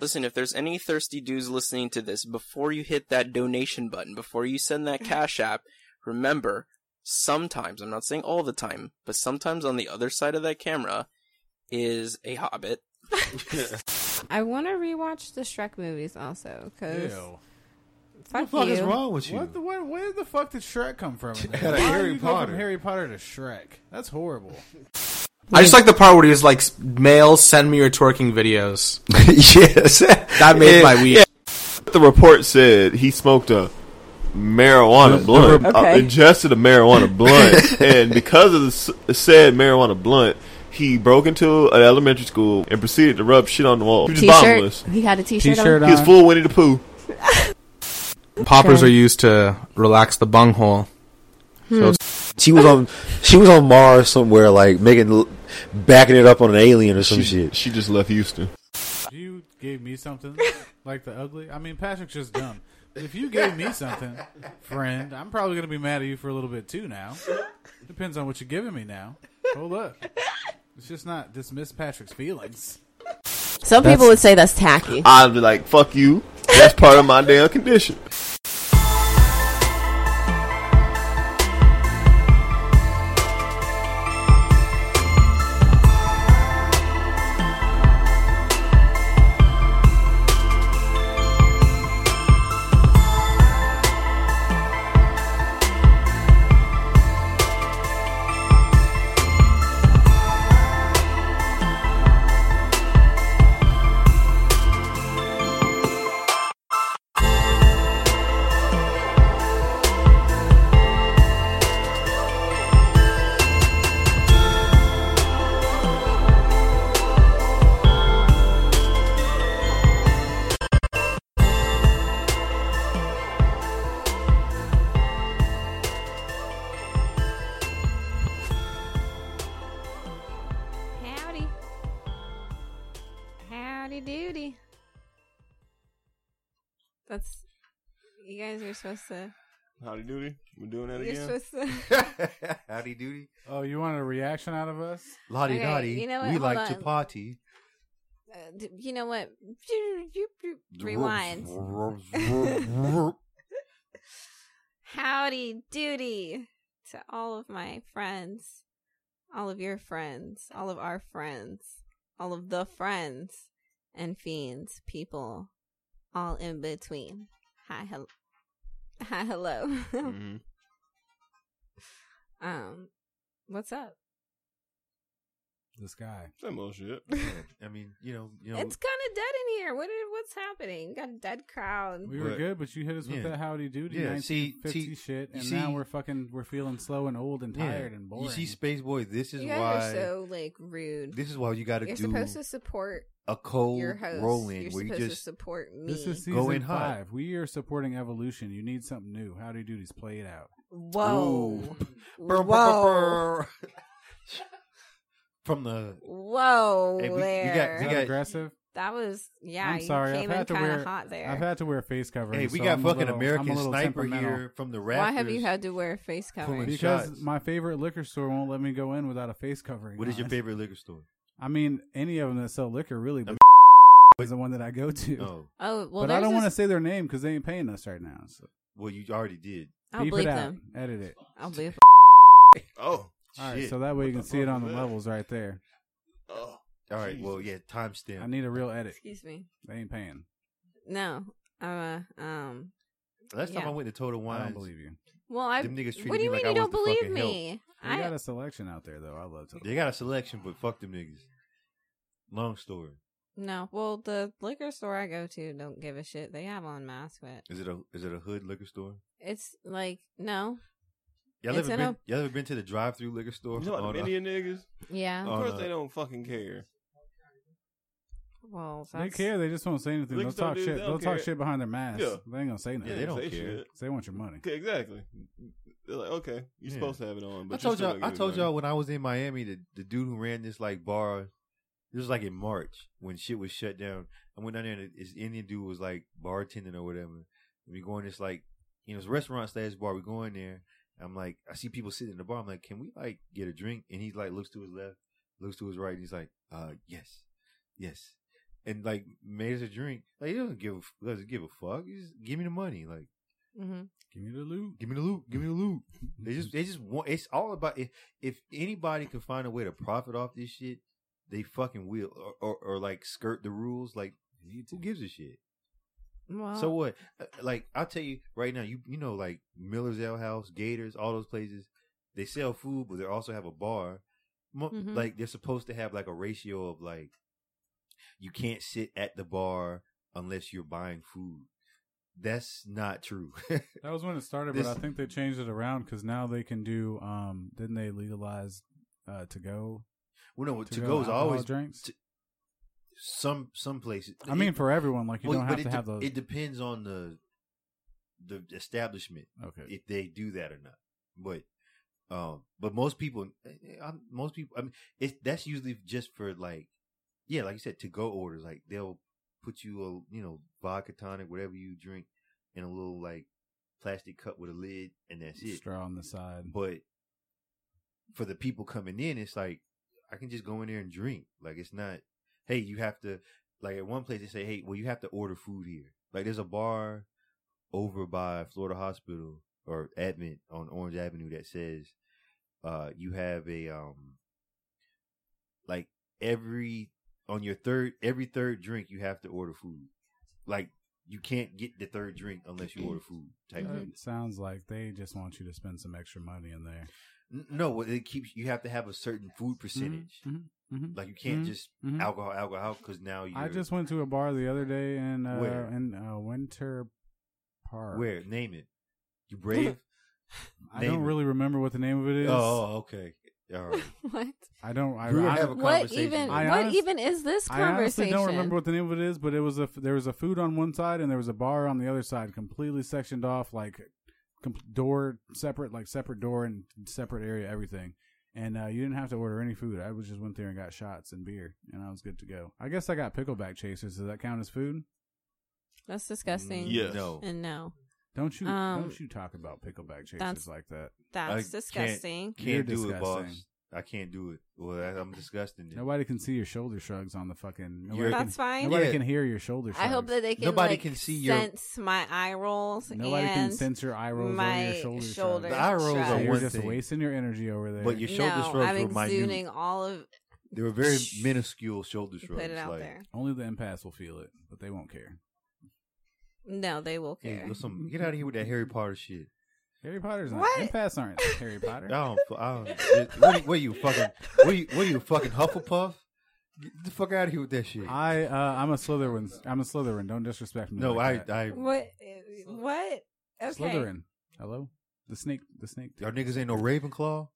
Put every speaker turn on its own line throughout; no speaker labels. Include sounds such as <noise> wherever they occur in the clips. Listen, if there's any thirsty dudes listening to this, before you hit that donation button, before you send that Cash App, remember, sometimes, I'm not saying all the time, but sometimes on the other side of that camera is a hobbit.
I want to rewatch the Shrek movies also because
Ew.
fuck
What the fuck
you.
is wrong with you?
What the what, where the fuck did Shrek come
<laughs>
from? in there?
Out of
Why
Harry
you go
Potter.
From Harry Potter to Shrek. That's horrible.
I just like the part where he was like, "Male, send me your twerking videos."
yes.
That made my week.
The report said he smoked a marijuana blunt, uh,
Okay.
ingested a marijuana <laughs> blunt, and because of the s- said marijuana blunt, he broke into an elementary school and proceeded to rub shit on the wall. He was just
T-shirt.
bottomless.
He had a <laughs> T-shirt.
T-shirt
on.
He was
Uh-huh.
full Winnie the Pooh.
Poppers
Okay.
are used to relax the bunghole.
She was on.
She was on Mars somewhere, like making, backing it up on an alien or some
She,
shit.
she just left Houston.
If you gave me something like the ugly, I mean Patrick's just dumb. But if you gave me something, friend, I'm probably gonna be mad at you for a little bit too. Now depends on what you're giving me. Now hold up, it's just not dismiss Patrick's feelings.
Some people would say that's tacky.
I'd be like, "Fuck you." That's part of my damn condition.
Howdy. Howdy doody. That's you guys are supposed to.
Howdy doody. We're doing that
You're supposed to.
<laughs>
<laughs>
Howdy doody,
Oh, you wanted a reaction out of us?
lottie
Okay,
dotty.
you know what?
we
Hold
like to
on.
<laughs> party.
Uh, d- you know what? Rewind. Howdy doody to all of my friends, all of your friends, all of our friends, all of the friends and fiends, people, all in between. Hi, hello. Hi, hello. <laughs>
Mm-hmm.
um, what's up?
This guy.
Same old shit.
I mean, you know, you know,
It's kind of dead in here. What is, what's happening? You got a dead crowd.
We were
But-
good, but you hit us with
Yeah.
that howdy doody
Yeah, see-
1950
see-
shit,
you
and now
see-
we're fucking we're feeling slow and old and
yeah.
tired and boring.
You see, Space Boy, this is
you guys
why.
are so like rude.
This is why you got to
You're
do
supposed to support
a cold
your host.
roll in
You're
where
supposed
you
to
just <laughs>
support me.
this is season
Go in hot.
five. We are supporting evolution. You need something new. Howdy doodies, play it out.
Whoa.
Brr, brr,
Whoa.
brr, brr. from the
Whoa
Hey, we- we got-
there.
Is
We
that
got-
aggressive?
that was yeah,
I'm sorry.
you
I've
came
had
in
to
kind
wear.
of hot there.
I've had to wear face covering.
hey, we
so
got
I'm a
fucking
little- I'm a
American
little
sniper
temperamental.
here from the
Why
rafters.
have you had to wear a face
Pulling
cover?
shit.
Because
Shots.
my favorite liquor store won't let me go in without a face covering.
What is your
on.
favorite liquor store?
I mean, any of them that sell liquor, really. But
<laughs>
is the one that I go to.
Oh,
Oh well,
but I
there's
don't want to
this-
say their name because they ain't paying us right now. So
well, you already did.
I'll
beep
bleep
it out.
them.
Edit it.
<laughs>
I'll bleep. them.
Oh.
All right,
Shit.
so that way you
What
can
the
see it
fuck
on the
was that?
levels right there.
Oh.
All right, well, yeah,
I
timestamp.
need a real edit.
Excuse me.
They ain't paying.
No. I'm a um.
Last time
yeah.
I went to Total Wine,
I don't believe you.
Well, I.
Them niggas treated
What do you
me
mean
like I
you don't
was the
believe
fucking
me?
We
I
got a selection out there though. I love to.
they got a selection, but fuck them niggas. Long story.
no. Well, the liquor store I go to don't give a shit. They have on masks, but
Is it a is it a hood liquor store?
it's like no.
Y'all
It's
ever
in
been?
a-
Y'all ever been to the drive-through liquor store? on, uh,
niggas?
Yeah.
Of course Oh, no. they
don't fucking care.
Well,
They
that's-
care. They just won't say anything. They'll
Liquors don't
talk
do-
shit.
they
They'll
don't
talk
care.
shit behind their masks.
Yeah.
They ain't gonna say
yeah,
nothing.
they don't
Say
care.
shit.
'Cause they want your money.
Okay, exactly. They're like, okay, you're
Yeah.
supposed to have it on.
I
But
told y'all. I told y'all when I was in Miami, the, the dude who ran this like bar, this was like in March when shit was shut down. I went down there and this Indian dude was like bartending or whatever. And we go in this like, you know, it's restaurant slash bar. We go in there. I'm like, I see people sitting in the bar. I'm like, can we like get a drink? And he's like, looks to his left, looks to his right, and he's like, uh, yes, yes. and like made us a drink. Like he doesn't give a, doesn't give a fuck. He just give me the money. Like
Mm-hmm.
Give me the loot.
give me the loot. Give me the loot. They just they just want. It's all about if, if anybody can find a way to profit off this shit, they fucking will or, or, or like skirt the rules. Like who gives a shit?
Well,
So what? Uh, Like I'll tell you right now, you you know like Miller's Ale House, Gators, all those places, they sell food, but they also have a bar. Mo-
Mhm.
Like they're supposed to have like a ratio of like you can't sit at the bar unless you're buying food. That's not true. <laughs>
That was when it started,
This-
but I think they changed it around because now they can do. Um, didn't they legalize uh, to go?
well, no, to go's always
drinks.
to- some some places.
I mean, for everyone, like you
Well,
don't have
but it
to
de-
have those.
It depends on the the establishment.
okay,
if they do that or not. But um, but most people, I, most people, I mean, it's that's usually just for like, yeah, like you said, to go orders. Like they'll put you a you know vodka tonic, whatever you drink, in a little like plastic cup with a lid, and that's it.
straw on the side.
But for the people coming in, it's like I can just go in there and drink. Like it's not, hey, you have to. Like at one place they say, hey, well you have to order food here. Like there's a bar over by Florida Hospital or Advent on Orange Avenue that says uh you have a um like every on your third every third drink you have to order food. Like you can't get the third drink unless you order food type thing.
It sounds like they just want you to spend some extra money in there.
N- No, well, it keeps you have to have a certain food percentage.
Mhm, mhm,
Mm-hmm. Like you can't
Mhm.
just
mhm.
alcohol, alcohol, because now you.
I just went to a bar the other day in uh,
Where?
in uh, Winter Park.
where name it.
<laughs>
You brave.
I don't
Name it.
really remember what the name of it is.
Oh, okay. All right.
what?
I don't. I,
We would
I,
have a
What
conversation.
even?
I
what
honest-
even is this
I honestly
conversation?
don't remember what the name of it is, but it was a there was a food on one side and there was a bar on the other side, completely sectioned off, like com- door separate, like separate door and separate area, everything. And uh, you didn't have to order any food. I was just went there and got shots and beer, and I was good to go. I guess I got pickleback chasers. Does that count as food?
That's <laughs> disgusting.
Yeah. Yes.
Mm, No.
And no,
Don't you
Um,
don't you talk about pickleback chasers
that's-
like that?
I
that's
can't-
disgusting.
Can't
You're
do it, boss.
disgusting.
I can't do it. Well, I, I'm disgusting. Then.
Nobody can see your shoulder shrugs on the fucking. Nobody
You're-
can,
That's fine.
Nobody
Yeah.
can hear your shoulder. Shrugs.
I hope that they can.
Nobody
like,
can see your-
sense my eye rolls
nobody
and
can sense your eye rolls or
my
your shoulder
shoulder
shrugs.
The eye rolls
shrugs.
So
are
you're
one
just
thing.
wasting your energy over there.
But your shoulder
no,
shrugs
I'm
were minute.
exuding all of.
They were
<laughs>
very minuscule shoulder shrugs.
Put it out
like,
there.
Only the impasse will feel it, but they won't care.
No, they will
Hey,
care.
with some,
<laughs>
get out of here with that Harry
<laughs>
Potter shit.
Harry Potter's not.
What?
Impasse
<laughs>
aren't Harry
I
Potter.
don't. fu- I don't what, are you, what are you fucking? What are you, what are you fucking Hufflepuff? Get the fuck out of here with that shit.
I uh, I'm a Slytherin. I'm a Slytherin. Don't disrespect me.
no, I,
like that.
I,
What? What? Okay.
Slytherin. Hello, the snake. The snake.
y'all niggas ain't no Ravenclaw.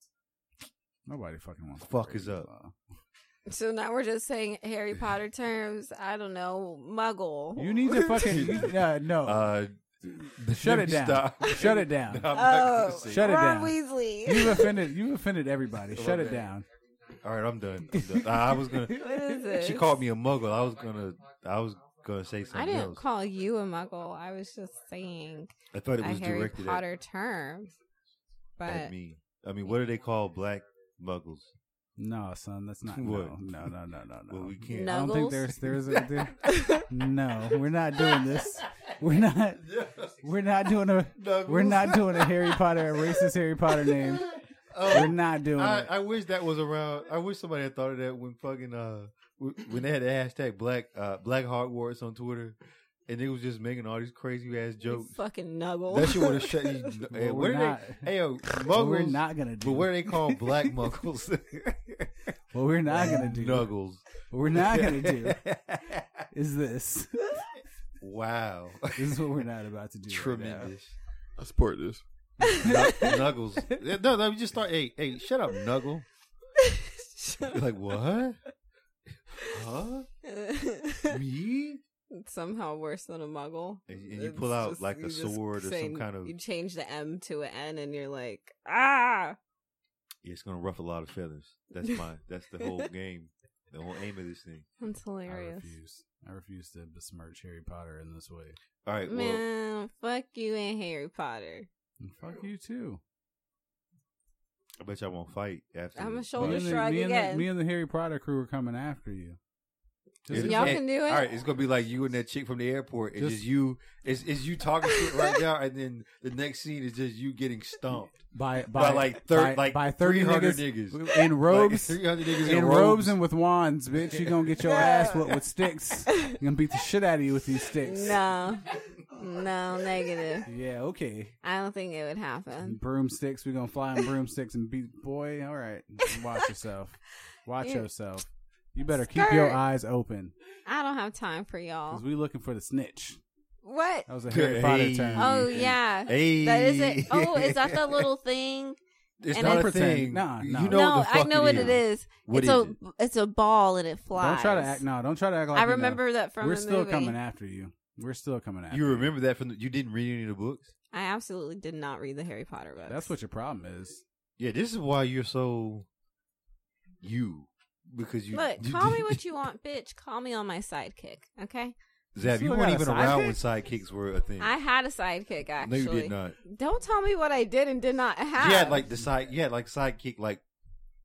Nobody fucking wants. to
Fuck
play
is up.
Ravenclaw.
So now we're just saying Harry Potter terms. I don't know, Muggle.
You need to fucking.
<laughs>
you- uh, no.
Uh,
Shut
<laughs>
it down.
stop.
Shut it down.
<laughs> No, I'm not gonna
oh,
say
Shut it
Ron
down.
Weasley.
You've offended. You've offended everybody. Shut it down.
All right, I'm done. I'm done. I was gonna.
what is this?
<laughs>
<laughs> She called me a muggle. I was gonna. I was gonna say
I
something
didn't
else.
call you a Muggle. I was just saying
I thought
a
it was
Harry
directed at,
Potter term.
at
But
me. I mean, what do they call black muggles?
No, son, that's
<laughs>
not. No,
What?
no, no, no, no. no.
Well, we can't.
I don't
Nuggles?
think there's there's a there, no. We're not doing this. We're not. We're not doing a. We're not doing a Harry
<laughs>
Potter a racist Harry Potter name. We're
Oh,
not doing
Um, I,
it.
I wish that was around. I wish somebody had thought of that when fucking uh wh- when they had the hashtag black uh black Hogwarts on Twitter, and they was just making all these crazy ass
you
jokes.
fucking Nuggle.
That shit would
<laughs>
have shut you. Hey,
Well,
what
we're
are
not.
they? Hey, yo,
<laughs> What
muggles.
we're not gonna do.
But what are they called?
<laughs>
Black muggles. <laughs>
what we're not gonna do.
Nuggles.
What we're not
<laughs>
gonna do is this. <laughs>
wow. <laughs>
This is what we're not about to do. right now.
Tremendous.
I support this.
Nug- Nuggles. Yeah, No, no, we just start. Hey, hey, shut up, Nuggle. You're like, what? Huh? <laughs> Me?
<laughs> Somehow worse than a Muggle.
And, and you
It's
pull out
just-
like
you
a
just
sword or
say-
some kind of.
You change the M to an N, and you're like, ah.
Yeah, it's gonna ruffle a lot of feathers. That's my. That's the
<laughs>
whole game. The whole aim of this thing.
That's
I
hilarious.
refuse. I refuse to besmirch Harry Potter in this way.
All right. Well,
Man, fuck you and Harry Potter.
And fuck you too.
I bet y'all won't fight after.
I'm a
this.
shoulder
me
shrug
and the, me
again.
And the, me and the Harry Potter crew are coming after you.
Just
Y'all can do it.
All right, it's gonna be like you and that chick from the airport. It's just,
Just-
you. It's, it's you talking shit right now, and then the next scene is just you getting stomped
by
by,
by
like
by,
thir- like
by thirty
300
niggas,
niggas.
in
like
robes.
<laughs> three hundred niggas
in robes and with wands, bitch. You gonna get your ass whipped with sticks. I'm gonna beat the shit out of you with these sticks.
No, no, negative.
Yeah, okay.
I don't think it would
<laughs>
happen.
Broomsticks. We're gonna fly on broomsticks and beat. Boy, all right. Watch yourself. Watch
You-
yourself. You better keep your
Skirt.
eyes open
I don't have time for y'all.
because we looking for the snitch.
What?
That was a Harry Potter term.
Oh
<laughs>
yeah,
<laughs> Hey,
that is it. Oh, is that the little thing?
<laughs> It's
and
not
I
a
pretend-
thing.
Nah,
You
nah.
know
no,
what the
I
fuck
know what it is.
What
it's
is
a
it?
it's a ball and it flies.
Don't try to act. No, don't try to act like.
I
you know.
remember that from
We're
the
still
movie.
coming after you. We're still coming after
You remember that from the, you didn't read any of the books.
I absolutely did not read the Harry Potter books.
That's what your problem is.
Yeah, this is why you're so you because you
Look,
<laughs>
call me what you want, bitch. Call me on my sidekick, okay?
Zab, you
Still
weren't
got a
even around when
sidekick?
sidekicks were a thing.
I had a sidekick
no,
actually.
you did not.
Don't tell me what I did and did not have.
You had like the side. You had like sidekick like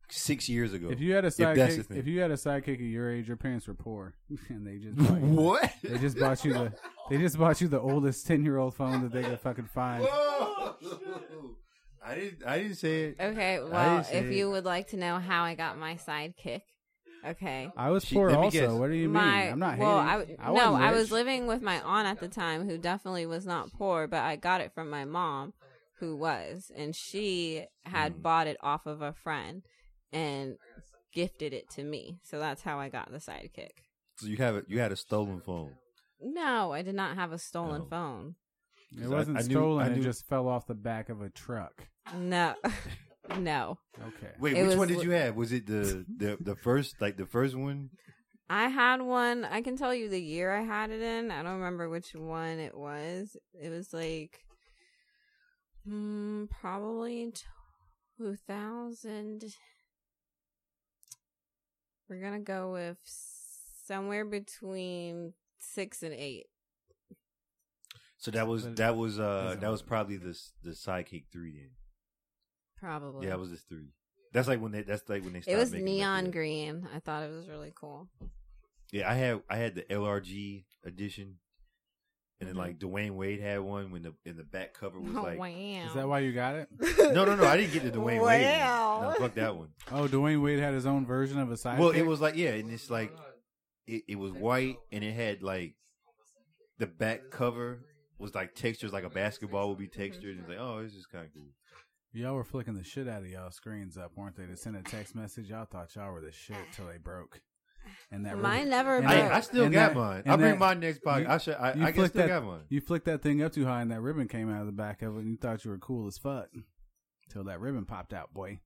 six years ago.
If you had a
If that's the
sidekick,
thing.
if, you had a sidekick at your age, your parents were poor, <laughs> and they just bought you-
what?
They just bought you the they just bought you the oldest ten year old phone that they could fucking find.
Whoa! I didn't. I didn't say it.
Okay, well,
see.
if you would like to know how I got my sidekick, okay.
I was
She-
poor
let me
also.
guess.
What do you mean?
my
I'm not
well, I,
hating.
w- no,
wasn't
I
rich.
was living with my aunt at the time, who definitely was not poor, but I got it from my mom, who was, and she had
Hmm.
bought it off of a friend and gifted it to me. So that's how I got the sidekick.
So you have a, You had a stolen phone.
No, I did not have a stolen
Oh.
phone.
It
I-
wasn't
I knew-
stolen.
I
It
knew-
just fell off the back of a truck.
No, <laughs> no,
Okay.
Wait,
It
which
was
one did
li-
you have? Was it
<laughs>
the, the the first like the first one?
I had one. I can tell you the year I had it in. I don't remember which one it was. It was like, hmm, probably two thousand. We're gonna go with somewhere between six and eight.
So that was
But-
that was uh
Doesn't
that was
matter.
probably this the sidekick three then.
Probably.
Yeah, that was this three. That's like when they. That's like when they.
it
started
was
making them
neon
up.
green. I thought it was really cool.
Yeah, I had I had the LRG edition, and then
Mhm.
like Dwayne Wade had one when the in the back cover
<laughs>
was
oh,
like.
wow.
Is that why you got it?
<laughs>
No, no, no! I didn't get the Dwayne Wade. One.
Wow.
No, fuck that one.
Oh, Dwayne Wade had his own version of a sidekick.
well, it was like yeah, and it's like it, it was white and it had like the back cover was like textures like a basketball would be textured and it's like oh this is kind of cool.
y'all were flicking the shit out of y'all screens up, weren't they? To send a text message, y'all thought y'all were the shit till they broke. And that
Mine
really-
never
and
broke.
I,
that-
I still
and
got
that-
mine.
and
I'll bring
that-
mine next podcast.
you-
I should. I,
you
I guess
flicked
still
that-
got mine.
You flicked that thing up too high, and that ribbon came out of the back of it, and you thought you were cool as fuck. Till that ribbon popped out, boy.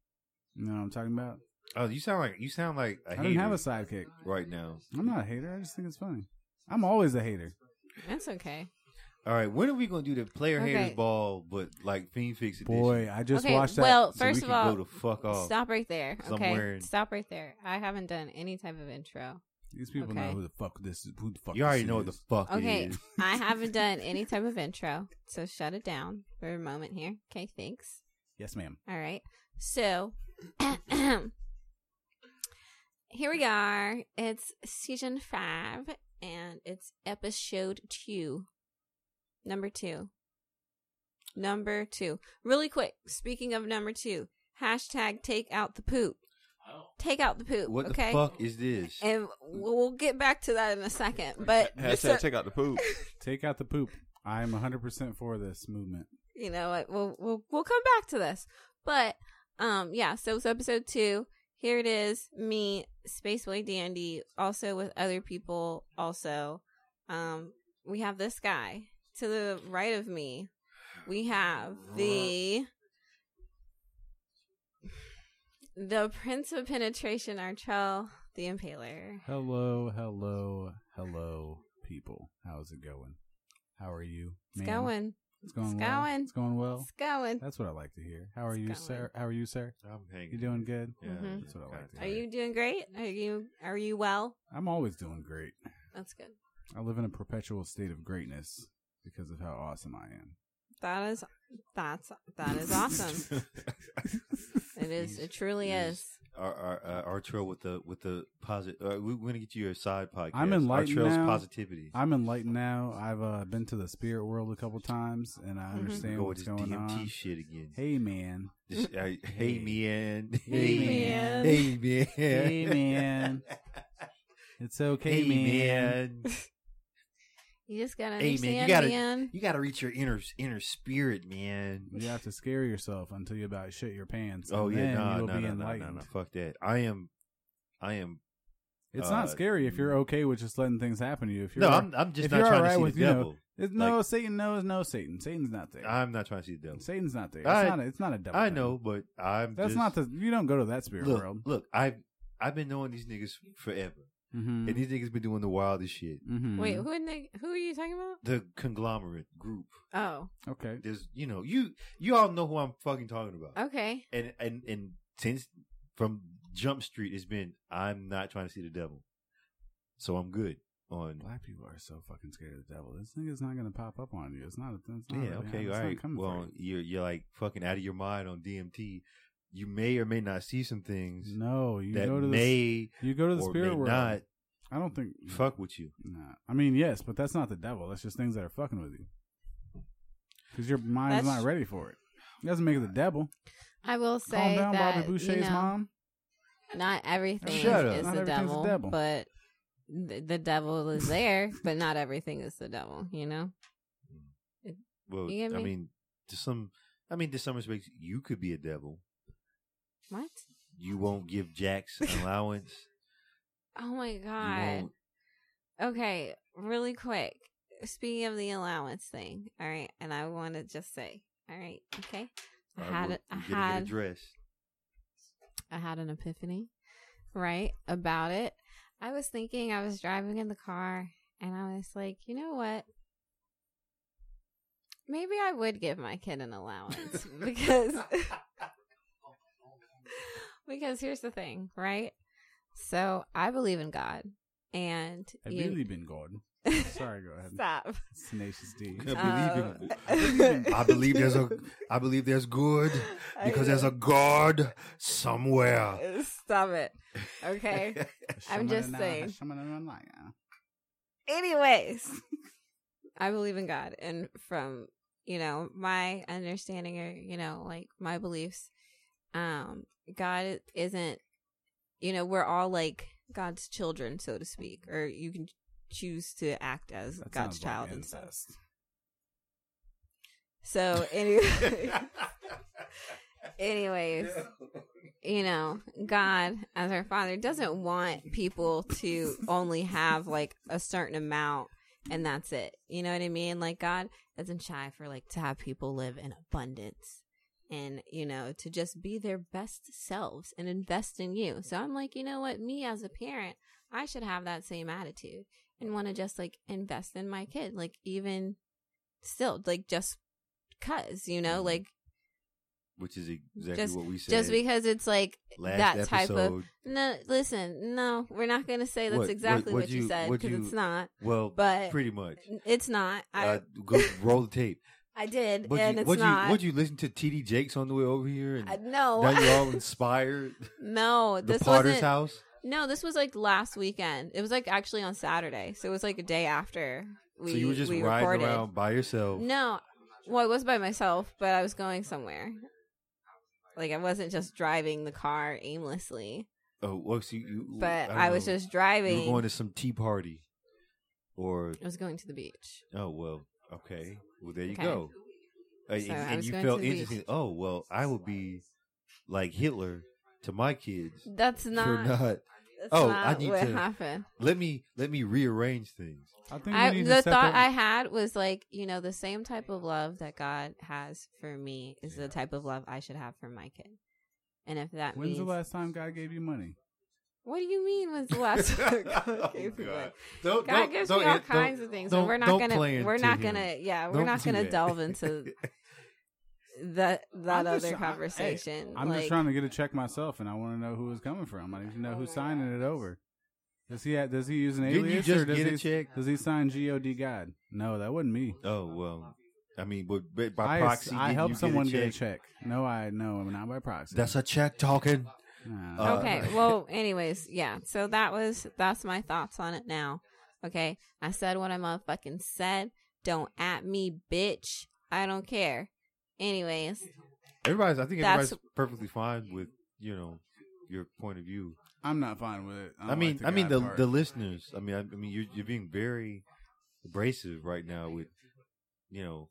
You know what I'm talking about?
Oh, you sound like you sound like a
I,
hater
didn't have a sidekick.
right now.
I'm not a hater. I just think it's funny. I'm always a hater.
That's okay.
All right, when are we gonna do the player
Okay.
haters ball? But like Fiend Fix edition.
Boy, I just
okay.
watched that.
Well,
so
first
we
of
can
all,
go the fuck off.
Stop right there.
Because I'm
Okay.
wearing-
Stop right there. I haven't done any type of intro.
These people know
okay.
who the fuck this is. Who the fuck
You already
this
know
is.
what the fuck
Okay.
it is.
I
<laughs>
haven't done any type of intro. So shut it down for a moment here. Okay. Thanks.
Yes, ma'am.
All right. So <clears throat> here we are. It's season five and it's episode two. Number two. Number two. Really quick. Speaking of number two, hashtag take out the poop. Take out the poop.
What
okay.
the fuck is this?
And we'll we'll get back to that in a second. But so-
Hashtag check out the poop.
Take out the poop. I'm 100% for this movement.
you know what? We'll we'll we'll come back to this. But um, yeah. So it's episode two. Here it is. Me, Spaceboy Dandy, also with other people. Also, um, we have this guy to the right of me. We have the the Prince of Penetration, Archel, the Impaler.
Hello, hello, hello, people. How's it going? How are you?
It's
ma'am?
going.
It's going.
It's
well.
going.
It's going well.
It's going.
That's what I like to hear. How are
It's
you,
going.
sir? How are you, sir?
I'm hanging.
You doing good?
Yeah,
Mhm.
That's what I like to
Are you doing great? Are you are you well?
I'm always doing great.
That's good.
I live in a perpetual state of greatness because of how awesome I am.
That <laughs>
<laughs>
is that's that is awesome. it is it truly is.
our our uh, our trail with the with the positive. Uh, we, we're gonna get you a side podcast.
I'm enlightened
Our trail's
now.
positivity.
I'm enlightened now. I've uh, been to the spirit world a couple times, and I
Mhm.
understand
Go with
what's
this
going
DMT
on.
shit again.
Hey man,
This, uh, hey, man.
Hey,
man.
Hey, man.
Hey,
<laughs>
man. it's okay, man.
You just gotta
Hey, man, you
understand,
gotta-
man.
You got to reach your inner inner spirit, man.
You have to scare yourself until you about shit your pants.
Oh
and
yeah,
then
no,
you will
no,
be
no, no,
enlightened.
no, no, fuck that. I am, I am.
It's
Uh,
not scary if you're okay with just letting things happen to you. If you're
no, I'm. I'm just
if
not
you're
trying
alright
to see
with,
the
you know,
devil.
It's, no
Like-
Satan. No, is no Satan. Satan's not there.
I'm not trying to see the devil.
Satan's not there. It's
I-
not. A, it's not a devil.
I
thing.
know, but I'm.
That's
just,
not the. You don't go to that spirit
look.
world.
Look, I've I've been knowing these niggas forever,
Mm-hmm.
and these niggas been doing the wildest shit.
mm-hmm.
Wait, who in the, who are you talking about?
The conglomerate group.
Oh,
Okay.
There's, you know, you you all know who I'm fucking talking about.
Oh, okay.
And and and since from Jump Street, it's been I'm not trying to see the devil, so I'm good on.
Black people are so fucking scared of the devil. This thing is not going to pop up on you. It's not. A, it's not
Yeah,
a-
okay,
it's
all
not
right.
coming for
Well,
you.
you're you're like fucking out of your mind on DMT. You may or may not see some things
no, you
that
go to the
may
you go to the
or
spirit
may
world.
not
I don't think.
fuck with you.
Nah. I mean, yes, but that's not the devil. That's just things that are fucking with you. Because your mind's
That's-
not ready for it. It doesn't make it the devil.
I will
Calm
say
down,
that
Bobby
you
Boucher's
know,
mom.
not everything
Shut up.
is
Not
the
everything's the
devil,
devil.
but th- the devil is there, but not everything is the devil. You know,
Well,
You get me?
I mean, to some, I mean, to some respects, you could be a devil.
what?
You won't give Jax
<laughs>
an allowance.
Oh my
You
god.
won't-
Okay, really quick. Speaking of the allowance thing, all right, and I want to just say, all right, okay, I
all right,
had
we're-
a, I
we're getting it
had
addressed.
I had an epiphany, right, about it. I was thinking, I was driving in the car, and I was like, you know what? Maybe I would give my kid an allowance because <laughs> because here's the thing, right? So I believe in God, and
I
<laughs> you-
believe in God. Sorry, go ahead.
stop.
It's Tenacious D.
I believe,
Um, <laughs>
in, I believe there's a, I believe there's good because there's a God somewhere.
Stop it.
<laughs>
Okay. I'm just
Shamanana,
saying.
shamanana.
Anyways, <laughs> I believe in God, and from you know my understanding or you know like my beliefs, um, God isn't. You know, we're all like God's children, so to speak, or you can choose to act as
That
God's
sounds like
child and stuff.
incest. <laughs>
So, <laughs> anyway, anyways, you know, God as our father doesn't want people to only have like a certain amount and that's it. You know what I mean? Like God isn't shy for like to have people live in abundance and you know to just be their best selves and invest in you. So I'm like, you know what, me as a parent, I should have that same attitude and want to just like invest in my kid like even still like just cuz, you know, like
Which is exactly
Just-
what we said.
just because it's like
last
that
episode,
type of no, listen, no, we're not going to say that's
What- what-
exactly what,
what
you,
you-
said
what
because
you-
it's not.
Well,
but-
pretty much.
It's not. I
uh, go roll the tape.
I did,
Would
and
you,
it's
would
not.
you would you listen to TD Jakes on the way over here? And
I, no,
now you're
<laughs>
all inspired.
no,
the
this
Potter's
wasn't.
house.
No, this was like last weekend. It was like actually on Saturday, so it was like a day after we
so you were just
we
riding
recorded.
around by yourself.
No, well, I was by myself, but I was going somewhere. Like I wasn't just driving the car aimlessly,
Oh, well, so you, you-
but
don't
I, was
know.
just
You
driving.
were going to some tea party, or
I was going to the beach.
oh well, okay, well there you
Uh, Okay.
go. Uh,
So
and
I
and
was
you
going
felt
to the beach.
interesting. Oh well, I would be like Hitler to my kids
That's
for
not.
not.
that's
oh,
not
I need
what
to-
happened.
Let me let me rearrange
<laughs>
things.
I think
I,
we need
the
to step
thought
up-
I had was like, you know, the same type of love that God has for me is the type of love I should have for my kid. And if that
When's
means,
the last time God gave you money?
what do you mean? Was
<laughs>
the
<laughs>
Oh,
<laughs> last? time God gave me money?
Oh, Don't,
God gives me all kinds of things, and we're not gonna,
play
we're
into
not
him.
gonna, yeah, we're
Don't
not
do
gonna
that. <laughs>
delve
<laughs>
into that that
I'm just-
other
I- hey,
conversation.
I'm
Like,
just trying to get a check myself, and I want to know who it's coming from. I need to know
Oh my
who's signing
gosh.
it over. Does he ha- does he use an
Didn't you
alias
just
or does
get a
he
check?
does he sign God God? No, that wasn't me.
Oh well, I mean, but, but by
I,
proxy,
I
did
helped
you
someone
get a check.
No, I no, I'm not by proxy.
That's a check talking.
Nah.
Uh,
okay. Well, <laughs> anyways, yeah. So that was that's my thoughts on it now. Okay. I said what I motherfucking said. Don't at me, bitch. I don't care. Anyways,
Everybody's, I think
That's-
everybody's perfectly fine with you know your point of view.
I'm not fine with it.
I, mean, I mean the
part.
the listeners. I mean, I, I mean you're you're being very abrasive right now with you know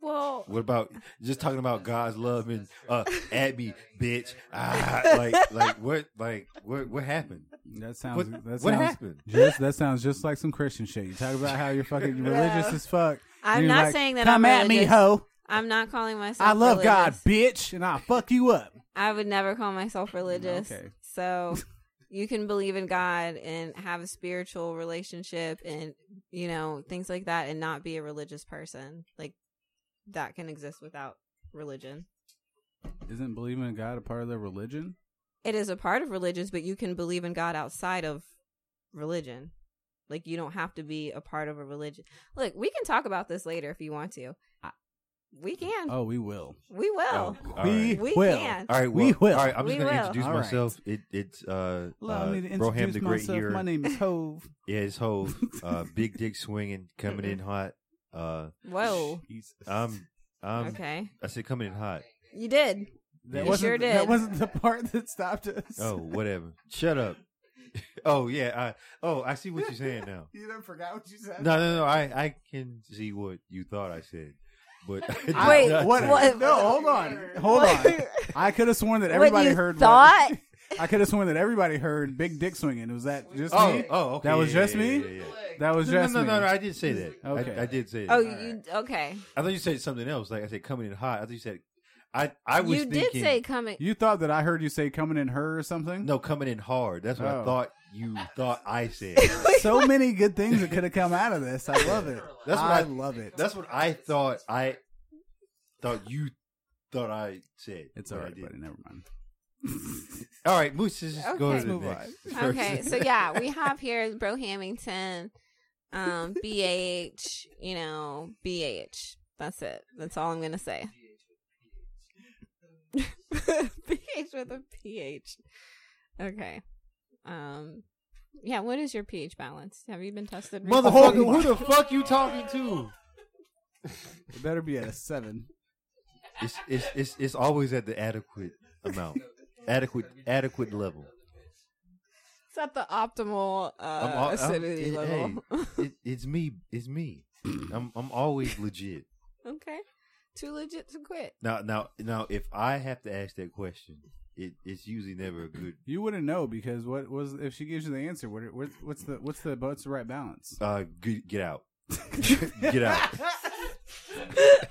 well,
what about just talking about God's love and uh at me, bitch. Ah, <laughs> like like what like what what happened?
that sounds.
what-
that
what
sounds,
happened?
<laughs> Just that sounds just like some Christian shit. You talk about how you're
<laughs>
fucking religious as fuck.
I'm
and you're
not
like,
saying that
Come
I'm
at me,
religious.
hoe.
I'm not calling myself.
I love God,
religious.
bitch, and I'll fuck you up.
I would never call
<laughs>
myself religious.
Okay.
So you can believe in God and have a spiritual relationship and you know things like that and not be a religious person. Like that can exist without religion.
Isn't believing in God a part of their religion?
It is a part of religious, but you can believe in God outside of religion. Like you don't have to be a part of a religion. Look, we can talk about this later if you want to. I- We can.
Oh, we will.
we will.
Oh, all
we
right.
Mm. We
will.
can.
All right,
We
well,
will.
All right, uh, I'm just
We
gonna
will.
introduce
All right.
myself. It it's uh,
Allow
uh
me to
Broham
introduce
the Great
myself.
here.
My
<laughs>
name is Hove.
Yeah, his whole uh, big dick swinging, coming
<laughs>
in hot. Uh,
Um,
Whoa.
I'm I'm
okay.
I said coming in hot.
You did.
That
You
wasn't,
sure did.
That wasn't the part that stopped us.
Oh, whatever. Shut up. <laughs> Oh yeah. I, oh, I see what you're saying now.
You done forgot what you said?
No, no, no. I I can see what you thought I said, but <laughs>
I-
Wait,
No,
what?
what-
No, hold on,
<laughs>
hold
Oh,
on. I could have sworn that everybody
you
heard.
thought?
What, <laughs> I could have sworn that everybody heard "Big Dick Swinging." Was that just
Oh,
me?
oh, okay.
That was
yeah,
just
yeah,
me?
yeah, yeah, yeah.
That was
No,
just
no, no,
me.
no, no, I did say that.
Okay.
I, I did say that.
Oh, you okay?
I thought you said something else. Like I said, coming in hot. I thought you said, I I was
you
thinking,
did say coming.
You thought that I heard you say "coming in her" or
<laughs>
something?
no, coming in hard. That's what
Oh.
I thought you thought I said.
<laughs> So many good things that could have come out of this. I love it.
That's what
I,
I-
love it.
That's what I thought. I thought you thought I said.
It's
but
all
I
right,
didn't.
buddy. Never mind.
All right, Moose, let's just go
Okay.
to the
Move
next. person.
okay, so yeah, we have here Bro Hamilton, um, BH, you know, BH. That's it. That's all I'm gonna say. <laughs> BH with a PH. Okay. Um. Yeah. What is your pH balance? Have you been tested? recently?
Motherfucker, who the fuck you talking to?
It better be at a seven.
It's it's it's, it's always at the adequate amount, adequate adequate level.
It's at the optimal uh,
al-
acidity
it-
level.
hey, it, it's me. It's me. I'm I'm always legit.
<laughs> okay. Too legit to quit.
Now now now, if I have to ask that question, it it's usually never a good.
You wouldn't know because what was if she gives you the answer? What, what what's the what's the what's the right balance?
Uh, get,
<laughs>
get out, <laughs> get out. It-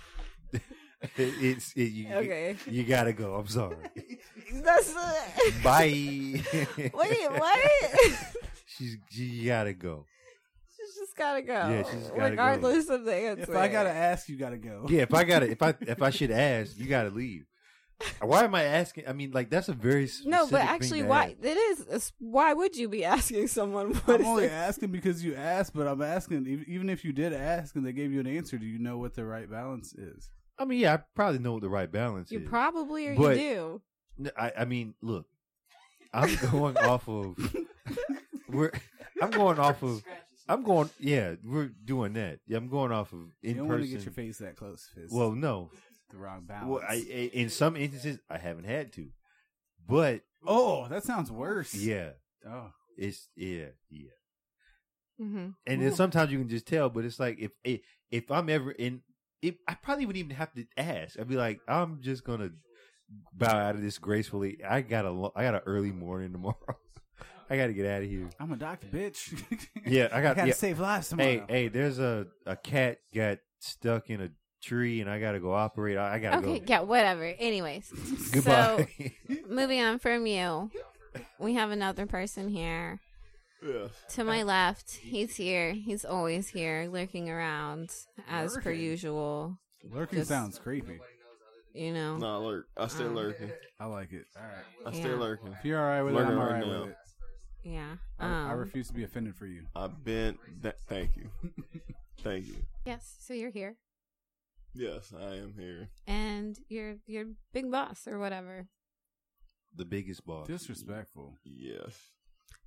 it's it, you,
Okay.
You gotta go.
<laughs>
I'm sorry.
That's it.
Bye. Wait,
<laughs>
<laughs>
Wait, what?
She's she gotta go.
she's just gotta go.
Yeah, she's gotta go.
Regardless of the answer.
If I gotta ask, you gotta go.
Yeah, if I gotta, if I
<laughs>
if I should ask, you gotta leave. Why am I asking? I mean, like that's a very specific
No, but
thing
actually,
to
why
ask.
it is? it's- Why would you be <laughs> asking someone what
I'm
is
only
their-
asking because you asked, but I'm asking e- even if you did ask and they gave you an answer, do you know what the right balance is?
I mean, yeah, I probably know what the right balance
You
is.
probably or
But-
you do.
No, I, I mean, look, I'm going off of we're. I'm going off of. I'm going. Yeah, we're doing that. Yeah, I'm going off of in
you don't
person.
want to get your face that close. Fizz.
Well, no.
the wrong balance.
Well, I, I- in some instances, I haven't had to, but
oh, that sounds worse.
yeah,
Oh,
it's yeah, yeah.
hmm
and then sometimes you can just tell. But it's like if if, if I'm ever in, if I probably wouldn't even have to ask. I'd be like, I'm just gonna bow out of this gracefully. I got a lo- I got an early morning tomorrow. <laughs> I got to get out of here.
I'm a doctor, bitch. <laughs>
Yeah, I got.
gotta
yeah.
save lives tomorrow.
Hey, hey, there's a a cat got stuck in a tree, and I got to go operate. I, I got to
Okay,
go.
yeah, whatever.
<laughs>
Anyways,
Goodbye. <laughs>
so moving on from you, we have another person here.
Yeah.
To my left, he's here. He's always here, lurking around as per
Lurking?
usual.
Lurking
just-
sounds creepy.
You know,
Nah, lurk. I stay
Um,
lurking.
I like it. All right.
I stay
Yeah.
lurking.
If you're all right with it,
Lurking
I'm all
right
right
now.
with it.
yeah.
I,
Um,
I refuse to be offended for you.
I've been. Th- thank you. thank you.
yes, so you're here,
Yes, I am here.
and you're you're big boss or whatever.
the biggest boss.
Disrespectful.
Yes.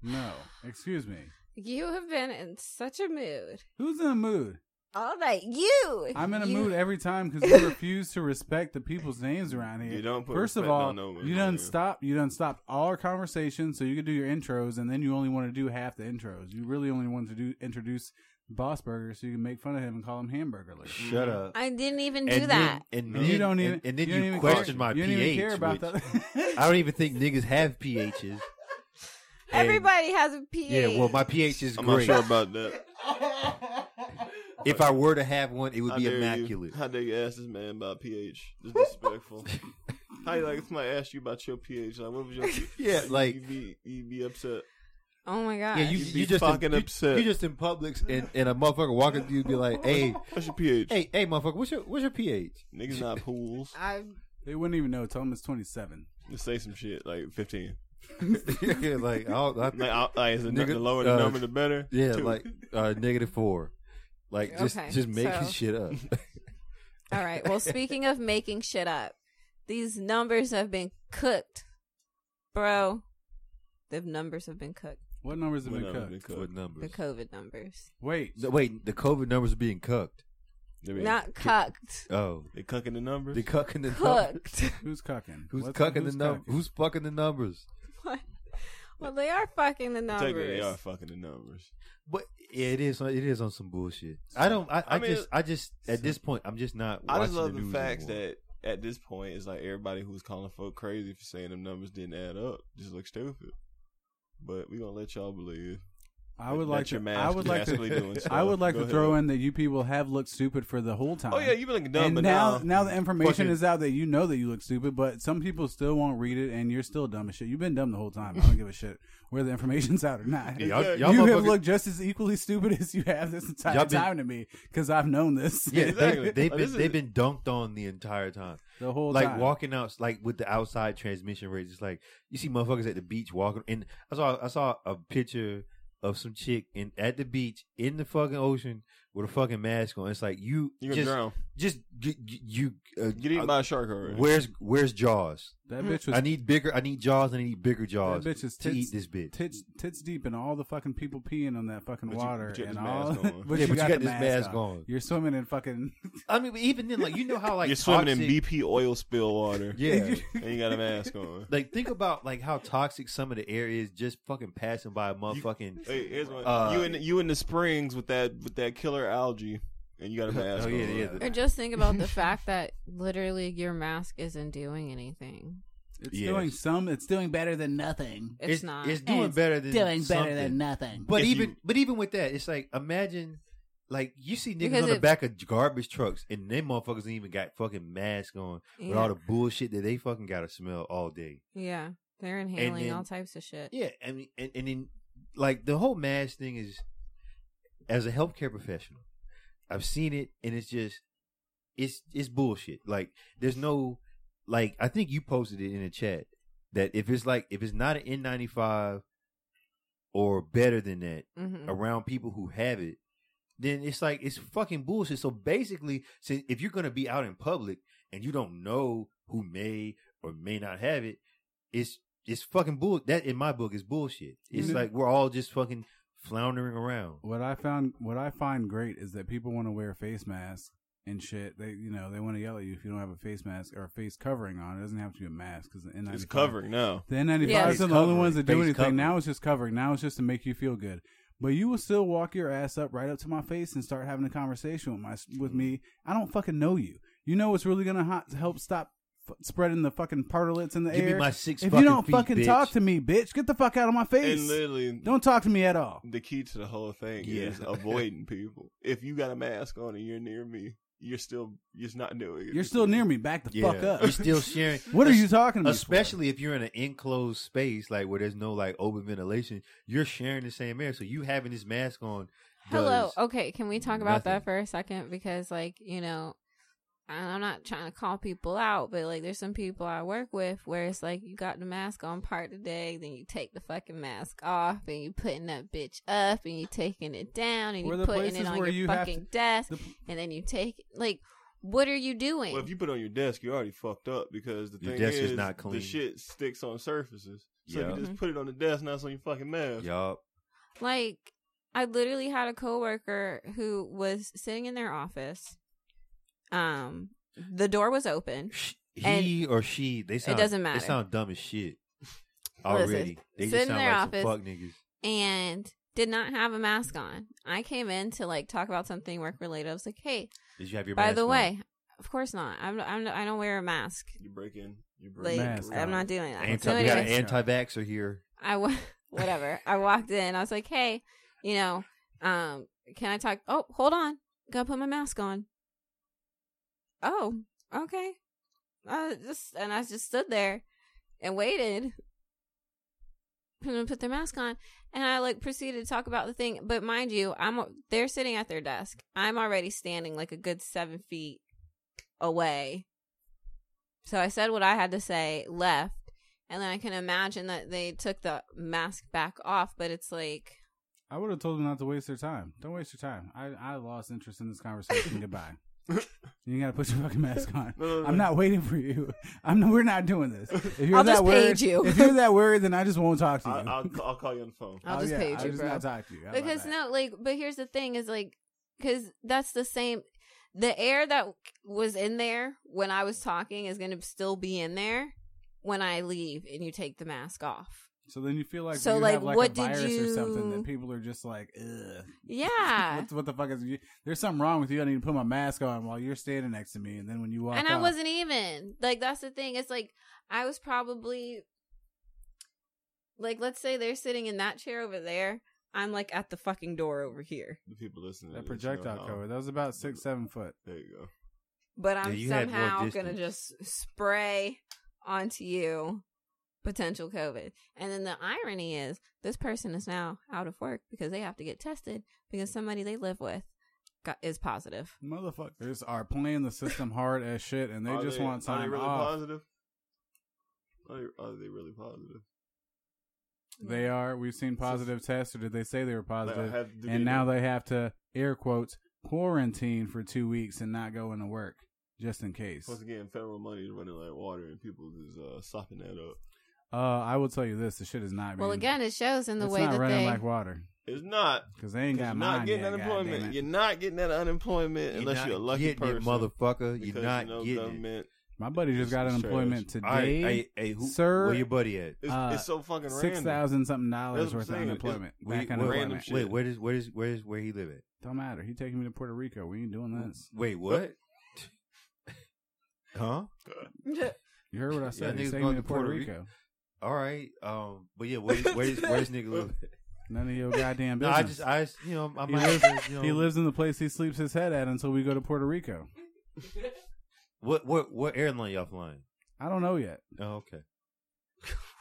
No. Excuse me.
You have been in such a mood
Who's in a mood?
all night. You.
I'm in a
You-
mood every time because you refuse to respect the people's names around here.
You don't put
First of
respect
all,
on no one
you done
here.
stop. You done stopped all our conversations, so you can do your intros, and then you only want to do half the intros. You really only want to do introduce Boss Burger, so you can make fun of him and call him Hamburger.
<laughs>
Shut up.
I didn't even do
and
that.
Then, and
And
then-
you don't even.
And, and then
you
you,
don't even
question
care.
my
you don't
pH.
even care about
which-
that.
I don't even think niggas have PHs. And-
Everybody has a pH.
Yeah, well, my pH is
I'm
great.
not sure about that.
If I were to have one, it would
How
be
dare you-
immaculate.
How dare you ask this man about pH? It's disrespectful.
<laughs>
How you like if somebody asked you about your pH? Like, what was your
Yeah, like-
you'd be you'd be upset.
oh my god.
Yeah, you,
You'd be
you just
fucking
in, you-
upset.
You, just in Publix and, and a motherfucker walking through, you'd
<laughs>
be like, "Hey,
What's your pH?
hey, hey, motherfucker, what's your what's your pH?"
Niggas not fools.
I
<laughs> they wouldn't even know. Tell him it's 27.
Just say some shit like fifteen.
<laughs> yeah, like, I'll, I,
Like, I, like is the,
Nigga,
the lower the
uh,
number, the better.
yeah,
Two.
like uh, negative four, like just
Okay,
just making
so-
<laughs>
shit up.
All right.
<laughs>
Well, speaking of making shit up, these numbers have been cooked, bro. The numbers have been cooked.
What numbers have
What
been
number
cooked?
<laughs>
been cooked?
What
The
numbers?
COVID numbers,
Wait.
No, wait, the COVID numbers are being cooked.
<laughs> They be-
not cooked,
Oh,
they cucking the numbers.
they cucking <laughs> the numbers.
cooked.
Who's cucking?
Who's
What's-
cucking
who's
the numbers?
cucking?
Who's fucking the numbers?
<laughs> What? well, they are fucking the
Technically,
numbers.
they are fucking the numbers.
But yeah, it is. It is on some bullshit. I don't. I, I,
I mean-
just. I just. At this point, I'm just not.
I just
watching
love the,
news
facts
anymore.
that at this point it's like everybody who's calling folk crazy for saying them numbers didn't add up just look stupid. But we gonna let y'all believe.
I would
that
like
your
to.
mask
I would
is
like
actually
to.
doing
I would like
stuff.
to
Go
throw
ahead.
in that you people have looked stupid for the whole time.
Oh yeah, you've been looking dumb,
and
but
now,
now,
now the information
Fucking-
is out that you know that you look stupid, but some people still won't read it, and you're still dumb as shit. You've been dumb the whole time. I don't give a shit whether the information's out or not.
Yeah, y'all,
Yeah,
y'all
you have
motherfuckers-
looked just as equally stupid as you have this entire
Y'all been-
time to me because I've known this
<laughs> Yeah,
Exactly. Like,
they, have
this
been
is-
they've been dunked on the entire time.
the whole
like
time.
walking out, like with the outside transmission rate, just like you see motherfuckers at the beach walking. And I saw I saw a picture of some chick in at the beach in the fucking ocean with a fucking mask on. It's like you
you're gonna
just
drown.
just g- g- you uh,
Get eaten
uh,
by a shark already.
Where's where's Jaws?
that bitch was
I need bigger. I need Jaws and I need bigger Jaws
That bitch is
to
tits-
eat this bitch.
tits tits deep and all the fucking people peeing on that fucking
But you-
water
but you got
and all.
this
<laughs>
mask on.
Yeah, but you got
the
this mask on.
You're swimming in fucking.
I mean, but even then, like you know how
<laughs>
like
you're swimming in
toxic-
BP oil spill water.
<laughs> Yeah,
and you got a mask
<laughs>
on.
like think about like how toxic some of the air is just fucking passing by a motherfucking.
Hey, here's one.
Uh,
you in you in the springs with that with that killer algae, and you got a mask.
<laughs> Oh, yeah,
on.
yeah, the-
Or just think about
<laughs>
the fact that literally your mask isn't doing anything.
It's
Yes.
doing some. It's doing better than nothing.
It's, not.
It's doing better than something.
nothing.
But
If
even
you-
but even with that, it's like imagine like you see niggas
Because
on the
it-
back of garbage trucks and them motherfuckers ain't even got fucking masks on with all
Yeah.
the bullshit that they fucking gotta smell all day.
Yeah, they're inhaling
then-
all types of shit.
Yeah, I mean, and, and then like the whole mask thing is, as a healthcare professional, I've seen it, and it's just, it's it's bullshit. Like, there's no, like, I think you posted it in the chat that if it's like if it's not an N95 or better than that
Mhm.
around people who have it, then it's like it's fucking bullshit. So basically, since if you're gonna be out in public and you don't know who may or may not have it, it's it's fucking bull. That in my book is bullshit. It's
Mhm.
like we're all just fucking floundering around.
what I found, what I find great is that people want to wear face masks and shit. They, you know, they want to yell at you if you don't have a face mask or a face covering on. It doesn't have to be a mask because the N95
it's covering now.
The N95s
Yeah.
are
Face
the only
covering,
ones that do
face
anything.
covering.
Now it's just covering. Now it's just to make you feel good. But you will still walk your ass up right up to my face and start having a conversation with my with me. I don't fucking know you. You know what's really gonna hot, help stop f- spreading the fucking particulates in the
Give me
air?
my six
if you
fucking
don't
feet,
fucking
bitch.
talk to me, bitch, get the fuck out of my
And
face.
literally,
Don't talk to me at all.
the key to the whole thing
<laughs>
Yeah.
is avoiding people. If you got a mask on and you're near me, you're still you're not doing it.
You're still near me. Back the fuck up.
You're still sharing.
<laughs> What are you talking about?
Especially if you're in an enclosed space, like where there's no like open ventilation, you're sharing the same air. So you having this mask on.
Hello.
does-
Okay, can we talk about
nothing.
that for a second? Because, like, you know, I- I'm not trying to call people out, but like, there's some people I work with where it's like you got the mask on part today, then you take the fucking mask off, and you putting that bitch up, and you taking it down, and
Or
you
the
putting it
places
on
where
your
you have to-
fucking desk,
the-
and then you take like. What are you doing?
Well, if you put it on your desk, you're already fucked up because the
Your
thing
desk
is,
is not clean.
the shit sticks on surfaces. So if
Yeah.
you just put it on the desk, now it's on your fucking mask.
Yup.
Like, I literally had a coworker who was sitting in their office. Um, the door was open.
He or she, they sound
doesn't matter.
They sound dumb
<laughs>
as shit. Already, they
sit
just
in
sound
their
like
office.
some fuck niggas.
and did not have a mask on. I came in to like talk about something work related. I was like, "Hey,
Did you have your
by
mask
the
on?
way, of course not. I'm, I'm I don't wear a mask.
You break in. You break
Like
Mask
I'm
on.
not doing that."
Anti-
so
we got
anyway,
an anti-vaxxer here.
I wa- <laughs> whatever. I walked in. I was like, "Hey, you know, um, can I talk? Oh, hold on. Gotta put my mask on. Oh, okay. I just and I just stood there and waited <laughs> for them to put their mask on, and I like proceeded to talk about the thing. But mind you, I'm they're sitting at their desk. I'm already standing like a good seven feet away. So I said what I had to say, left, and then I can imagine that they took the mask back off, but it's like
I would have told them not to waste their time. Don't waste your time. I, I lost interest in this <laughs> conversation. Goodbye. You gotta put your fucking mask on.
<laughs> No, no, no.
I'm not waiting for you. I'm. We're not doing this. If you're
I'll
that
just
worried,
page you.
if you're that worried, then I just won't talk to you.
I, I'll, I'll call you on the phone.
I'll
Oh,
just
yeah,
page
I'll
you,
just
bro.
not talk to you. How about
because
that?
no, like, but here's the thing: is like, because that's the same. The air that was in there when I was talking is going to still be in there when I leave and you take the mask off.
So then you feel like
So,
you
like,
have like
what
a
did
virus or something
you-
that people are just like, ugh.
Yeah.
<laughs> what, what the fuck is you? There's something wrong with you. I need to put my mask on while you're standing next to me, and then when you walk,
and I
out-
wasn't even like that's the thing. It's like I was probably like let's say they're sitting in that chair over there. I'm like at the fucking door over here,
The people listening. to
That
this know
projectile
how-
cover. That was about six, seven foot.
There you go.
but
Yeah,
I'm
you had more
somehow gonna
distance.
just spray onto you potential COVID. And then the irony is this person is now out of work because they have to get tested because somebody they live with got, is positive.
Motherfuckers are playing the system hard as shit, and they
Are
just want
Are they
time
really
off.
positive? Are they, are they really positive?
They are. We've seen positive tests, or did they say they were positive?
have to
and
be-
now they have to air quotes quarantine for two weeks and not go into work just in case.
Once again, federal money is running like water, and people just uh, sopping that up.
Uh, I will tell you this: the shit is not.
Well,
being-
again, it shows in the
it's
way
not
that
running
they
like water
It's not.
because they ain't
'Cause
got
you're
mine
not getting
yet,
unemployment.
goddammit.
You're not getting that unemployment unless
not
you're a lucky
getting
person.
it, motherfucker.
because
You're not
no
getting it.
government.
My buddy just got
It's
unemployment
All right,
today.
hey, hey, who,
sir,
where your buddy at?
It's,
Uh,
it's so fucking
Six <laughs>
random.
thousand something dollars
That's what
worth
I'm
of
saying.
unemployment.
Where,
Back
where,
random
unemployment.
shit.
wait, where does where does where does where he live at?
Don't matter. He taking me to Puerto Rico. We ain't doing this.
Wait, what? <laughs> huh?
You heard what I said.
niggas
He's taking
going
me to Puerto, Rico.
All right. Um, but yeah, where does where does, where does nigga live?
<laughs>
at?
None
<laughs>
of your goddamn
No,
business.
I just I just, you know I
He
might
lives-
have to, you know,
he lives in the place he sleeps his head at until we go to Puerto Rico.
What what what airline y'all flying?
I don't know yet.
Oh, okay.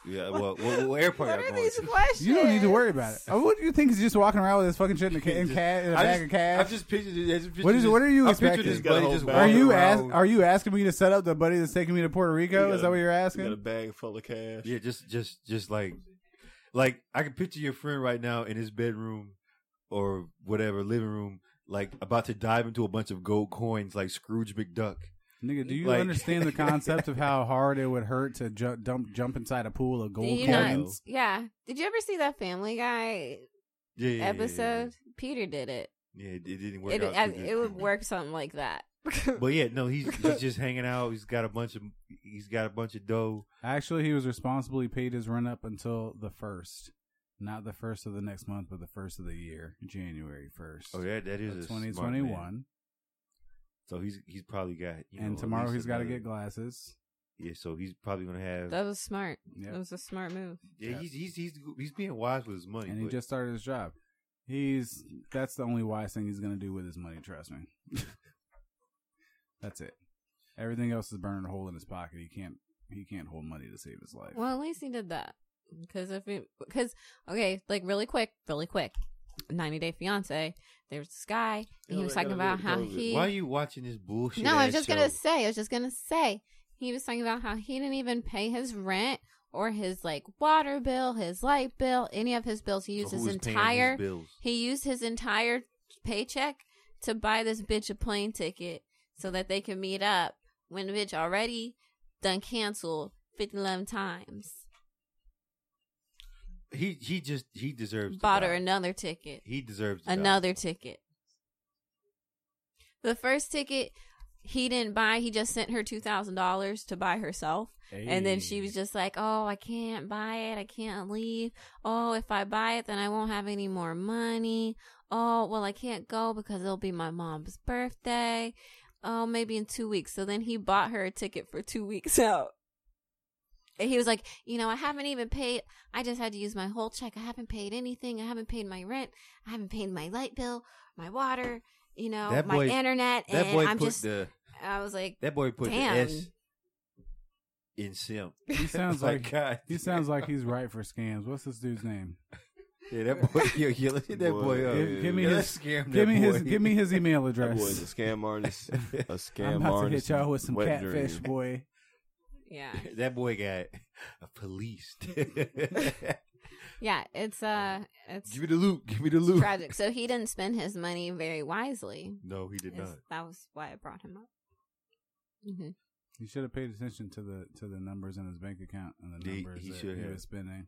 Yeah, well, what, what, airport
What
y'all
are
going
these
to? <laughs>
questions?
You don't need to worry about it. Oh, what do you think? He's just walking around with his fucking shit in a, ca- in, ca- in a
I
bag
<laughs> just-
of cash.
I just pictured. it- I just pictured
What is-
this-
what are you
I pictured
expecting?
this buddy just
Got a
are
whole
walking
you
around.
ask, Are you asking me to set up the buddy that's taking me to Puerto Rico?
You
Is
got
that
a-
what you're
You got a
asking?
bag full of cash.
Yeah, just just just like like I can picture your friend right now in his bedroom or whatever living room, like about to dive into a bunch of gold coins like Scrooge McDuck.
Nigga, do you
Like-
understand the concept of how hard it would hurt to ju- dump, jump inside a pool of
Did
gold
you
not-
coins?
Yeah. Did you ever see that Family Guy
Yeah, yeah, yeah, yeah,
episode? Peter did it.
Yeah, it, it didn't work.
It
out
I-
too good
it
for
would
him.
work something like that.
<laughs> But yeah, no, he's he's just hanging out. He's got a bunch of he's got a bunch of dough.
Actually, he was responsible. He paid his rent up until the first. Not the first of the next month, but the first of the year, January 1st.
Oh, that that is a smart man.
2021.
So he's he's probably got you know,
And
at
tomorrow
least
he's got to
another-
get glasses.
Yeah, so he's probably gonna
<laughs>
have.
That was smart.
Yeah.
That was a smart move.
yeah, he's, he's he's he's being wise with his money.
and he
but-
just started his job. He's that's the only wise thing he's gonna do with his money. Trust me. <laughs> that's it. Everything else is burning a hole in his pocket. He can't. He can't hold money to save his life.
Well, at least he did that. Because if it, because okay, like really quick, really quick, 90 Day Fiance. There's this guy, and
Yeah,
he was
they
talking
gotta
about
do
how
it.
he.
why are you watching this bullshit?
No, I was
ass
just gonna
show?
say. I was just gonna say. He was talking about how he didn't even pay his rent or his like water bill, his light bill, any of his bills. He used
So
his
who is paying
entire.
bills?
He used his entire paycheck to buy this bitch a plane ticket so that they can meet up when the bitch already done canceled 51 times.
He he just he deserves to
Bought her
die.
another ticket.
He deserves to die.
Another ticket. The first ticket he didn't buy, he just sent her $2,000 to buy herself. And then she was just like, "Oh, I can't buy it. I can't leave. Oh, if I buy it, then I won't have any more money. Oh, well, I can't go because it'll be my mom's birthday. Oh, maybe in 2 weeks." So then he bought her a ticket for 2 weeks <laughs> out. And he was like, "You know, I haven't even paid. I just had to use my whole check. I haven't paid anything. I haven't paid my rent. I haven't paid my light bill, my water, you know,
That
my
boy-
internet."
that
and
boy
I'm
put
just
the
I was like,
that boy put
Damn.
the S in simp. <laughs>
He sounds
My
like
God.
he sounds like he's right for scams. What's this dude's name?
<laughs> Yeah, that boy. Yo, yo, let's hit that
Boy,
boy up.
yeah.
Give, give me
Yeah,
his
let's
give
scam <laughs> that
me his
boy.
give
<laughs>
me his email
That boy's a
address. <laughs>
scam artist. A scam
I'm about to
artist.
hit y'all with some
wet
catfish, <laughs>
dream.
boy.
"Yeah."
That boy got <laughs> policed.
Yeah, it's uh it's
Give me the loot. Give me the loot.
tragic. So he didn't spend his money very wisely.
No, he did
Is-
not.
That was why I brought him up. hmm
You should have paid attention to the to the numbers in his bank account and the
He-
numbers
he
that
should
he
have.
was spending,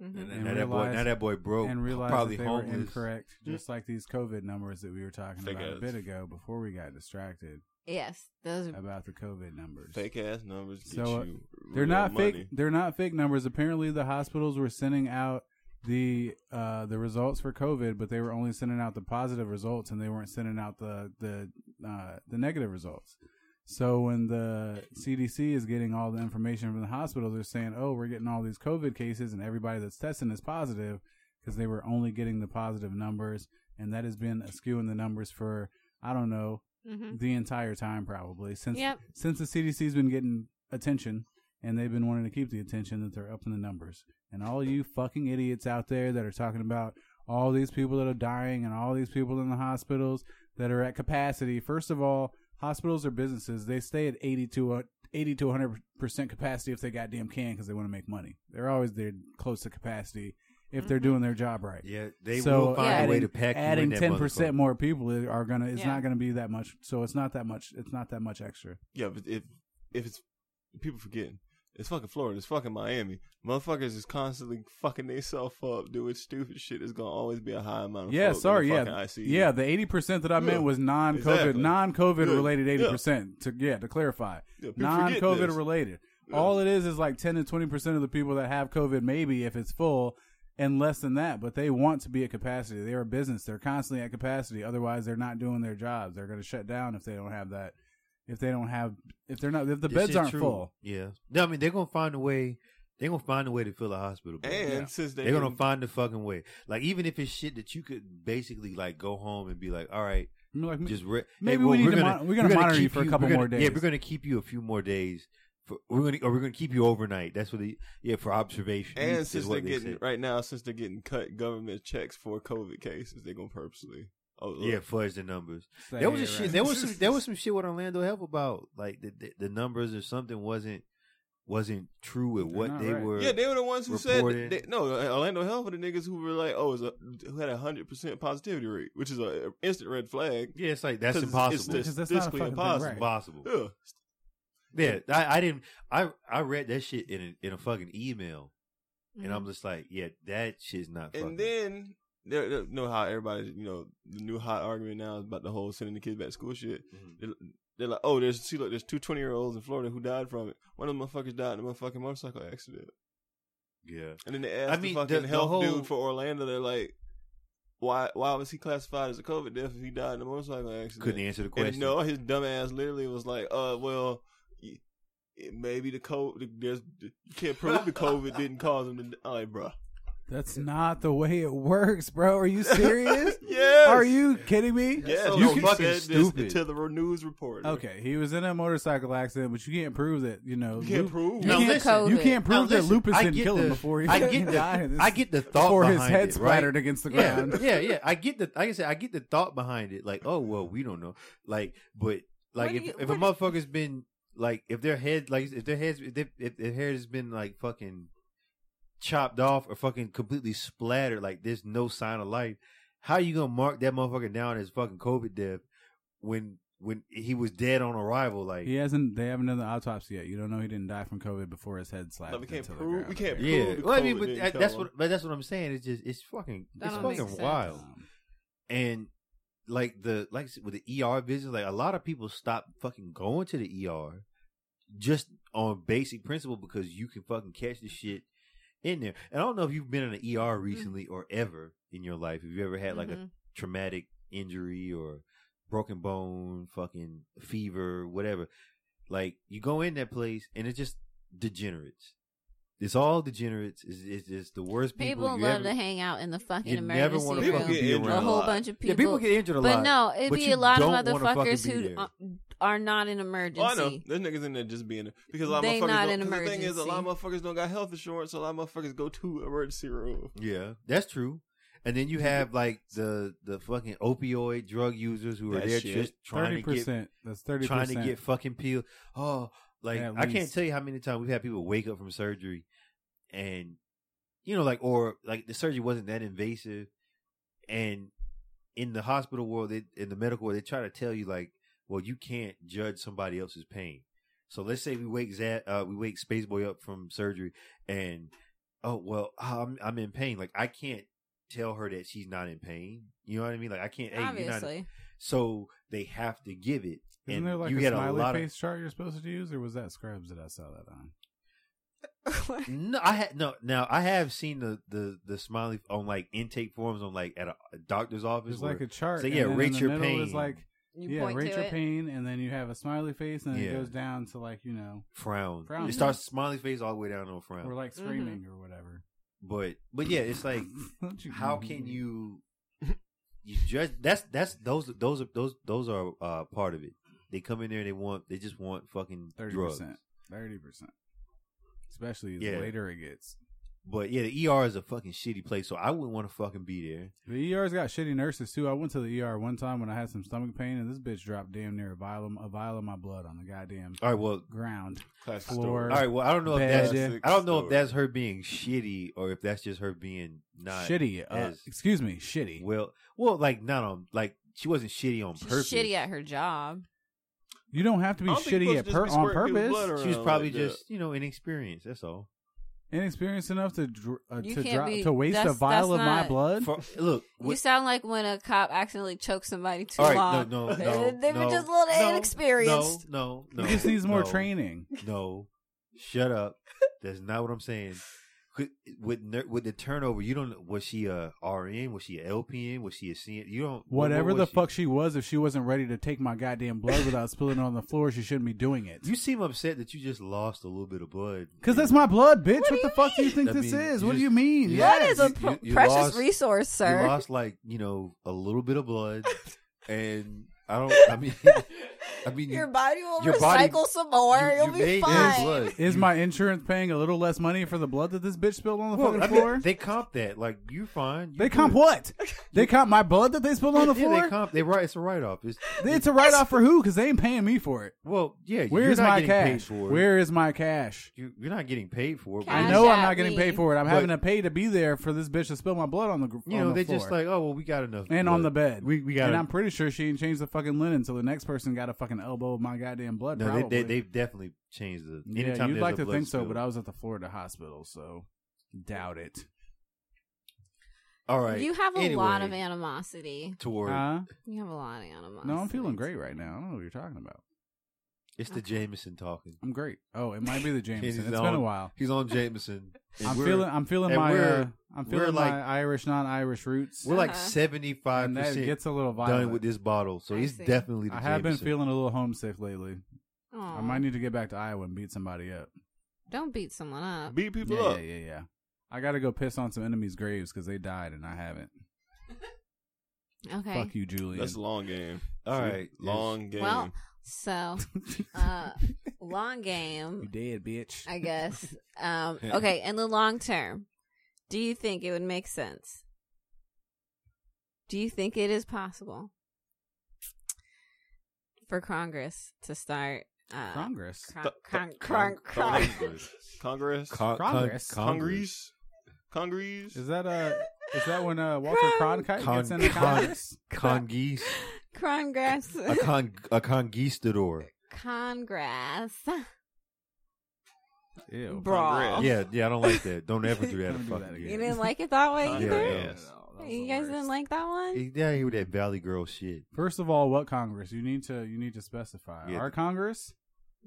hmm
And
now that boy,
realize-
now that boy broke.
and realized
probably
that they
homeless.
were incorrect, just like these COVID numbers that we were talking
Hmm? Fake
about a
ass. Hmm.
bit ago before we got distracted
Yes, those are
about the COVID numbers.
Fake ass numbers get
So, uh,
you.
They're
real
not
money.
fake. They're not fake numbers. Apparently, the hospitals were sending out the uh, the results for COVID, but they were only sending out the positive results, and they weren't sending out the the uh, the negative results. So when the CDC is getting all the information from the hospitals, they're saying, "Oh, we're getting all these COVID cases, and everybody that's testing is positive," because they were only getting the positive numbers, and that has been skewing the numbers for I don't know
hmm
the entire time probably since
Yep.
since the CDC's been getting attention and they've been wanting to keep the attention that they're upping the numbers. And all you fucking idiots out there that are talking about all these people that are dying and all these people in the hospitals that are at capacity. First of all, hospitals are businesses. They stay at 80 to a- 80 to 100% capacity if they goddamn can because they want to make money. They're always there close to capacity if they're doing their job right
Yeah, they
so
will find
Yeah.
a way to pack you in
adding
that
ten percent
motherfucker.
more people i- are gonna. It's
Yeah.
not gonna be that much. So it's not that much. It's not that much extra.
Yeah, but if if it's people forgetting, it's fucking Florida, it's fucking Miami. Motherfuckers is constantly fucking themselves up, doing stupid shit. It's gonna always be a high amount of
yeah,
folk in
sorry.
the
Yeah,
fucking ICU.
yeah. The eighty percent that I meant
Yeah,
was non-COVID,
exactly.
non-COVID
Yeah,
related
yeah.
eighty percent. To yeah, to clarify,
Yeah, people forget
non-COVID
this.
related.
Yeah.
All it is is like ten to twenty percent of the people that have COVID, maybe if it's full. And less than that, but they want to be at capacity. They're a business. They're constantly at capacity. Otherwise, they're not doing their jobs. They're going to shut down if they don't have that. If they don't have, if they're not, if the
This
beds
shit
aren't
true.
full.
Yeah, no, I mean they're gonna find a way. They're gonna find a way to fill a hospital. bed.
And since they
They're gonna
can-
find the fucking way. Like even if it's shit that you could basically like go home and be like, all right,
I mean, like,
just re-
Maybe we need
we're
to
gonna-
mon- we're gonna monitor you
keep
for a couple
we're gonna-
more days.
Yeah, we're gonna keep you a few more days. For, we're gonna or we're gonna keep you overnight. That's what they yeah for observation.
And
is
since
what
they're
they
getting
said.
right now, since they're getting cut government checks for COVID cases, they're gonna purposely. Oh look.
Yeah, fudge the numbers.
Say
there was a
it
shit.
right.
There was
<laughs>
some. There was some shit with Orlando Health about like the the, the numbers or something wasn't wasn't true with
They're
what
not
they
right.
were.
Yeah, they were the ones who
reported.
said they, no. Orlando Health were the niggas who were like, "Oh, it's a, who had a hundred percent positivity rate, which is a instant red flag."
Yeah, it's like that's
'Cause it's-
impossible.
It's
Because
It's,
that's not a
statistically
fucking thing,
impossible.
right.
impossible.
Yeah.
Yeah, I, I didn't. I I read that shit in a, in a fucking email, and I'm just like, yeah, that shit's not. fucking.
And then there, there- you know how everybody, you know, the new hot argument now is about the whole sending the kids back to school shit.
Mhm.
They're, they're like, oh, there's see, look, there's two 20 year olds in Florida who died from it. One of them motherfuckers died in a motherfucking motorcycle accident.
<laughs> yeah,
And then they asked
mean,
the
the-
fucking
the
health
whole-
dude for Orlando. They're like, why why was he classified as a COVID death if he died in a motorcycle accident?
couldn't answer the question.
And <laughs> no, his dumb ass literally was like, "Uh, well, y- it, maybe the COVID. There's you can't prove
<laughs>
the COVID didn't cause him to." die." I'm like, bruh.
That's not the way it works, bro.
<laughs>
Are you serious?
Yes.
Are you kidding me?
Yes.
so
you
fucking
fucking said
stupid.
this to the news report.
Okay, he was in a motorcycle accident, but you can't prove that. You know,
You can't
Lu-
prove.
You
Now
can't,
listen.
you can't
Now
prove that
listen,
lupus
I
didn't
get
kill him
the-
before he
I get the
died.
I get the thought
before his
behind
head
it,
splattered
right?
against the
yeah,
ground.
<laughs> yeah, yeah. I get the like I said, I get the thought behind it. Like, oh well, we don't know. Like, but
What
like
do
if,
you-
if a
what-
motherfucker's been like if their head like if their heads if, their- if their hair has been like fucking chopped off or fucking completely splattered, like there's no sign of life. How you gonna mark that motherfucker down as fucking COVID death when when he was dead on arrival. Like,
He hasn't. They haven't done the autopsy yet. You don't know he didn't die from COVID before his head slapped.
No, we can't
into the
prove-
ground.
we can't
Okay.
yeah.
Cool,
Well, I
cool,
mean,
it
but
didn't
that,
kill
that's
him.
what. But that's what I'm saying. It's just it's fucking
That
it's
don't make
fucking
sense.
wild.
Um,
And like the like I said, with the ER business, like a lot of people stop fucking going to the ER just on basic principle because you can fucking catch the shit in there. And I don't know if you've been in an
Mm-hmm.
ER recently or ever in your life. If you ever had like a
Mhm.
traumatic injury or broken bone, fucking fever, whatever. Like you go in that place and it's just degenerates. It's all degenerates. It's, it's just the worst people.
people
you
love
ever-
to hang out in the fucking
you never
emergency
want
People
room.
to be
get injured
a
around.
lot.
whole bunch of people.
Yeah, people get injured a
but
lot.
no, it'd
but
be
you
a lot of
don't wanna fucking
motherfuckers
be
who
there.
uh, are not in
Oh, I
emergency.
know. There's niggas in there just being because a lot of
They
motherfuckers
not
don't,
in
'cause The thing is, a lot of
emergency.
motherfuckers don't got health insurance, so a lot of motherfuckers go to emergency room.
Yeah, that's true. And then you have like the the fucking opioid drug users who are
That
there
shit.
just trying to get
30%. That's 30%.
trying to get fucking pills. Oh, like
At
I can't
least.
tell you how many times we've had people wake up from surgery, and you know, like or like the surgery wasn't that invasive, and in the hospital world, they, in the medical world, they try to tell you like, well, you can't judge somebody else's pain. So let's say we wake Zat, uh, we wake Spaceboy up from surgery, and oh well, I'm I'm in pain. Like I can't tell her that she's not in pain. You know what I mean? Like I can't. Hey, you're
<laughs>
not.
Obviously,
So they have to give it.
Isn't
and
there like
you
a
get
smiley
a lot
face chart you're supposed to use, or was that Scrubs that I saw that on?
of no. I had no. Now I have seen the the the smiley on like intake forms on like at a, a doctor's office.
It's like
where-
a chart.
so,
and
yeah,
then in
rate
the
your
middle
pain.
Is like
you
yeah,
point
rate
to
your
it.
pain, and then you have a smiley face, and then
Yeah.
it goes down to like you know,
frown.
Frown.
It starts smiley face all the way down on a
we're
frown.
like
Mm-hmm.
screaming or whatever.
but but yeah, it's like
<laughs> Don't you-
how
<laughs>
can you you judge? That's that's those those are those those are uh, part of it. They come in there and they want they just want fucking
thirty
drugs.
percent, thirty percent, especially
Yeah.
the later it gets.
But yeah, the ER is a fucking shitty place, so I wouldn't want to fucking be there.
The ER's got shitty nurses too. I went to the ER one time when I had some stomach pain, and this bitch dropped damn near a vial of, a vial of my blood on the goddamn
All right, well,
ground.
Classic
Floor.
all right, well, I don't know if
Bad
that's
shit.
I don't know if that's her being shitty or if that's just her being not
shitty. Uh,
as-
excuse me, shitty.
Well, well, like not on like she wasn't shitty on
She's
purpose.
shitty at her job.
You don't have to be
I don't think you're
shitty at
supposed to
per-
just be
on
squirting people's blood
purpose.
around
she was probably
like that.
just you know inexperienced. That's all.
Inexperienced enough to dr- uh,
You
to
can't
drop
be-
to waste a
that's-
vial of
that's
my
not-
blood.
For- look,
You
what-
sound like when a cop accidentally chokes somebody too
all right,
long.
no, no,
<laughs> They-
no,
they were
no,
just a little
no,
inexperienced.
No, no, no
he just needs more
no,
training.
No, shut up. That's not what I'm saying. Could- With ner- with the turnover, you don't. Was she a RN? Was she a LPN? Was she a CN? You don't. what-
Whatever
what
the
was
fuck she was, if she wasn't ready to take my goddamn blood without spilling it on the floor, she shouldn't be doing it.
She? You seem upset that you just lost a little bit of blood.
Because that's my blood, bitch.
What
What,
do
the
you
fuck do you
mean?
think
I
this
mean,
is?
you
What do
just-
you mean?
you-
That
Yes.
is a
You-
pr-
you- you
precious
lost-
resource, sir.
You lost like you know a little bit
<laughs>
of blood, and I don't. I mean,
<laughs>
I mean,
your body will
your
recycle
body-
some more.
you-
You'll
you
be
made your
fine.
blood.
Is
You-
my insurance paying a little less money for the blood that this bitch spilled on the
Well,
fucking
I mean,
floor?
they comp that. Like you're fine. You
They comp
good.
what? They comp my blood that they spilled on the
<laughs> Yeah, They
floor?
comp. They write. It's a write off. It's
It's a write off for who? Because they ain't paying me for it.
well, yeah.
Where's
you're not
my
getting paid
cash?
for it.
Where is my cash?
you, you're not getting paid for it.
Cash
I know I'm
at
not getting
me.
paid for it. I'm
But-
having to pay to be there for this bitch to spill my blood on the gr-
You
on
know,
the
they
floor.
just like, oh well, we got enough.
and on the bed.
we we got.
and
a-
I'm pretty sure she ain't changed the fucking linen, so the next person got a fucking elbow of my goddamn blood.
no,
probably.
they, they have definitely changed the.
yeah,
anytime
you'd
there's
like
a
to
blood
think so,
spill.
but I was at the Florida hospital, so doubt it.
all right.
You have a lot of
anyway,
animosity.
toward.
Huh?
You have a lot of animosity.
No, I'm feeling great right now. I don't know what you're talking about.
it's the Jameson talking.
I'm great. Oh, it might be
<laughs>
the
He's
Jameson. It's
on-
been a while.
He's
<laughs>
on Jameson. and
I'm
we're-
feeling. I'm feeling
and
my.
we're-
Uh, I'm
we're
feeling
like-
my Irish, non-Irish roots.
We're like
Uh-huh.
seventy five
and that
percent
gets a little violent.
done with this bottle, so
I
he's
see.
definitely. The
I have been
Jameson.
feeling a little homesick lately.
Aw,
I might need to get back to Iowa and beat somebody up.
Don't beat someone up.
beat people
yeah,
up.
yeah, yeah, yeah. I gotta go piss on some enemies' graves because they died and I haven't.
okay.
Fuck you, Julian.
That's a long game.
All
See?
right,
long game.
Well, so
<laughs>
uh, long game.
you dead, bitch.
I guess. Um, okay, in the long term, do you think it would make sense? Do you think it is possible for Congress to start? Uh,
Congress.
Con-
Th-
con-
th-
con- con-
<laughs>
Congress. Congress.
Con- con-
Congress.
Congress. Congress.
Is that uh is that when uh Walter
Cron-
Cronkite gets
Con-
into
Con-
Congress?
<laughs>
Congees.
Congress.
A con a conquistador.
<laughs> Congress.
Ew.
Brawl.
Yeah, yeah. I don't like that. Don't ever do that.
Oh. Don't do
fucking
that
again.
again.
You didn't like it that way
Yeah,
either?
yeah.
You guys didn't like that one?
He- Yeah, he with that Valley Girl shit.
First of all, what Congress? You need to you need to specify
Yeah.
our Congress.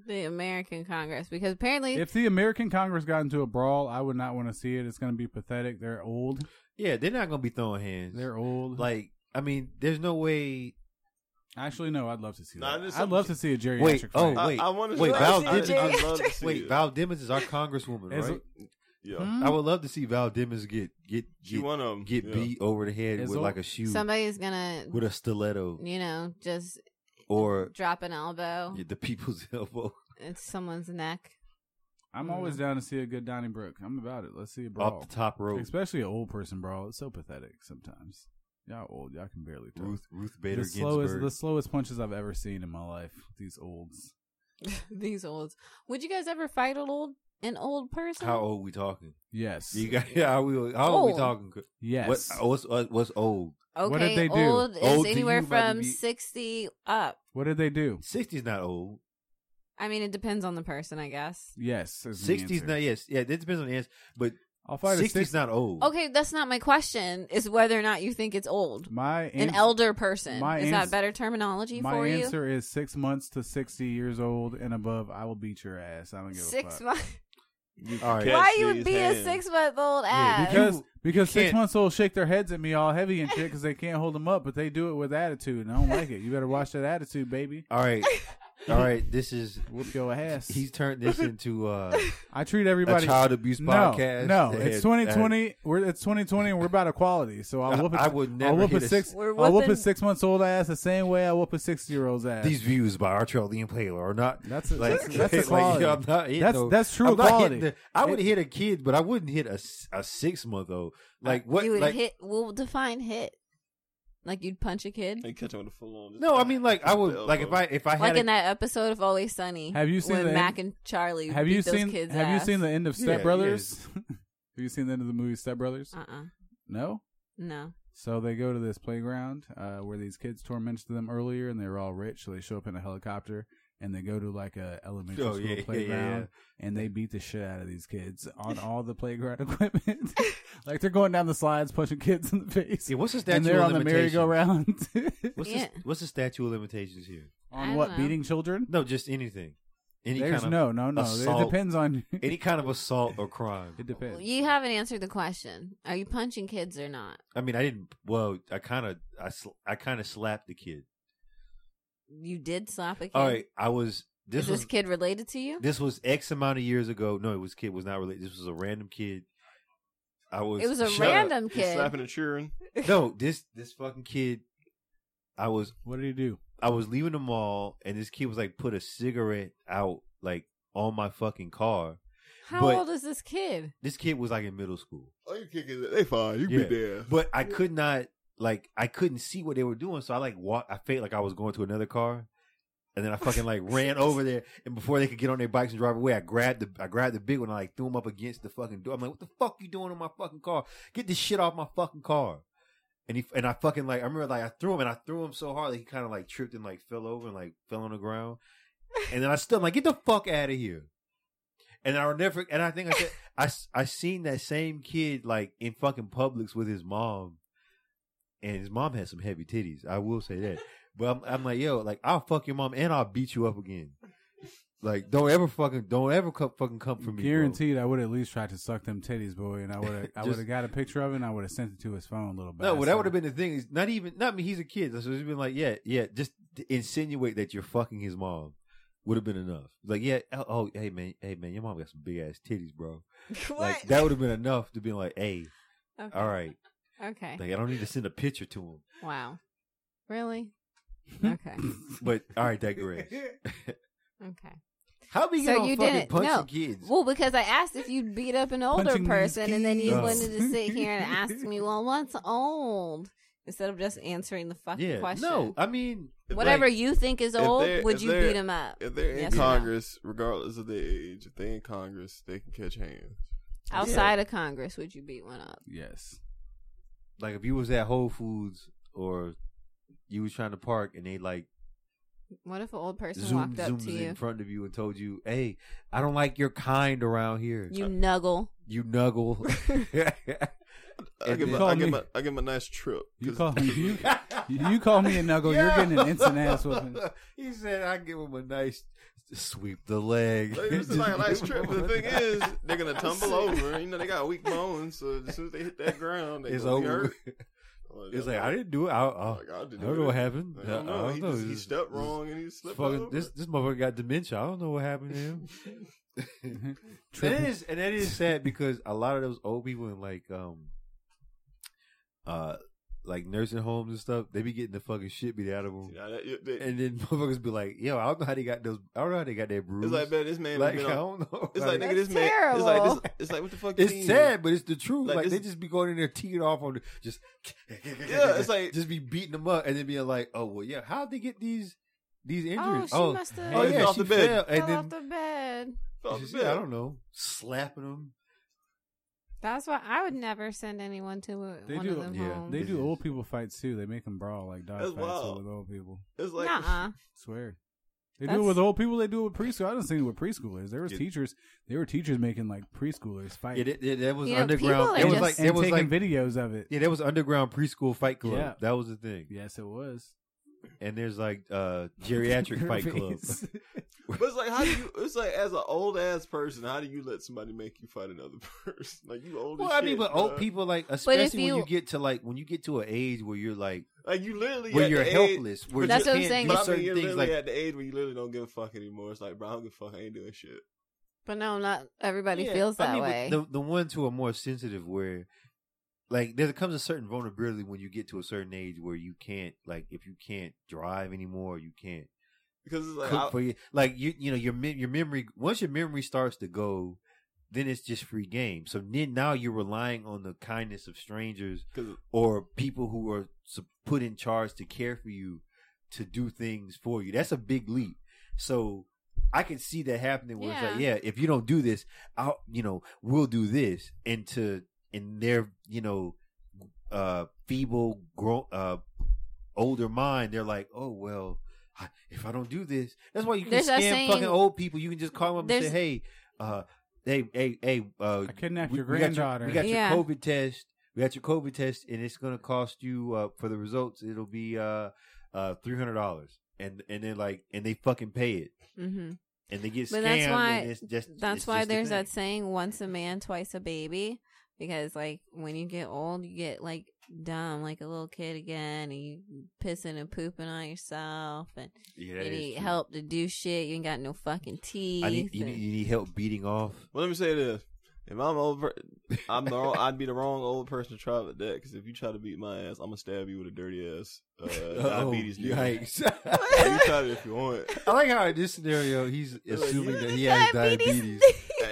The American Congress. Because apparently
If the American Congress got into a brawl, I would not want to see it. It's going to be pathetic. They're old.
Yeah, they're not gonna be throwing hands.
They're old.
like, I mean, there's no
<laughs>
way.
actually, no. I'd love to see
Nah,
that.
there's
I'd love to see a geriatric.
Wait,
fight.
oh,
I,
Wait,
I want to
wait, Val
I,
did-
I'd love to see
Wait,
it.
Val Dimmons is our congresswoman,
Is-
right?
Yeah.
Hmm?
I would love to see Val Dimmons get get
She
get,
one of 'em,
get
yeah.
beat over the head
Is
with
all-
like a shoe,
somebody's gonna
with a stiletto,
you know, just
or
drop an elbow
the people's <laughs> elbow.
at someone's neck. <laughs>
I'm always down to see a good Donnybrook. I'm about it. Let's see a brawl.
Off the top rope,
Especially an old person brawl. It's so pathetic sometimes. Y'all old. Y'all can barely throw.
Ruth Ruth
the
Bader
slowest
Ginsburg.
the slowest punches I've ever seen in my life. These olds.
These olds. Would you guys ever fight an old an old person?
How old we talking?
Yes.
You got <laughs> how we how old
Old.
we talking?
Oh, yes.
What uh, Oh. what's what's old?
Okay,
What did they do?
old is
Old to
anywhere
you might
from
be-
sixty up.
what did they do?
Sixties not old.
I mean, it depends on the person, I guess.
Yes. is the
Sixties
answer.
not yes yeah. It depends on the answer, but
I'll fight a
sixties
six.
not old.
Okay, that's not my question. Is whether or not you think it's old,
My
an
ans-
elder person.
my
is
ans-
that better terminology
My
for
answer is six months to sixty years old and above. I will beat your ass. I don't
you?
give a
Six
fuck.
months.
all right.
Why
Catch
you
these
would be a
hands.
six month old
Yeah,
ass?
Because
You-
because six
can't-
months old shake their heads at me all heavy and shit because they can't hold them up, but they do it with attitude, and I don't like it. You better watch that attitude, baby. <laughs>
All right, all right. This is
Whoop your ass.
he's
<laughs>
turned this into uh,
I treat everybody.
a child abuse
no,
podcast.
no,
And-
it's 2020. We're it's 2020, and we're about equality. So I'll whoop. A,
<laughs> I would never
I'll whoop
hit
a
a-
six.
We're
I'll whoop a
whooping-
six months old ass the same way I whoop a sixty year old's ass.
and These views by Artrelli and Paler are not.
That's a-
like,
that's- that's
like,
equality.
I'm not hitting
That's-
no-
that's true
I'm not
equality.
hitting the- I would hit a kid, but I wouldn't hit a, s- a six month old. Like what?
you would
like,
hit. We'll define hit. Like you'd punch a kid,
They catch him with a full on.
No, I mean like I would
Elbow.
like if I if I had
like
a,
in that episode of Always Sunny.
Have you seen
when
the-
Mac and Charlie?
have
beat
you
those
seen
Kids
Have
ass?
you seen the end of
Yeah,
Step
yeah.
Brothers? <laughs> have you seen the end of the movie Step Brothers?
Uh uh
No.
No.
So they go to this playground uh, where these kids tormented them earlier, and they were all rich. So they show up in a helicopter, and they go to like a elementary
Oh,
school
yeah, yeah, yeah,
playground, and they beat the shit out of these kids
<laughs>
on all the playground <laughs> equipment. like they're going down the slides, punching kids in the face,
Yeah, what's the statue
and they're
of
on the
limitations?
merry-go-round.
What's
Yeah.
the, what's the statute of limitations here?
I
<laughs> on
don't
what
know.
beating children?
No, just anything. Any
There's
kind of
no, no, no. It
assault-
depends on. <laughs>
Any kind of assault or crime.
it depends.
You haven't answered the question. Are you punching kids or not?
I mean, I didn't. Well, I kind of, I, sl- I kind of slapped the kid.
You did slap a kid.
All right, I was. This
Is
was
this kid related to you?
this was X amount of years ago. No, it was kid was not related. This was a random kid. I was.
It was a
Shut up.
random <laughs> kid.
slapping a children.
No, this this fucking kid. I was
What did he do?
I was leaving the mall, and this kid was like, put a cigarette out like on my fucking car.
How
but-
old is this kid?
This kid was like in middle school.
Oh, you kick his. They fine. You
Yeah.
beat their ass.
but I could not like I couldn't see what they were doing, so I like walked. I felt like I was going to another car, and then I fucking like ran over there. And before they could get on their bikes and drive away, I grabbed the I grabbed the big one. I like threw him up against the fucking door. I'm like, "What the fuck you doing on my fucking car? Get this shit off my fucking car!" And he and I fucking like I remember like I threw him and I threw him so hard that he kind of like tripped and like fell over and like fell on the ground. And then I still like get the fuck out of here. And I'll never. And I think I said I, s- I seen that same kid like in fucking Publix with his mom, and his mom had some heavy titties. I will say that. But I'm, I'm like, yo, like I'll fuck your mom and I'll beat you up again. Like, don't ever fucking, don't ever come, fucking come for me. bro.
Guaranteed, I would at least try to suck them titties, boy, and I would have I would
<laughs> Just-
have got a picture of it. and I would have sent it to his phone, little
No,
bastard.
well, that would have been the thing. Is not even, not me. He's a kid. So it's been like, yeah, yeah. Just to insinuate that you're fucking his mom would have been enough. Like, yeah, oh, oh, hey man, hey man, your mom got some big ass titties, bro. Like that would have been enough to be like, hey,
Okay.
all right.
Okay.
Like I don't need to send a picture to him.
Wow. Really? Okay.
But all right, digress.
Okay.
How we get
So
on
you
fucking
didn't-
punching
no.
kids?
Well, because I asked if you'd beat up an older
Punching these
person, and then you
kids.
wanted to sit here and ask me, "Well, what's old?" Instead of just answering the fucking
yeah,
question.
no, I mean
Whatever
like,
you think is
if
old,
they're-
would
if
you
they're-
beat him up?
If they're in
Yes or no?
Congress, regardless of their age, if they're in Congress, they can catch hands.
Outside of Congress, would you beat one up?
yes.
like if you was at Whole Foods or you was trying to park and they like
What if an old person
zoom
walked up
zooms
to
in
you?
front of you and told you, "Hey, I don't like your kind around here.
You nuggle. <laughs>
You nuggle." <laughs>
I
And
give,
then-
my,
Call
I, give
me.
my, I give my nice trip.
You
'cause- <laughs>
call
<laughs>
me you, you call me a nuggle. You're getting an instant ass whooping.
<laughs> He said, "I give him a nice sweep the leg."
Like, this is like a nice trip. But the thing is, they're gonna tumble over. You know, they got weak bones, so as soon as they hit that ground, they
<laughs> It's
gonna be
over.
hurt.
It's like I didn't do it. I, I,
Like, I
I
didn't
don't
do
know what
it.
happened.
I don't know. He, just, he
This-
stepped
this-
wrong and he slipped
fucking-
over.
this this motherfucker got dementia. I don't know what happened to him. and that is and that is sad because a lot of those old people in like um uh like nursing homes and stuff, they be getting the fucking shit beat out of them.
You know, that- you- they-
And then <laughs> motherfuckers be like, "Yo, I don't know how they got those. I don't know how they got that bruise.
it's like man, this man.
Like,
been
I
on-
don't know.
it's like
That's
nigga, this man. It's like this, it's like what the fuck? you
It's
mean?
sad, but it's the truth.
Like,
Like,
this-
they just be going in there teeing off on the, just
Yeah,
<laughs>
it's like-
just be beating them up and then being like, oh well, yeah, how'd they get these these
Oh,
injuries?
she must have
oh,
Hands
yeah,
off
she
the bed.
fell
fell
and
off
then
the bed.
Felt
she
bad.
said, I don't know, slapping them.
That's why I would never send anyone to a-
They
one
do-
of them
yeah,
homes.
They do old people fights too. They make them brawl like dog
That's
fights
wild.
with old people.
It's like
Nuh-uh.
swear. They do it
That's-
with old people. They do it with preschool. I didn't see it with preschoolers. There was
Yeah.
teachers. There were teachers making like preschoolers fight.
Yeah, that, that- that was
You know, people
underground.
are
It was
just-
like
and
it was
taking
like
videos of it.
yeah, that was underground preschool fight club.
Yeah.
That was the thing.
Yes, it was.
And there's like uh
<laughs>
geriatric fight club.
Face.
<laughs> But it's like how do you? It's like as an old ass person, how do you let somebody make you fight another <laughs> person? Like you old. as
<laughs> Well, I
shit,
mean, but
bruh.
old people like, especially
you-
when you get to like when you get to an age where you're like
like you literally
where
at
you're
the age-
helpless, where
That's
you
what I'm
can't
saying,
do
But I
certain
mean, you're
things
literally
like
at the age where you literally don't give a fuck anymore. It's like, bro, I don't give a fuck. I ain't doing shit.
But no, not everybody
Yeah,
feels
I
that
mean, but
way.
The the ones who are more sensitive, where like there comes a certain vulnerability when you get to a certain age where you can't like if you can't drive anymore, you can't
Because it's like,
cook
I,
for you. Like you you know your mem- your memory once your memory starts to go. Then it's just free game. So then now you're relying on the kindness of strangers
'cause-
or people who are su- put in charge to care for you to do things for you. That's a big leap. So I can see that happening where it's like, yeah, if you don't do this, I'll, you know, we'll do this. And to, and their, you know, uh, feeble, grown, uh, older mind, they're like, oh, well, I- if I don't do this, that's why you can
There's that
scam
saying-
fucking old people. You can just call them up and say,
There's-
hey, uh, hey, hey, hey, uh,
I kidnapped
we-
your
we got
granddaughter.
We got your,
Yeah.
COVID test. We got your COVID test, and it's going to cost you uh, for the results. It'll be uh, uh, three hundred dollars, and and then like and they fucking pay it,
hmm
and they get scammed.
But that's why-
and it's just,
That's
it's
why
just the
there's
thing.
that saying, once a man, twice a baby. Because, like, when you get old, you get, like, dumb, like a little kid again, and you pissing and pooping on yourself, and
Yeah, that
you
is
need
true.
help to do shit. You ain't got no fucking teeth.
I need, you,
and-
need, you need help beating off.
well, let me say this: if I'm over, I'm the wrong, I'd be the wrong old person to try with that. Because if you try to beat my ass, I'm gonna stab you with a dirty ass uh,
<laughs>
diabetes.
Oh,
needle.
yikes.
you
<laughs>
try it if you want.
I like how in this scenario he's assuming
<laughs>
that he has diabetes.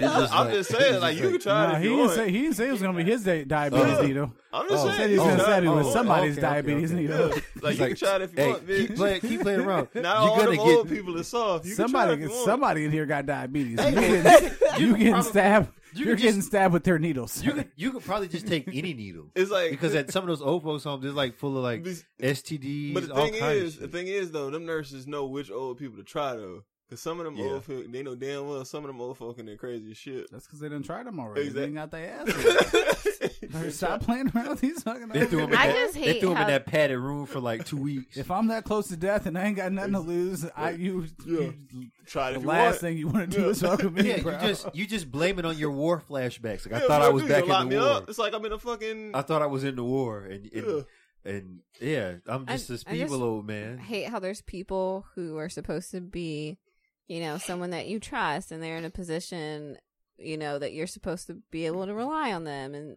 I'm
just like-
just
he's
saying,
just
like you can
like-
try
Nah,
it if
he
you
didn't
want.
say he didn't say it was gonna be his da- diabetes
Oh.
needle.
I'm just
Oh.
He said
saying,
he was
Oh,
gonna
you
stab
can
you
try
with
it.
somebody's
okay, okay,
diabetes
okay.
needle.
Yeah. Like you can try it if you
hey,
want, bitch.
Keep playing, keep playing around.
<laughs> Now
You're
all
gonna
them
get-
old people are soft. You can try it
Somebody,
if you want.
somebody in here got diabetes. You
<laughs>
getting, you getting stabbed?
you
You're
could
getting
just-
stabbed with their needles.
You could, you could probably just take any needle.
<laughs> It's like
because at some of those old folks' homes, they're like full of like
This-
STDs.
But the
all
thing
kinds of
is, the
shit.
thing is though, them nurses know which old people to try though, because some of them
Yeah.
old folk, they know damn well some of them old folk in their crazy as
<laughs>
shit.
That's because they done tried them already.
Exact-
They ain't
<laughs>
got their ass. Nurse, Stop playing around with these fucking.
they threw him. In
I
that,
just
they
hate
threw him
how-
in that padded room for like two weeks.
If I'm that close to death and I ain't got nothing to lose, I you,
Yeah.
you
try it
the
if you
last
want.
thing you want to do is fuck with me,
<laughs>
yeah, you
bro.
just you just blame it on your war flashbacks. Like
Yeah,
I thought
what
I
do
was
you
back
do? Lock
in the
me
war.
Up? It's like I'm in a fucking.
I thought I was in the war, and
Yeah.
and, and yeah, I'm just
I-
a
I
feeble
just-
old man.
hate how there's people who are supposed to be, you know, someone that you trust and they're in a position, you know, that you're supposed to be able to rely on them and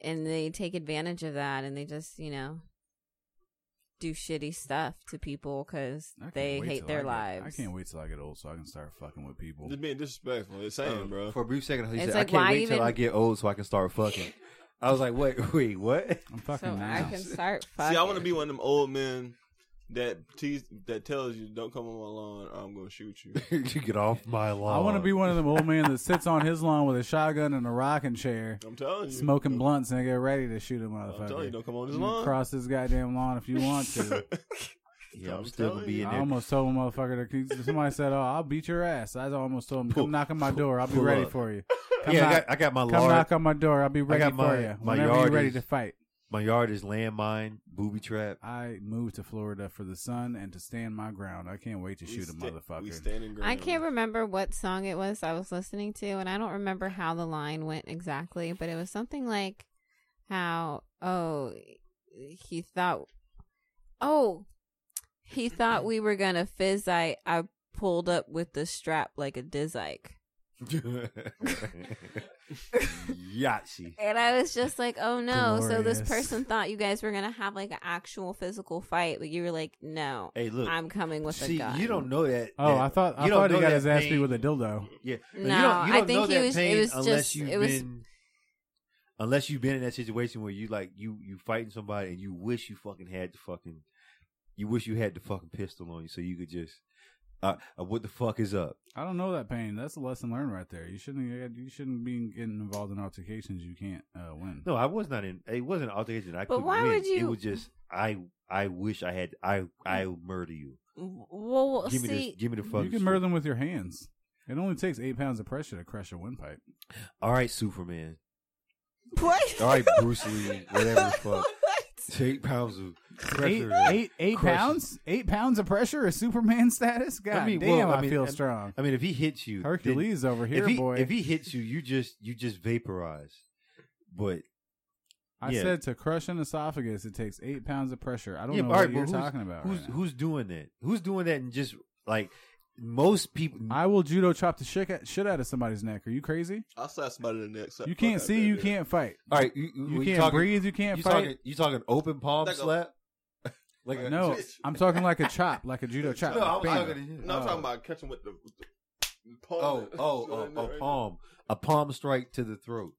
and they take advantage of that and they just, you know, do shitty stuff to people cuz
I can't
they
wait
hate
till
their
I get-
lives.
I can't wait till I get old so I can start fucking with people.
Just being disrespectful. It's saying,
Um,
bro.
For a brief second, he
It's
said,
like,
"I can't
why
wait till
even-
I get old so I can start fucking." I was like, "Wait, <laughs> wait, what?"
I'm fucking
So I
now. <laughs>
can start fucking.
See, I want to be one of them old men that tease that tells you don't come on my lawn or I'm gonna shoot
<laughs>
you.
you get off my lawn.
I want to be one of them old men that sits on his lawn with a shotgun and a rocking
<laughs>
chair,
I'm telling you,
smoking blunts, and get ready to shoot a
I'm telling you,
motherfucker.
don't come on this
You can
lawn.
Cross this goddamn lawn if you want to.
Yeah,
I'm
I'm still gonna
telling
be
you.
in
I
there.
almost told a motherfucker to. Somebody said, "Oh, I'll beat your ass." I almost told him, "Come
Pull-
knock on my door. I'll be
pull
ready
up. <laughs>
for you. Come,
Yeah, I
knock,
got, I got my
come
lawn.
knock on my door. I'll be ready
got
for
my-
you.
my
Whenever
yard
you're ready
is-
to fight."
My yard is landmine, booby trap. <laughs>
I moved to Florida for the sun and to stand my ground. I can't wait to
We
shoot a
sta- We
motherfucker.
standing ground.
I can't remember what song it was I was listening to, and I don't remember how the line went exactly, but it was something like how, oh, he thought, oh, he thought we were gonna fizzite. I pulled up with the strap like a dizike.
Yahtzee.
And I was just like, oh no. So this
Glorious.
person thought you guys were going to have like an actual physical fight, but you were like, no,
Hey, look.
I'm coming with
see,
a gun.
you don't know that.
Oh,
that-
I thought I
you don't
thought he
know
got
that
his ass beat
pain.
with a dildo.
Yeah, but you
No,
don't, you
I
don't
think
know
he
that
was- it
pain
was
unless
just-
you've
it was-
been, unless you've been in that situation where you like you you fighting somebody and you wish you fucking had the fucking, you wish you had the fucking pistol on you so you could just, uh, uh, what the fuck is up?
I don't know that pain. That's a lesson learned right there. You shouldn't you shouldn't be getting involved in altercations you can't uh, win.
No, I was not in. It wasn't an altercation. I couldn't
why
win.
would you-
It was just I. I wish I had. I. I will murder you.
Well,
give me
see,
the. Give me the fucking.
you can murder
sword.
them with your hands. It only takes eight pounds of pressure to crush a windpipe.
All right, Superman.
<laughs> what?
All right, Bruce Lee. Whatever the
<laughs>
fuck. Eight pounds of
Eight,
pressure.
eight, eight
Crush it.
pounds? Eight pounds of pressure is Superman <laughs> status? God
I mean,
damn,
well,
I,
I mean,
feel
I-
strong.
I mean, if he hits you, then-
Hercules over here,
if he,
boy.
If he hits you, you just you just vaporize. But
I
yeah.
said to crush an esophagus, it takes eight pounds of pressure. I don't
yeah,
know
but all
what
right,
you're
but who's-
talking about.
Who's
right now.
who's doing that? Who's doing that? And just like most people,
I will judo chop the shit, at, shit out of somebody's neck. Are you crazy?
I'll slap somebody in the neck.
You can't see, you can't fight.
all right, you,
You
we
can't
talking,
breathe, you can't
You
fight.
talking? You talking open palm
Like a-
slap? <laughs> like a,
no, I'm talking like a chop, like a judo chop.
<laughs> No, I was
Bam.
talking to you.
No, I'm talking about catching with the, with the palm. <laughs>
<laughs> Oh, oh, oh,
Right
oh,
there.
palm, a palm strike to the throat.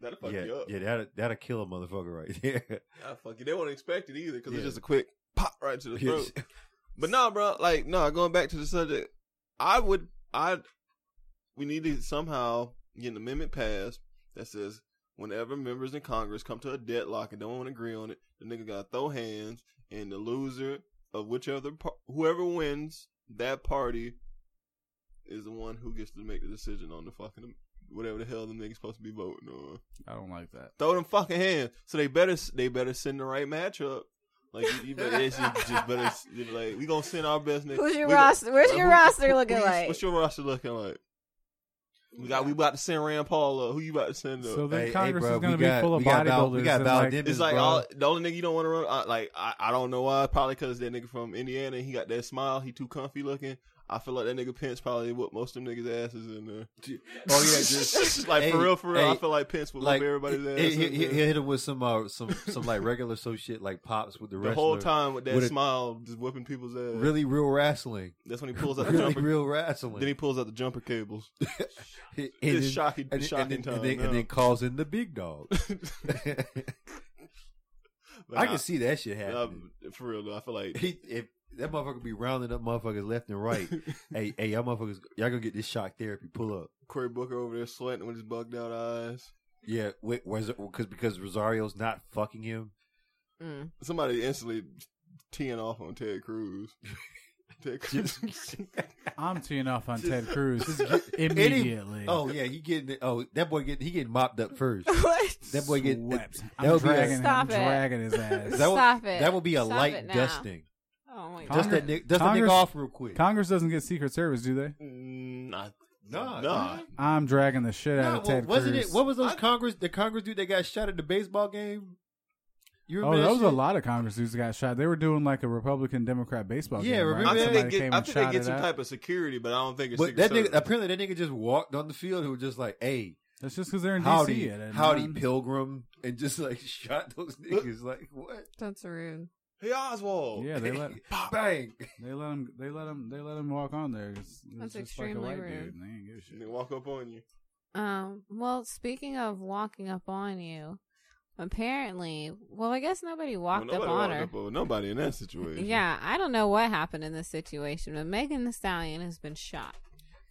That'll fuck
yeah,
you up.
yeah, that'll, that'll kill a motherfucker right <laughs> there.
That'll fuck you. They won't expect it either because
Yeah.
it's just a quick pop right to the
Yes. <laughs>
throat. But no, bro, like no, going back to the subject, I would I we need to somehow get an amendment passed that says whenever members in Congress come to a deadlock and don't want to agree on it, the nigga gotta throw hands and the loser of whichever par- whoever wins that party is the one who gets to make the decision on the fucking whatever the hell the nigga's supposed to be voting on.
I don't like that.
Throw them fucking hands. So they better they better send the right matchup. Like you, you better it's just, just better
<laughs>
it's just like we gonna send our best. nigga.
Who's your
We gon-
roster? Where's
Like,
your
who-
roster
who-
looking
who you-
like?
What's your roster looking like? We got we about to send Rand Paul up. Who you about to send up?
So then
Hey, hey,
Congress
bro,
is going to
we
be
got-
full of
we got Val-
bodybuilders.
we got
and,
Val
like,
Dim-
it's
Dennis
like
Brown.
all, the only nigga you don't want to run. I, like I, I don't know why. Probably because that nigga from Indiana. He got that smile. He too comfy looking. I feel like that nigga Pence probably whooped most of them niggas' asses in there. <laughs>
Oh yeah, just
like
hey,
for real, for real. I
hey,
feel like Pence would
like
whoop everybody's
he-
ass.
he,
in
he-
there.
he hit him with some uh, some some like regular so shit like pops with
<laughs>
the
the
wrestler.
whole time with that
with a-
smile, just whipping people's ass.
Really real wrestling.
That's when he pulls out the
<laughs> Really
jumper.
real wrestling.
Then he pulls out the jumper
<laughs>
cables.
He-
It's shocking,
and, then-
shocking
and, then-
time.
and, then, and
no.
then calls in the
<laughs>
big dog. <laughs>
But
I
nah,
can see that shit
nah,
happening.
for real though. I feel like
He, if that motherfucker be rounding up motherfuckers left
<laughs>
and right, hey, hey, y'all motherfuckers, y'all gonna get this shock therapy. Pull up,
Cory Booker over there sweating with his bugged out eyes.
yeah. Wait, where's it? Because because Rosario's not fucking him.
Mm.
Somebody instantly teeing off on Ted
<laughs>
Cruz. Ted Cruz.
I'm teeing off on Ted Cruz
Any-
immediately.
oh yeah, he getting. Oh, that boy getting. He getting mopped
<laughs>
up first.
<laughs> What?
That boy get
swept.
that
I'm
would be a-
dragging,
Stop
I'm
it.
dragging his
that
ass.
would-
Stop it.
That would be a
Stop it
light
now.
dusting.
Oh my god.
Dust that
Congress-
nigga, dust that nigga
Congress-
off real quick.
Congress doesn't get Secret Service, do they?
Mm, nah,
Nah,
nah.
dude.
I'm dragging the shit
Nah,
out of
well,
Ted
wasn't
Cruz.
it? What was those Congress? The Congress dude that got shot at the baseball game. You
Oh,
remember
that was
shit?
a lot of Congress dudes that got shot. They were doing like a Republican Democrat baseball
Yeah,
game. right?
remember
I think
Somebody
they get,
came
I
and
think they
shot
get
it
some
out.
type of security, but I don't think it's
But
Secret
that nigga,
Service.
apparently, that nigga just walked on the field who was just like, "Hey,
That's just because they're in
howdy,
DC. and-
howdy,
man.
pilgrim," and just like <laughs> shot those niggas. like what?
That's rude.
Hey Oswald.
Yeah, they let
<laughs> Bang!
they let him they let him they let him walk on there. It's, it's
That's
just
extremely
like a white
rude.
dude. And they ain't give a shit.
Nigga walk up on you.
Um. Well, speaking of walking up on you, Apparently, well, I guess nobody walked
Well,
up
nobody
on
walked
her.
up on nobody in that situation.
Yeah, I don't know what happened in this situation, but Megan the Stallion has been shot.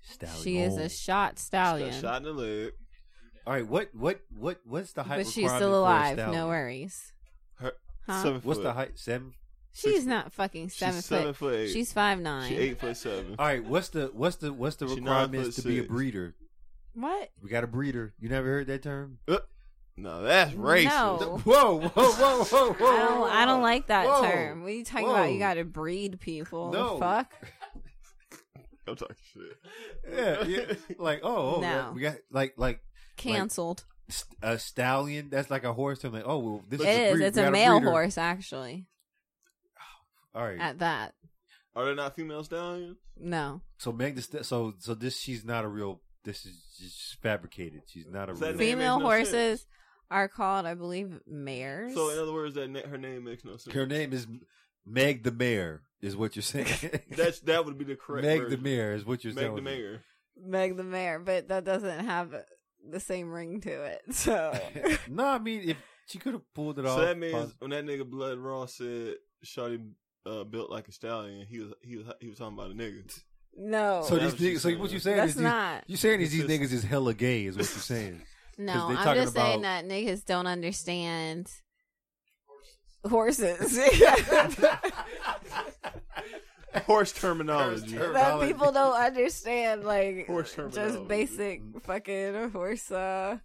Stallion. Oh.
She is a shot
She
stallion,
got shot in the leg.
All right, what what what what's the height?
but she's
requirement
still
for a
alive.
stallion?
No worries.
Her
Huh?
seven
What's
foot.
the height? Seven.
She's not fucking seven
She's
foot.
seven foot eight.
She's five nine.
She eight foot seven.
All right, what's the what's the what's the
She nine
requirements to
foot
be a
six.
breeder?
What?
We got a breeder. You never heard that term?
No, that's
Mm.
racist.
No.
Whoa, whoa, whoa, whoa, whoa!
I don't, I don't like that
Whoa.
term. What are you talking about? You
Whoa.
got to breed people. The
No.
fuck.
I'm talking shit.
Yeah,
<laughs>
yeah. Like oh, oh
No.
we got like like
Cancelled.
st- a stallion. That's like a horse. I'm like oh, well, this
it
is.
is.
breed-
It's
we
a
got
male
breeder.
horse, actually.
All right.
At that,
<laughs> Are there not female stallions?
no.
so Meg, the st- so so this she's not a real. This is just fabricated. She's not a
Is that
real.
name
Female
makes no
horses
sense.
are called, I believe, mares.
So in other words, that na- her name makes no sense.
Her name is Meg the Mayor. Is what you're saying?
<laughs> That's that would be the correct.
Meg the
version.
Mayor. Is what you're
Meg
saying?
the mayor.
Meg the mare, but that doesn't have the same ring to it. <laughs> So
<laughs> no, I mean if she could have pulled it off.
So that means when that nigga Blood Raw said Shorty uh, built like a stallion, he was he was he was talking about a nigga.
<laughs>
no,
So
That was you
these niggas. So
saying.
what you saying
Oh. that's
is these,
not.
you saying is these
It's
niggas is hella gay is what you're saying.
No,
they
I'm
talking
just saying that niggas don't understand
<laughs>
horses. <laughs>
Horse terminology.
Horse term-
that people don't understand like
Horse
just
terminology.
basic
Mm-hmm.
fucking horse uh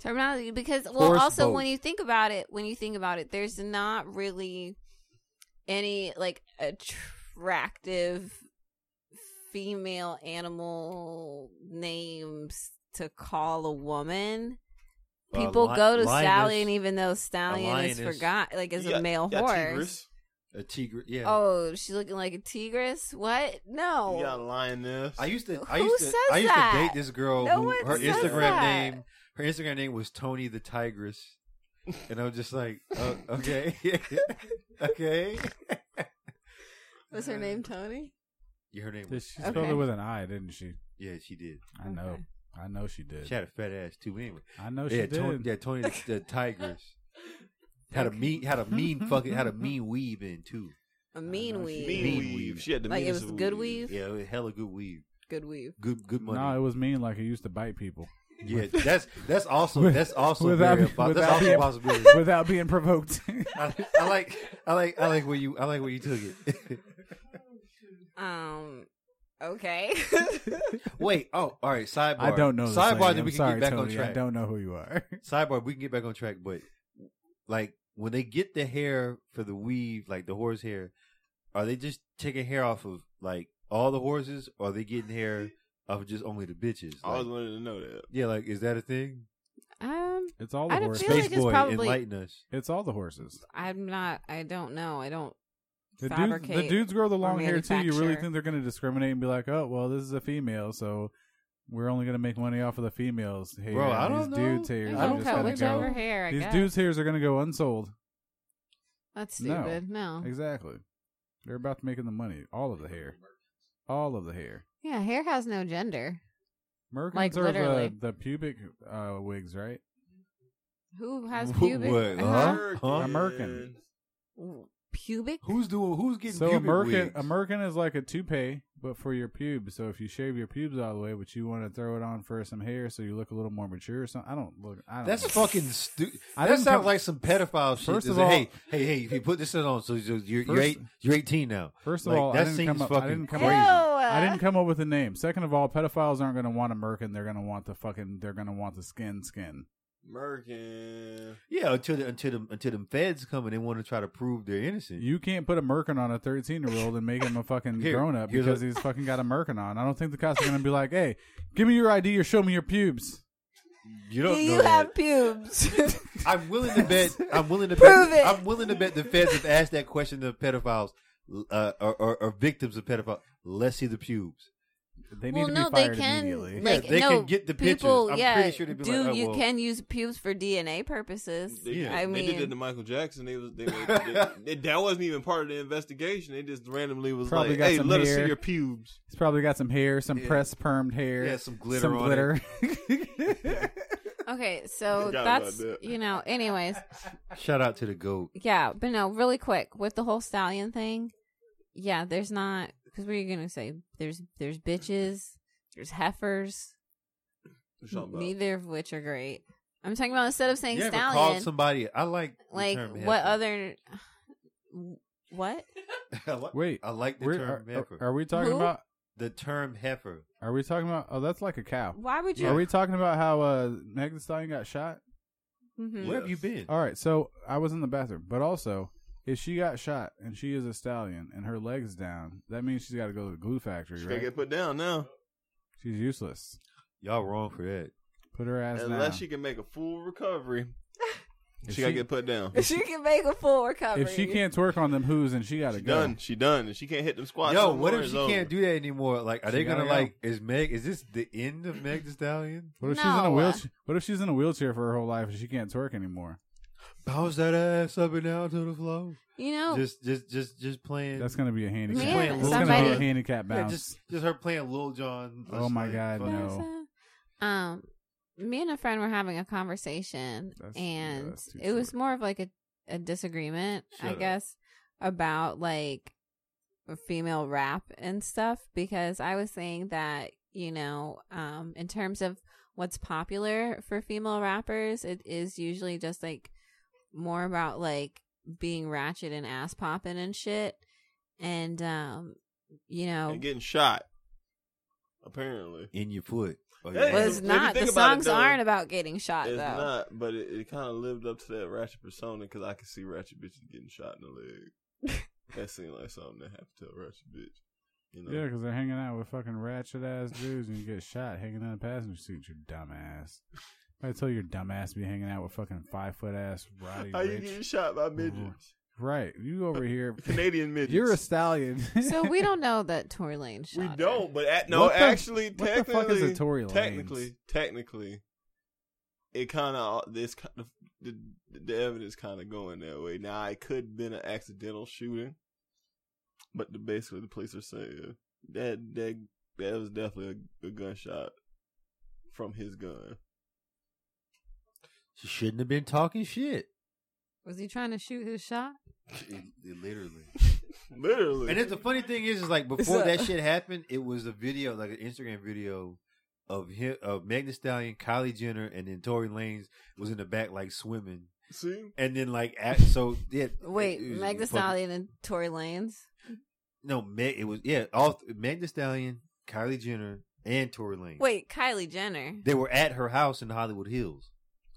terminology because well
Horse
also
boat.
when you think about it when you think about it there's not really any like attractive female animal names to call a woman
<laughs> Uh,
people
li-
go to
lioness.
stallion even though stallion is
lioness.
forgot like is
Yeah,
a male
yeah,
horse
Tigris.
A tigre. Yeah.
oh she's looking like a tigress what no
You got a lioness.
Oh. I used to. I
Who
used to.
says
I used
that?
to date this girl.
No
who,
one
her
says
Instagram
that.
name. Her Instagram name was Tony the Tigress, and I was just like, oh, okay, <laughs> okay.
was her name tony
Yeah, her name.
She
Was,
spelled
Okay.
it with an I, didn't she?
yeah, she did.
I know.
Okay.
I know she did.
She had a fat ass too. Anyway,
I know Oh, she
yeah,
did.
Tony, yeah, Tony
<laughs>
the, the Tigress had a mean, had a mean fucking,
<laughs>
had a mean weave in too.
a mean weave
mean,
Mean
weave.
weave.
She had the
Like, it
meanest
was good weave?
Yeah, it was hella good weave,
good weave
good, good money.
No, it was mean like it used to bite people <laughs>
yeah, that's that's also
With-
that's also
without
very,
be-
po- that's
without
also
being-
a possibility.
without being <laughs> provoked.
I, I like, I like, I like where you, I like where you took it. <laughs>
Um.
<laughs>
Okay.
Wait. Oh, all right. Sidebar.
I don't know. This lady.
Sidebar. Then
I'm
we can
sorry,
get back
Tony.
on track.
I don't know who you are. <laughs>
Sidebar. We can get back on track. But like when they get the hair for the weave, like the horse hair, are they just taking hair off of like all the horses, or are they getting hair off of just only the bitches?
I always
Like,
wanted to know that.
yeah. Like, is that a thing?
um.
It's all the
I don't
horses.
feel like
Space
it's
boy,
probably-
enlighten us.
It's all the horses.
I'm not. I don't know. I don't.
The dudes,
fabricate
the dudes grow the
or
long hair too. You really
manufacture.
think they're going to discriminate and be like, "Oh, well, this is a female, so we're only going to make money off of the females." Hair.
Bro, I
These
don't
dudes
know.
hairs
You
I
are
can
don't
just
cut
know.
gonna
whichever
go-
hair. I
These
guess.
dudes' hairs are going to go unsold.
That's
No.
stupid. No.
Exactly. They're about to making the money. All of the hair. All of the hair.
Yeah. Hair has no gender.
Merkins
Like,
are
literally.
the, the pubic uh, wigs, right?
Who has
Wh-
pubic?
what,
Uh-huh.
Huh? Huh?
American.
Pubic.
Who's doing? Who's getting?
So a
pubic
merkin,
wigs?
a merkin is like a toupee, but for your pubes. So if you shave your pubes all the way, but you want to throw it on for some hair, so you look a little more mature or something. I don't look. I don't.
That's
know.
fucking stupid.
Oh. I
That
didn't
sounds
come-
like some pedophile shit.
First
It's
of
like,
all-
hey, hey, hey, if you put this shit on, so you're you're, you
First-
eight, you're 18 now.
First of
Like,
all,
that
I didn't
seems
come up.
fucking
I didn't come
crazy.
up. I didn't come up with a name. Second of all, pedophiles aren't going to want a merkin. They're going to want the fucking. They're going to want the skin. Skin.
American.
Yeah, until the, until them until them feds come and they want to try to prove they're innocent.
You can't put a merkin on a 13 year old and make him a fucking
Here,
grown up
here's
because
a-
he's fucking got a merkin on. I don't think the cops are going to be like, hey, give me your ID or show me your pubes.
You
Do
don't know
you
that.
have pubes?
<laughs> I'm willing
<laughs>
to bet. I'm willing to
Prove
bet.
it.
I'm willing to bet the feds have asked that question to pedophiles uh, or, or, or victims of pedophiles. Let's see the pubes.
They need
well,
to be
no, they
fired
can.
immediately.
Like,
they
no,
can get the pictures.
people,
I'm
yeah,
pretty sure they'd be
do
like, oh,
you
well.
can use pubes for DNA purposes?
They,
Yeah.
I
they
mean,
did it to Michael Jackson. They was they, made,
<laughs>
they, they- that wasn't even part of the investigation. They just randomly was
Probably
like,
got
"Hey,
some
let us
hair.
see your pubes."
He's probably got some hair, some
Yeah.
pressed permed hair,
<laughs>
Yeah, some glitter
some
on
glitter.
Okay, so
Forgot about
that's
that.
you know. Anyways,
Shout out to the goat.
yeah, but no, really quick with the whole stallion thing. Yeah, there's not because what are you gonna say? There's there's bitches, there's heifers,
What you talking about?
neither of which are great. I'm talking about instead of saying
You ever
stallion,
called somebody? I like the
like
term
what
heifer.
other what?
<laughs> I like-
<laughs>
Uh,
Wait,
I like the
We're-
term
are,
heifer.
are, are we talking
Who?
about?
the term heifer.
Are we talking about? Oh, that's like a cow.
Why would you?
Are we talking about how uh, Meg Thee Stallion got shot?
Mhm.
Where have you been?
All right, so I was in the bathroom, but also if she got shot and she is a stallion and her legs down, that means she's got to go to the glue factory,
She gotta
right?
get put down now.
She's useless.
Y'all wrong for that.
Put her ass
Unless
down.
she can make a full recovery,
If
she, gotta get put down.
If <laughs> she can make a full recovery,
if she can't twerk on them whoos, and she got to
She
go.
done. She done. And she can't hit them squats. no
Yo, what
more,
if
it's
she
over.
can't do that anymore? Like, are
She
they gonna
gotta go.
like? Is Meg? Is this the end of Meg Thee Stallion?
What if she's in a
No.
wheelchair? What if she's in a wheelchair for her whole life and she can't twerk anymore?
Bounce that ass up and down to the floor.
you know,
Just, just, just, just playing.
That's gonna be a handicap.
Man,
That's gonna be
somebody-
a handicap
yeah,
bounce.
just, just her playing Lil Jon.
Oh my God,
fuck.
no.
Plaza. Um, me and a friend were having a conversation,
That's- yeah,
and
that's too
it was
short.
more of like a, a disagreement, I
Shut up.
guess, about like female rap and stuff. Because I was saying that you know, um, in terms of what's popular for female rappers, it is usually just like more about like being ratchet and ass popping and shit, and um, you know,
And getting shot. Apparently,
In your foot. Oh,
Well,
Hey, Well,
yeah.
it's-
it's
if you
not. The
think about it,
songs
though,
aren't about getting shot,
it's
though.
not. But it, it kind of lived up to that ratchet persona because I could see ratchet bitches getting shot in the leg. that seemed like something that happened to a ratchet bitch. You know.
Yeah, because they're hanging out with fucking ratchet ass dudes and you get shot hanging in the passenger seat, you dumbass. I tell your dumbass to be hanging out with fucking five foot ass Roddy
<laughs> How you
Rich.
getting shot by midgets?
right, you over here.
Canadian midgets.
You're a
<laughs>
stallion.
So
<laughs>
we don't know that Tory Lane shot. eh?
We
her.
don't, but at, no,
What the-
actually,
what the fuck
technically,
is a Tory Lanez?
technically, technically, it kind of this kind of the, the evidence kind of going that way. Now it could have been an accidental shooting, but the, basically the police are saying that that that was definitely a, a gunshot from his gun. <laughs>
She shouldn't have been talking shit.
Was he trying to shoot his shot?
It- it literally.
Literally,
And it's the funny thing is, is like before that shit happened, it was a video, like an Instagram video of him, of Meg Thee Stallion, Kylie Jenner, and then Tory Lanez was in the back like swimming,
see,
and then like at, so yeah.
Wait,
it- it was
Meg Thee
fucking-
Stallion and Tory Lanez.
No, Meg. It was yeah. All Meg Thee Stallion, Kylie Jenner, and Tory Lanez.
Wait, Kylie Jenner.
they were at her house in the Hollywood Hills,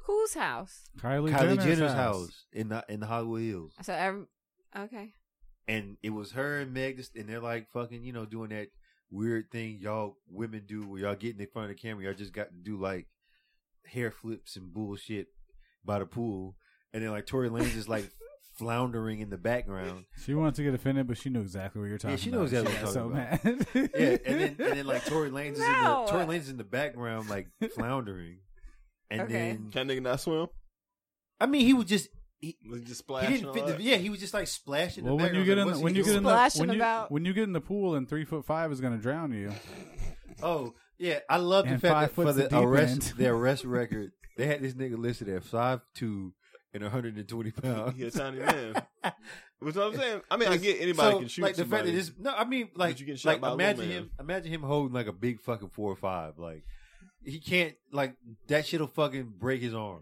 Whose house?
Kylie,
Kylie Jenner's, house.
house.
in the in the Hollywood Hills,
So every, okay.
and it was her and Meg, Thee- and they're like fucking, you know, doing that weird thing y'all women do where y'all get in front of the camera, y'all just got to do like hair flips and bullshit by the pool, and then like Tory Lanez is like <laughs> floundering in the background,
She wanted to get offended, but she knew exactly what you're talking
Yeah,
about.
she knows exactly what I'm
got so mad.
yeah, and
<laughs>
then and then like Tory Lanez is in the
No.
Tory Lanez is in the
<laughs>
background like floundering, and
Okay.
then
can nigga not swim?
I mean he was just. He,
Was he just
he
splashing.
didn't fit
all
the,
that?
yeah, he was just like splashing.
well,
the
when you
background.
get
Like,
in,
what's he
when you get
doing?
in the,
Splashing
when you,
about.
when you get in the pool, and three foot five is gonna drown you.
Oh yeah, I love the
And
fact
five
that for
foot's
the
the deep
arrest,
end.
the arrest record, they had this nigga listed at five two and one hundred and twenty pounds.
He a tiny
<laughs>
man. Which I'm saying. I mean, I get anybody
So,
can shoot
Like the
somebody.
fact that this, no, I mean, like,
But you get shot
like
by a little
imagine
man.
him, imagine him holding like a big fucking four or five. Like he can't, like that shit'll fucking break his arm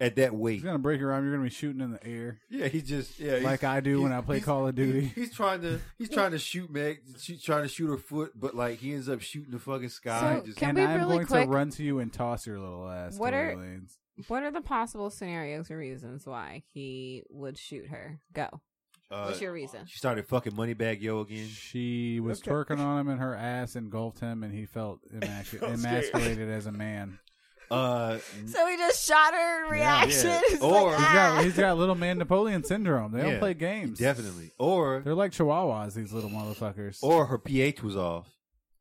at that weight.
She's gonna break your arm. You're gonna be shooting in the air.
Yeah, he just yeah, he's-
Like I do when I play
he's-
Call of Duty.
He's, he's trying to he's trying to shoot Meg, she's trying to shoot her foot, but like he ends up shooting the fucking sky.
So,
just,
Can
and
we
I'm
really
going
quick-
to run to you and toss your little ass.
What
Tory
are-
Lanez.
What are the possible scenarios or reasons why he would shoot her? Go.
uh,
What's your reason?
she started fucking Moneybag Yo again.
She was
Okay.
twerking on him, and her ass engulfed him, and
<laughs>
he felt immacu-
I'm scared.
emasculated as a man.
Uh,
<laughs> So he just shot her in
Yeah,
reaction.
yeah.
It's like,
Or-
He's
ah. <laughs>
got, he's got little man Napoleon syndrome. They
Yeah,
don't play games.
definitely. Or
They're like chihuahuas, these little motherfuckers.
or her pH was off.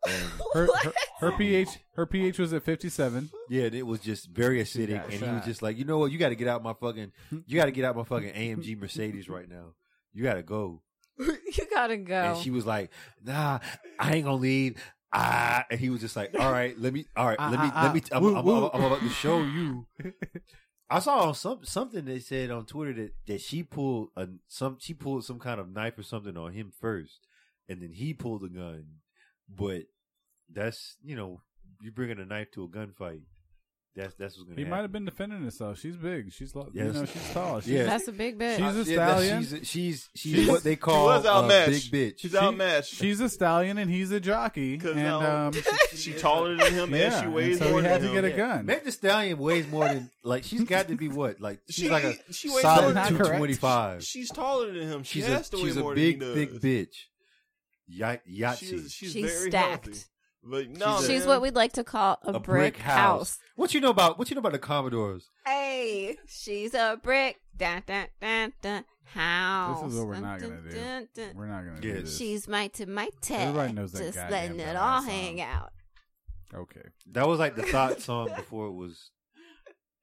<laughs>
And,
her, her, her pH her pH was at 57.
yeah, and it was just very
She
acidic,
got
and he was
shot.
just like, you know what, you got to get out my fucking, you got to get out my fucking AMG Mercedes right now. You got to go.
you gotta go.
Oh. And she was like, nah, I ain't gonna leave. ah, and he was just like, all right, let me, all <laughs> right,
Ah,
let me,
ah, ah.
let me, I'm,
Woo,
I'm-
woo.
I'm about to show you. I saw some something they said on Twitter that, that she pulled a some she pulled some kind of knife or something on him first, and then he pulled a gun. But that's you know you bringing a knife to a gunfight. That's that's what's gonna
He
happen.
might have been defending himself. She's big. She's lo-
Yes.
you know she's tall. She's,
Yeah.
That's a big bitch.
She's a
Yeah, that's-
stallion.
She's she's, she's
She's-
<laughs>
what they call
she was
a
outmatched.
big bitch.
She's
She-
outmatched.
she's a stallion and he's a jockey.
Cause
And
now
um,
<laughs> she taller than him
yeah,
and she weighs
and so
more
he had
than
to get
him.
a gun.
Meg Thee Stallion weighs more than like she's got to be what like she's
She-
like a
she weighs
more
solid
than-
two twenty five.
She's taller than him. She
She's a
has to
she's
weigh
a
more
big
than he does.
big bitch. Yacht
She's,
Yahtzee.
she's,
She's
very
stacked.
healthy. But no,
She's a-
She's
man.
what
<laughs>
we'd like to call a, brick, house.
What you know about what you know about the Commodores?
Hey, she's a brick dun, dun, dun, dun, house.
This is what we're not
Dun,
gonna do.
dun, dun, dun.
We're not gonna
Yeah.
do this.
She's mighty mighty.
Everybody knows that
Just
goddamn
letting it
Batman
all
song.
hang out.
okay.
That was like the thought song before it was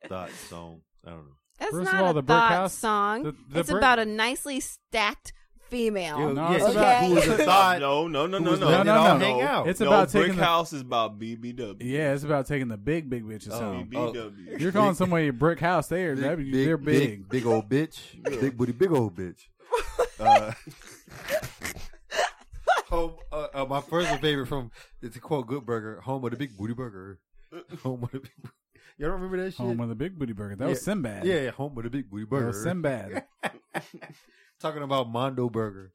thought song. I don't know.
That's
First of
not
all,
a
the brick
thought
house-
song.
the- the
it's
brick-
about a nicely stacked female.
no, it's
she's
about-
who <laughs> was a
<laughs>
thought?
No, no, no,
who
no,
was
no,
letting it all
no.
hang out.
It's
no,
about
brick
taking the-
house is about BBW.
Yeah, it's about taking the big big bitches
Oh,
home.
BBW.
You're calling somebody a brick house. They are they're big, they're big.
big, old <laughs> bitch,
Yeah.
big booty, big old bitch. Uh, <laughs> home, uh, uh, my personal favorite from it's a quote Good Burger, home of the big booty burger, home of the big. Y'all don't remember that shit?
Home of the big booty burger. That was
Yeah.
Sinbad.
yeah, yeah, home of the big booty
That
burger.
was Sinbad.
Talking about Mondo Burger,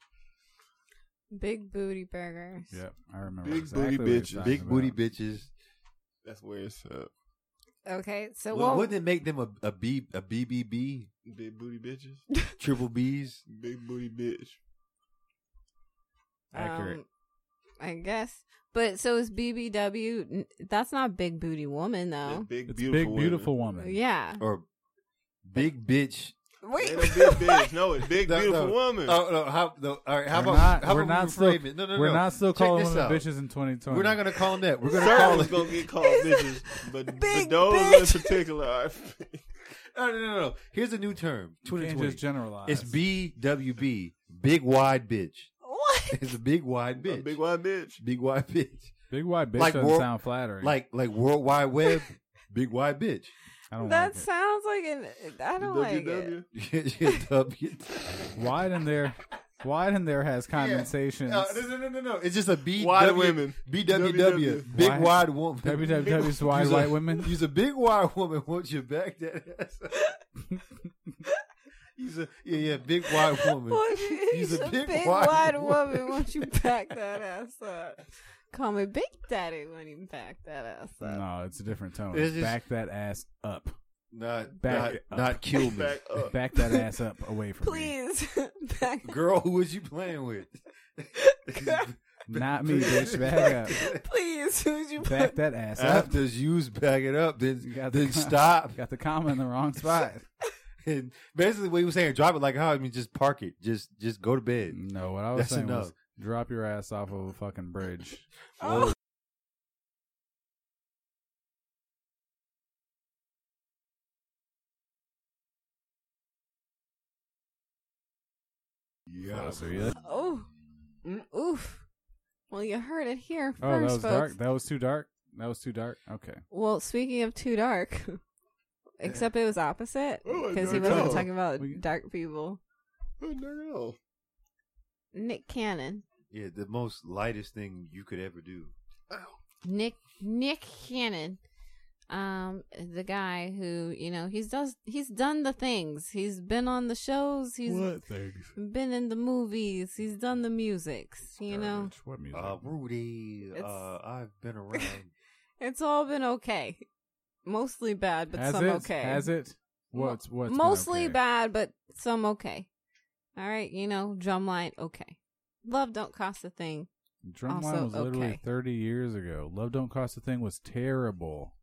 Big booty burgers.
yep, I remember.
Big
exactly
booty
what he was
bitches.
talking
big booty
about.
bitches.
<laughs> That's where it's up.
Okay, so
Well,
we'll,
wouldn't it make them a, a B a BBB
Big
<laughs>
booty bitches.
triple B's?
Big booty bitch.
Accurate.
um, I guess. But so is BBW. n- That's not big booty woman
That
though.
Big
It's
beautiful.
big beautiful woman.
Yeah.
or big bitch.
Wait.
Ain't no big
<laughs>
bitch. No, it's big
No,
beautiful
no.
woman.
Oh no! How, no all right, how
We're
about
not-
how
we're
about
not
we reframe
still-
it? No, no,
We're
no.
not still
Check
calling
this
women
out.
bitches in 2020.
We're not gonna call them that. We're gonna call
Servants
them.
gonna
<laughs>
get called bitches, but, but
Big
those
bitch.
in particular are
<laughs>
<laughs>
No, no, no, no. Here's a new term.
You can't
2020.
just generalize.
It's BWB. Big wide bitch.
What?
It's a big wide
a
bitch.
big white bitch.
Big wide bitch.
Big white bitch
Like
doesn't
wor-
sound flattering.
Like like World Wide Web. big
<laughs>
wide bitch. <laughs>
I don't
That
like
sounds like an. I don't like it.
WW.
Yeah, w.
it. Wide in there. Wide in
<laughs>
there has condensation.
No, no, no, no, no, no. It's just a B.
Wide
W-
women.
BWW.
WW.
Big
Wide-
wide woman.
WWW's wide
Use a-
white
<laughs>
women.
Use a big wide woman, won't you back that ass? up?
<laughs>
Use a yeah, yeah, big wide woman.
Well, if
He's
He's <laughs>
a
a
big
big,
wide
wide,
woman.
woman. Won't you back that ass up? Call me Big Daddy when you back that ass up.
No, it's a different tone.
It's just-
Back that ass up.
Not
Back
not,
it up.
not kill me.
Back up.
Back that ass up away from me.
Please <laughs> back.
Girl, who was you playing with?
<laughs> Not me, bitch. Back up.
<laughs>
Please, who'd you
Back that ass up.
After you's back it up,
You
then
got the
then
com- <laughs>
stop.
Got the comma in the wrong spot.
<laughs> And basically, what he was saying, drop it like how I mean, just park it, just just go to bed.
No, what I was
That's
saying
enough.
was drop your ass off of a fucking
<sighs>
bridge.
Whoa. Yeah,
So, yeah.
Oh, oof. Well, you heard it here
Oh, that
first,
was
folks.
dark. That was too dark. That was too dark. Okay.
Well, speaking of too dark, <laughs> except it was opposite
Oh, I
because he
don't
wasn't
know.
talking about
We-
dark people.
Oh, no.
Nick Cannon,
yeah, the most lightest thing you could ever do.
Nick Nick Cannon, um, the guy who you know he's does he's done the things. He's been on the shows. He's
things?
been in the movies. He's done the musics. You know,
What music?
Uh, Rudy,
It's-
uh, I've been around.
it's all been okay. Mostly bad, but
has
some
it?
okay.
Has it?
Mo-
What's what's been
mostly
okay?
bad, but some okay. All right, you know, drumline okay. Love don't cost a thing.
Drumline
Also
was literally
okay.
30 years ago. Love Don't Cost a Thing was terrible.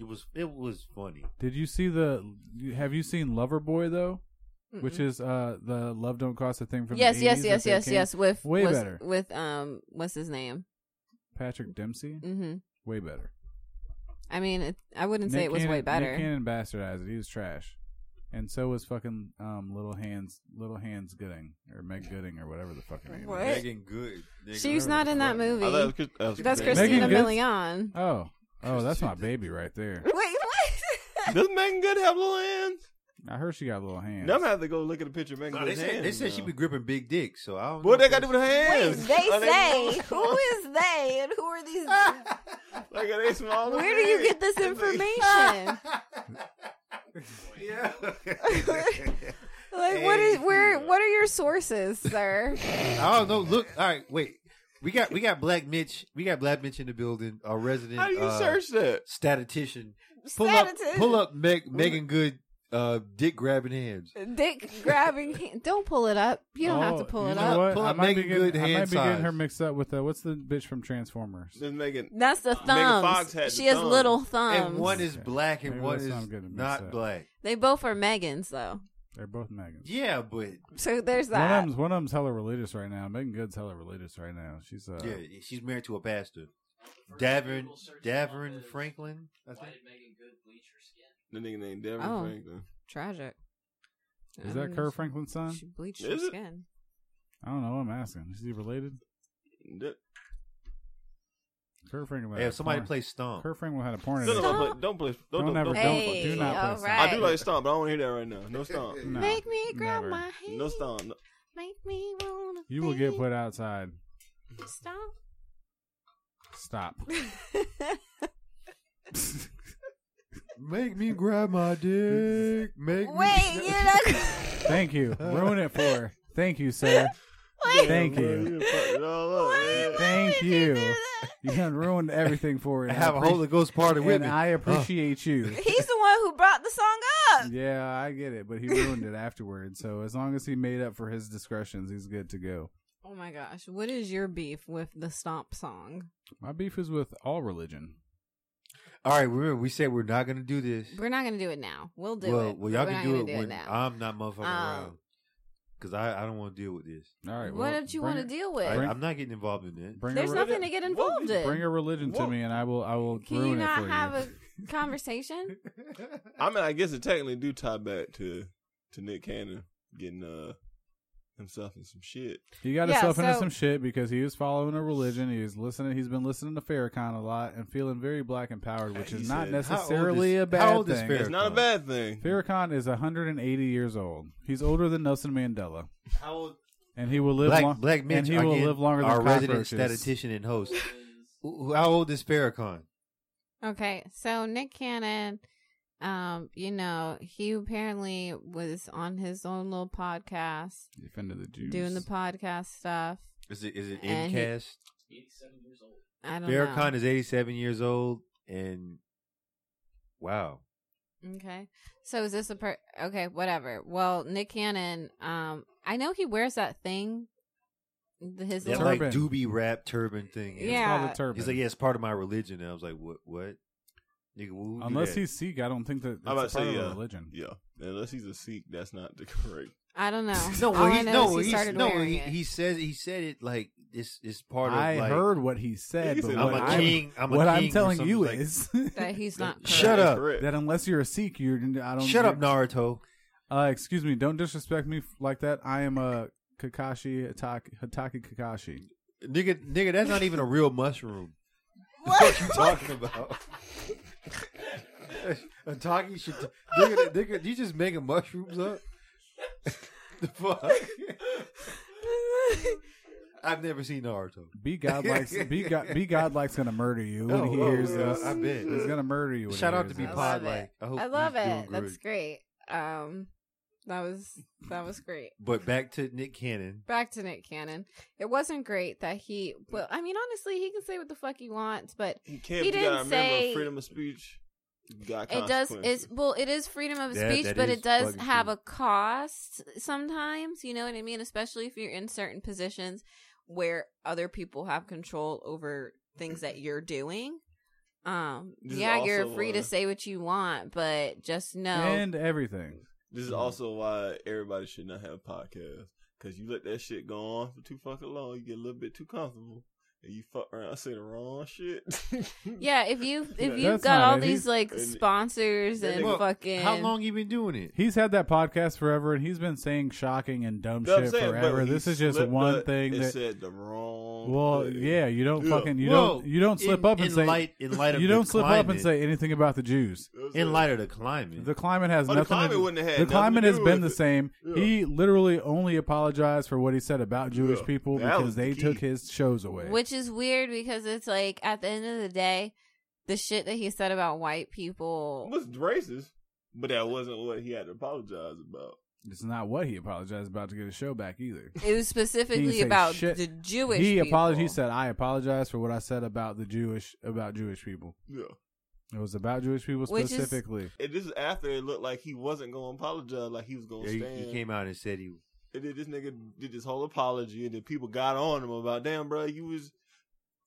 it was it was funny.
Did you see the? you- Have you seen Loverboy though? Which
Mm-mm.
is uh the Love Don't Cost a Thing from
yes,
the
yes,
80s that
yes,
they
yes,
came-
yes. With
Way
was-
better.
With um, what's his name?
Patrick Dempsey,
Mm-hmm.
way better.
I mean, it, I wouldn't say it was
Cannon,
way better.
Nick Cannon bastardized it. He was trash, and so was fucking um, little hands, little hands Gooding or Meg Gooding or whatever the fucking name.
What?
Is.
Megan Good. Nigga,
She's
whatever
not
the
in that
fuck.
I thought it was
movie.
Chris- that was
That's
Megan.
Christina
Megan Good?
Milian.
Oh, oh, that's
<laughs>
my baby right there.
Wait, what?
<laughs> Does Megan Good have little hands?
I heard she got little hands.
Now I'm gonna have to go look at a picture of Megan
No, they
Good's
said,
hands.
they said she
now.
be gripping big dicks, so I don't know.
What they
if
got to do with her
<laughs> Wait,
hands? <laughs>
they
Are
say who is they and who are these?
like are they small?
Where do you get this
<laughs>
information?
Yeah.
Like what is where? What are your sources, sir?
I don't know. Look, all right, wait. We got we got Black Mitch. We got Black Mitch in the building. Our resident
How do you
uh,
search that?
statistician. Pull up,
Statistician.
pull up Meg, Megan Good, uh, dick grabbing hands.
<laughs> Dick grabbing. hand- Don't pull it up. You don't have to
Oh,
pull
you
it
know
up.
what?
Pull
I
up
might be
Megan
getting,
Good
I might
hand
be getting
size.
her mixed up with uh, what's the bitch from Transformers?
Does Megan?
That's the
Fox
thumbs.
had
She
the
has
thumbs.
little thumbs.
And one is black and
Maybe
one
that's
is
why I'm getting mixed
not
up.
black.
They both are Megans though.
They're both Megans.
Yeah, but
So there's
One of
that.
them's one of them's hella religious right now. Megan Good's hella religious right now. She's uh,
yeah, she's married to a pastor. Davern Davern Franklin. I think.
The nigga named Devin
Oh.
Franklin.
Tragic. Um,
is that Kerr Franklin's son?
She bleached
Is
her
it?
skin.
I don't know. I'm asking. Is he related?
That-
Kerr Franklin. had
Yeah,
a
somebody
porn-
play Stomp.
Kerr Franklin had a porn.
No, no,
addiction.
no, but don't play. Don't,
Don't
don't,
ever-
don't,
don't-
Hey,
do not
all
play
right.
I do like stomp, but I don't want to hear that right now. No stomp.
No,
Make me grab
never.
my hand.
No stomp.
Make me wanna.
You will get
be-
put outside.
Stop. <laughs>
Stop.
Make me grab my dick. Make
Wait,
<laughs> me.
you're not.
Thank you. Ruin it for. her. Thank you, sir.
Wait.
Thank you.
You fucked it all up, man.
Thank
did you do
you.
that?
You done ruined everything for her.
<laughs> I have a Holy Ghost party with
and
me.
I appreciate you.
<laughs>
He's the one who brought the song up.
Yeah, I get it, but he ruined it afterwards. So as long as he made up for his discretions, he's good to go.
Oh my gosh, what is your beef with the stomp song?
My beef is with all religion.
All right, remember we said we're not gonna do this.
We're not gonna do it now. We'll do
well,
it.
well,
but
y'all
we're
can
not
do
gonna
it when I'm not motherfucking
Um,
around because I, I don't want to deal with this.
All right.
what
well,
did you
bring
want to
her-
deal
I,
with?
Bring-
I'm not getting involved in that.
Bring
There's
her,
nothing to get involved in.
Bring a religion to
Whoa.
me, and I will. I will
Can
ruin
you
it
not
for
have
you.
<laughs>
a conversation?
I mean, I guess it technically do tie back to to Nick Cannon getting uh himself in some shit.
He got
Yeah,
himself into
so-
some shit because he was following a religion. He was listening. He's been listening to Farrakhan a lot and feeling very black empowered, which
He
is not
said,
"How old
necessarily
is-
a bad
how old is
thing.
Farrakhan?"
It's not a bad thing.
Farrakhan is 180 years old. He's older than Nelson Mandela,
How old?
and he will live.
Black,
long-
Black Mitch,
and he will
again,
live longer than
our resident
cockroaches.
statistician
<laughs>
and host. Who- How old is Farrakhan?
Okay, so Nick Cannon, um, you know, he apparently was on his own little podcast,
Defended the Jews.
doing the podcast stuff.
Is it is it
And he-
Incast?
I don't
Farrakhan
know.
is 87 years old, and wow,
okay, so is this a per? Okay, whatever. Well, Nick Cannon, um, I know he wears that thing, the- his
that
little-
like
Turban.
doobie rap turban thing.
It's
Yeah.
called a turban.
He's like, yeah, it's part of my religion. And I was like, what? What? Nigga, who would do
Unless
that?
he's Sikh, I don't think that it's
I'm
part
about to say
of a
uh,
yeah.
religion.
Yeah, unless he's a Sikh, that's not the <laughs> correct.
I don't know. Oh. All
no, well,
I
he,
know
no,
is
well,
he
he's-
started
no.
wearing
He,
it.
he says he said it like it's it's part of.
I
like,
heard what he said,
He
but
said,
what,
I'm a
I'm,
king. I'm a
what I'm
king or
telling
something
you
like-
is
<laughs>
<laughs>
that he's not. Correct.
Shut up.
Correct.
that unless you're a Sikh, you're I don't.
Shut up,
you're-
Naruto.
Uh, excuse me, don't disrespect me f- like that. I am a Kakashi Hataki, Hataki Kakashi.
Nigga, nigga, that's not even a real
<laughs>
mushroom. What, <laughs> you talking about? <laughs> a talking shit. Nigga, nigga, you just making mushrooms up? <laughs> the fuck? I've never seen Naruto.
Be godlike's
<laughs>
be god be godlike's gonna murder you when
Oh,
he
oh,
hears
yeah,
this.
I bet.
he's gonna murder you. When
Shout
he
out to
hears
be
this.
I love
pod like. I
<laughs>
hope
I love
he's doing
it. That's
good.
great. Um, that was that was great.
But back to Nick Cannon.
Back to Nick Cannon. It wasn't great that he. Well, I mean, honestly, he can say what the fuck he wants, but
He can't.
He
but you gotta
didn't
remember,
say-
freedom of speech. Got
it does. It's
consequences.
well, it is freedom of
That-
speech,
that
but
is
it does
fucking
have
true.
a cost sometimes. You know what I mean? Especially if you're in certain positions where other people have control over things that you're doing. Um,
This is
yeah, you're
also
free to
why-
say what you want, but just know
and everything.
This
Hmm.
is also why everybody should not have podcasts because you let that shit go on for too fucking long, you get a little bit too comfortable, and you fuck around, say the wrong shit. <laughs>
Yeah, if you
Yeah,
if you've
that's
got
not
all
it.
these
He's-
like
And-
sponsors
Yeah,
and
nigga,
fucking
How long you been doing it?
He's had that podcast forever, and he's been saying shocking and dumb
That's what I'm
shit
saying, but
forever.
he
This is just
slipped
one
up
thing
and
that.
said the wrong.
well,
thing.
yeah, you don't
Yeah.
fucking you
Whoa.
don't you don't slip
In-
up and
in
say
light- in light of
you
the
don't slip up and
climate.
say anything about the Jews.
That's it.
In light of the climate,
The climate has
Oh, the
nothing.
climate
to,
wouldn't have had
the
nothing to
climate has
do
been the
with it.
same.
Yeah.
He literally only apologized for what he said about Jewish
Yeah.
people
That
because
was the
they
key.
took his shows away.
Which is weird because it's like at the end of the day, the shit that he said about white
It
people.
was racist, but that wasn't what he had to apologize about.
it's not what he apologized about to get his show back either.
It was
He
specifically
didn't say
about
shit.
the Jewish.
He
people.
apologized. He said, "I apologize for what I said about the Jewish about Jewish people.
Yeah,
It was about Jewish people
Which is-
specifically."
and this is after it looked like he wasn't going to apologize, like he was going
Yeah,
to
he,
stand.
he came out and said he.
and then this nigga did this whole apology, and then people got on him about, damn, bro, you was.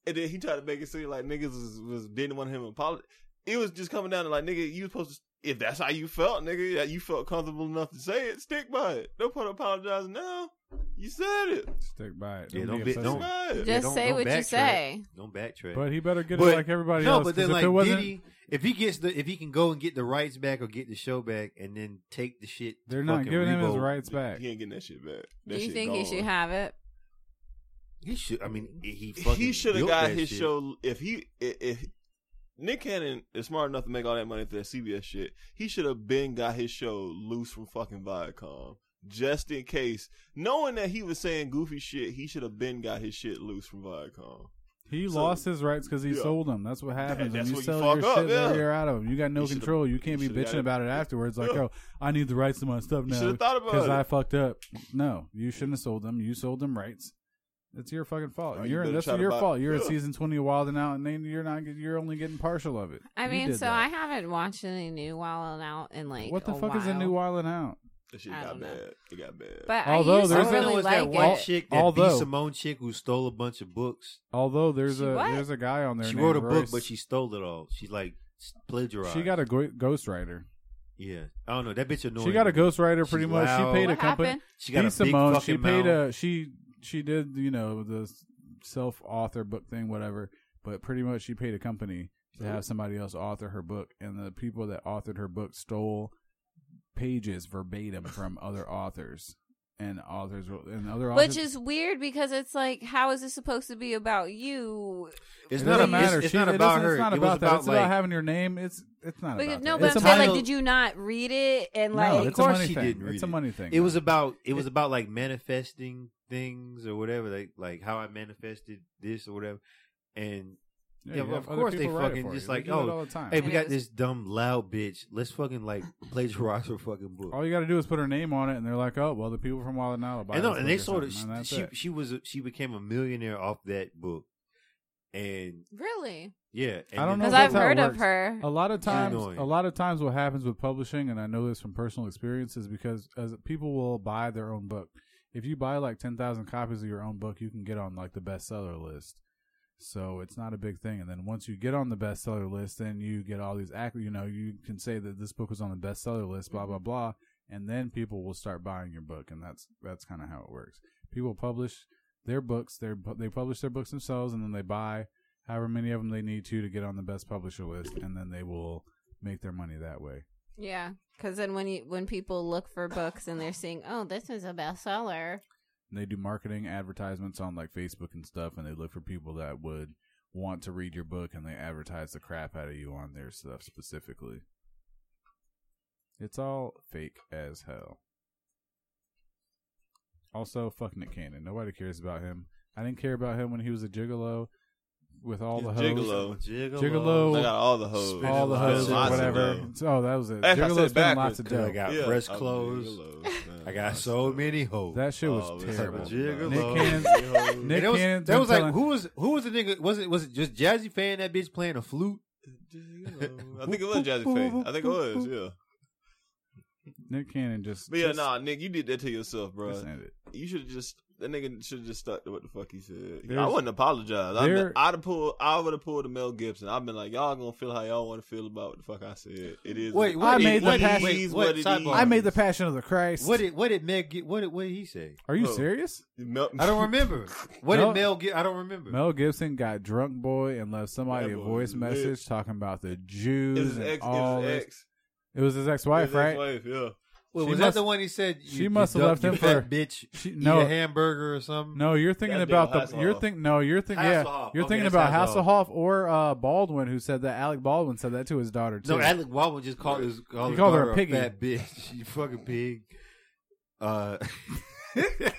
And then he tried to make it seem like niggas was, was didn't want him to apologize. It was just coming down to like, nigga, you was supposed to. If that's how you felt, nigga, that you felt comfortable enough to say it, stick by it. No point apologizing now. You said it.
Stick by it.
Yeah,
Don't
don't
be
be-
obsessive.
Stick
don't-
by it.
Just say what you
backtrack.
say.
Don't backtrack.
But he better get
But-
it like everybody
no,
else.
but
'cause
then
if
like
it wasn't,
Diddy, if he gets the if he can go and get the rights back or get the show back and then take the shit, to
they're not
fucking
giving him his
Revo,
rights back.
He ain't getting that shit back.
Do
That
you
shit
think he
gone.
should have it?
He should. I mean, he fucking
he should have
built
got
that
his
shit.
show if he if, if Nick Cannon is smart enough to make all that money for that CBS shit. He should have been got his show loose from fucking Viacom. Just in case, knowing that he was saying goofy shit, he should have been got his shit loose from Viacom.
He
So-
lost his rights because he
Yeah.
sold them. That's what happens
<laughs> that's
when you
what you
sell
fuck
your
up,
shit.
yeah.
that You're out of. 'em. You got no
You should've-
control. You can't
you
be
should've
bitching
got it.
about it afterwards. Like,
Yeah.
oh, I need the rights to my stuff
You
now
should've thought about it.
I fucked up. No, you shouldn't have sold them. You sold them rights. It's your fucking fault.
Oh, you
you're
better
that's
try to
your
buy-
fault. You're in
Yeah.
season twenty of Wild and Out, and then you're not. You're only getting partial of it.
I
You
mean,
did
so
that.
I haven't watched any new Wild and Out in like
what the
a
fuck is a
while.
new Wild and Out?
That shit
I
got
don't know.
bad. It got bad.
But
Although
I used to
there's
All I know
really
is
like
that one
it.
chick, that
Although-
B. Simone chick who stole a bunch of books.
Although there's
She
a
what?
there's a guy on there.
She
named
wrote a book,
Royce.
but she stole it all. She like s- plagiarized.
she got a go- ghostwriter.
yeah. I don't know. That bitch annoying.
She got a ghostwriter pretty
She's
much.
loud.
She paid a
What
company.
happened?
She got
Dee
a big
Simone,
fucking
she paid
mouth.
a she she did you know the self author book thing whatever, but pretty much she paid a company to have somebody else author her book, and the people that authored her book stole pages verbatim from other authors and authors and other authors.
Which is weird because it's like, how is this supposed to be about you?
It's
it
not,
doesn't
a,
matter.
It's, it's
She-
not
it
about
doesn't-
her.
It's not
It was
about that.
about,
it's
like,
about having your name. It's it's not
Because-
about
no,
that.
but
It's
I'm
a
saying, like,
title-
did you not read it? And
No,
like,
it's a
of course
money
she
thing.
didn't read
It's a
it.
money thing.
It was
now.
about it was about like manifesting things or whatever, like like how I manifested this or whatever. And
Yeah,
yeah,
you
well,
have
of
other
course they
people write it
fucking
for
just
you. They
like,
do that
oh,
all the time.
hey, we
And
got
it was-
this dumb loud bitch. Let's fucking like <laughs> plagiarize her fucking book.
All you got to do is put her name on it, and they're like, "Oh, well, the people from Wild and Out will buy
and, no,
this
and
book
they
or
sold it.
something," and that's
She
it.
she was a, she became a millionaire off that book. And
really?
yeah, and
I don't know
then-
Because
if
I've
that's how it
heard of
works. Oh.
her.
A lot of times,
annoying.
a lot of times, what happens with publishing, and I know this from personal experience, is because as people will buy their own book. If you buy like ten thousand copies of your own book, you can get on like the bestseller list. So it's not a big thing. And then once you get on the bestseller list, then you get all these act. You know, you can say that this book was on the bestseller list, blah blah blah, and then people will start buying your book, and that's that's kind of how it works. People publish their books, their pu- they publish their books themselves, and then they buy however many of them they need to to get on the best publisher list, and then they will make their money that way.
Yeah. Because then when you when people look for books and they're seeing, oh, this is a bestseller.
And they do marketing advertisements on like Facebook and stuff, and they look for people that would want to read your book, and they advertise the crap out of you on their stuff specifically. It's all fake as hell. Also, fuck Nick Cannon. Nobody cares about him. I didn't care about him when he was a gigolo with all the
He's
hoes.
gigolo.
Gigolo.
Gigolo.
I got all the hoes.
All the
Spending
hoes or
lots of
whatever.
dough.
Oh, that was it.
Actually, I said
Gigolo's been
backwards
lots of
'cause I
dough.
got- Yeah, fresh I'm clothes. I got so many hoes.
That shit was
Oh, it's
terrible.
like a
Gigolo.
Nick Cannon's,
And
Nick
that was,
Cannon's
that
been
was like
telling-
who was who was the nigga? Was it was it just Jazzy fan? That bitch playing a flute.
I think it was Jazzy Faye. I think it was, yeah.
Nick Cannon just.
But yeah,
just-
nah, Nick, you did that to yourself, bro.
just end it.
You should have just That nigga should have just stuck to what the fuck he said. I
There's-
wouldn't apologize. I'd,
there-
been, I'd have pulled. I would have pulled a Mel Gibson. I've been like, y'all gonna feel how y'all want to feel about what the fuck I said. It is.
Wait,
it
what I made
is
the
what
passion-
It is,
wait,
what it
sidebar.
is.
I made the Passion of the Christ.
What did what did Meg get? What did, what did he say?
Are you
Oh.
serious?
Mel-
<laughs>
I don't remember. What
No.
did Mel get? I don't remember.
Mel Gibson got drunk boy and left somebody
That
a
boy
voice
lit.
message talking about the
It
Jews
was <laughs> his
and
ex. It
all
was his
this.
ex.
It was his
It was
ex-wife,
his
right?
ex-wife, Yeah.
Wait,
she
was
must-
that the one he said? You,
she must
you
have left
dumb-
him
you fat
for-
bitch.
<laughs> she-
eat
no.
a hamburger or something.
No, you're thinking
That dude
about the.
Hasselhoff.
You're think no, you're thinking yeah,
Hasselhoff.
you're
Okay,
thinking
that's
about Hasselhoff
Hasselhoff.
or uh, Baldwin, who said that Alec Baldwin said that to his daughter too.
No, Alec Baldwin just called his called,
He
his
called her
daughter
a
a
piggy.
fat bitch. <laughs> You fucking pig. Uh, <laughs>